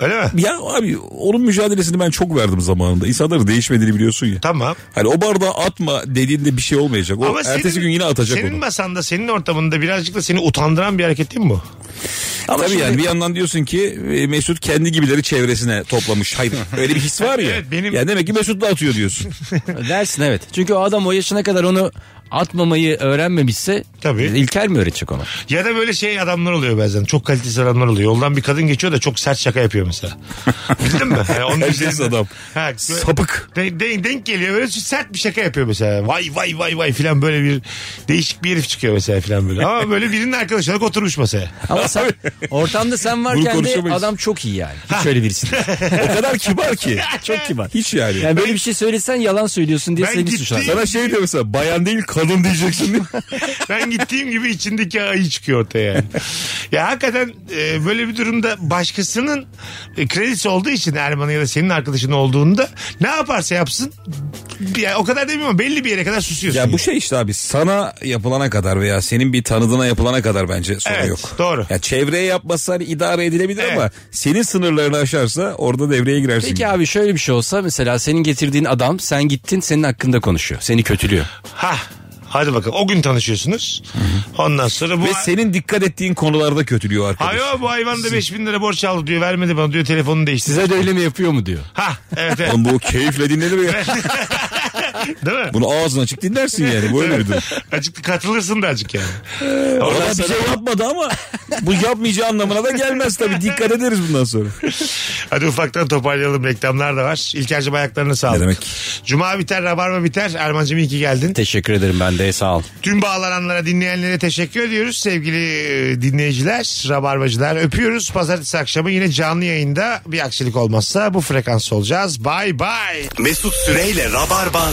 Speaker 3: Öyle mi?
Speaker 4: Ya abi onun mücadelesini ben çok verdim zamanında. İnsanların değişmediğini biliyorsun ya.
Speaker 3: Tamam.
Speaker 4: Hani o bardağı atma dediğinde bir şey olmayacak. O
Speaker 3: Ama
Speaker 4: ertesi
Speaker 3: senin-
Speaker 4: gün yine atacak
Speaker 3: Senin
Speaker 4: onu.
Speaker 3: masanda, senin ortamında birazcık da seni utandıran bir hareket değil mi bu?
Speaker 4: Tabii yani bir yandan diyorsun ki e, Mesut kendi gibileri çevresine toplamış. Hayır öyle bir his var ya.
Speaker 3: Evet, benim-
Speaker 4: Yani demek ki Mesut da atıyor diyorsun.
Speaker 5: Dersin evet. Çünkü o adam o yaşına kadar onu atmamayı öğrenmemişse
Speaker 3: Tabii.
Speaker 5: İlker mi öğretecek ona?
Speaker 3: Ya da böyle şey adamlar oluyor bazen. Çok kalitesiz adamlar oluyor. Yoldan bir kadın geçiyor da çok sert şaka yapıyor mesela. Bildin mi? Yani onun
Speaker 4: Kalitesiz
Speaker 3: üzerinden-
Speaker 4: adam.
Speaker 3: Ha, böyle-
Speaker 4: Sapık.
Speaker 3: Denk, denk, denk geliyor böyle sert bir şaka yapıyor mesela. Vay vay vay vay filan böyle bir değişik bir herif çıkıyor mesela filan böyle. Ama böyle birinin arkadaşı olarak oturmuş masaya.
Speaker 5: Ama sen ortamda sen varken de
Speaker 4: konuşamayız.
Speaker 5: adam çok iyi yani. Hiç öyle birisi. değil.
Speaker 4: o kadar kibar ki.
Speaker 5: çok kibar.
Speaker 4: Hiç yani.
Speaker 5: Yani böyle bir şey söylesen yalan söylüyorsun diye
Speaker 3: Ben
Speaker 5: seni
Speaker 3: gittim.
Speaker 5: suçlar.
Speaker 4: Sana şey diyor mesela bayan değil kadın diyeceksin diye.
Speaker 3: Ben gittiğim gibi içindeki ayı çıkıyor ortaya yani. ya hakikaten e, böyle bir durumda başkasının e, kredisi olduğu için Erman'ın ya da senin arkadaşın olduğunda ne yaparsa yapsın ya o kadar demiyorum ama belli bir yere kadar susuyorsun.
Speaker 4: Ya bu şey işte abi sana yapılana kadar veya senin bir tanıdığına yapılana kadar bence sorun
Speaker 3: Evet,
Speaker 4: yok.
Speaker 3: doğru.
Speaker 4: Ya çevreye yapmasa hani idare edilebilir
Speaker 3: Evet.
Speaker 4: ama senin sınırlarını aşarsa orada devreye girersin.
Speaker 5: Peki abi şöyle bir şey olsa mesela senin getirdiğin adam sen gittin senin hakkında konuşuyor. Seni kötülüyor.
Speaker 3: Ha. Hadi bakalım. O gün tanışıyorsunuz. Ondan sonra bu...
Speaker 4: Ve senin dikkat ettiğin konularda kötülüyor arkadaş.
Speaker 3: Ayo bu hayvan da 5000 lira borç aldı diyor. Vermedi bana diyor. Telefonunu değiştir.
Speaker 5: Size de öyle mi yapıyor mu diyor.
Speaker 3: Ha evet evet.
Speaker 4: Oğlum bu keyifle dinlenir ya.
Speaker 3: Değil mi?
Speaker 4: Bunu ağzın açık dinlersin yani. Böyle bir durum.
Speaker 3: Azıcık katılırsın da azıcık yani.
Speaker 4: Orada bir şey yapmadı ama bu yapmayacağı anlamına da gelmez tabii. Dikkat ederiz bundan sonra.
Speaker 3: Hadi ufaktan toparlayalım. Reklamlar da var. İlker'cim ayaklarına sağlık.
Speaker 4: Ne demek?
Speaker 3: Cuma biter, rabarba biter. Erman'cım iyi ki geldin.
Speaker 5: Teşekkür ederim ben de sağ ol.
Speaker 3: Tüm bağlananlara, dinleyenlere teşekkür ediyoruz. Sevgili e, dinleyiciler, rabarbacılar öpüyoruz. Pazartesi akşamı yine canlı yayında bir aksilik olmazsa bu frekansta olacağız. Bay bay.
Speaker 2: Mesut Süreyle Rabarba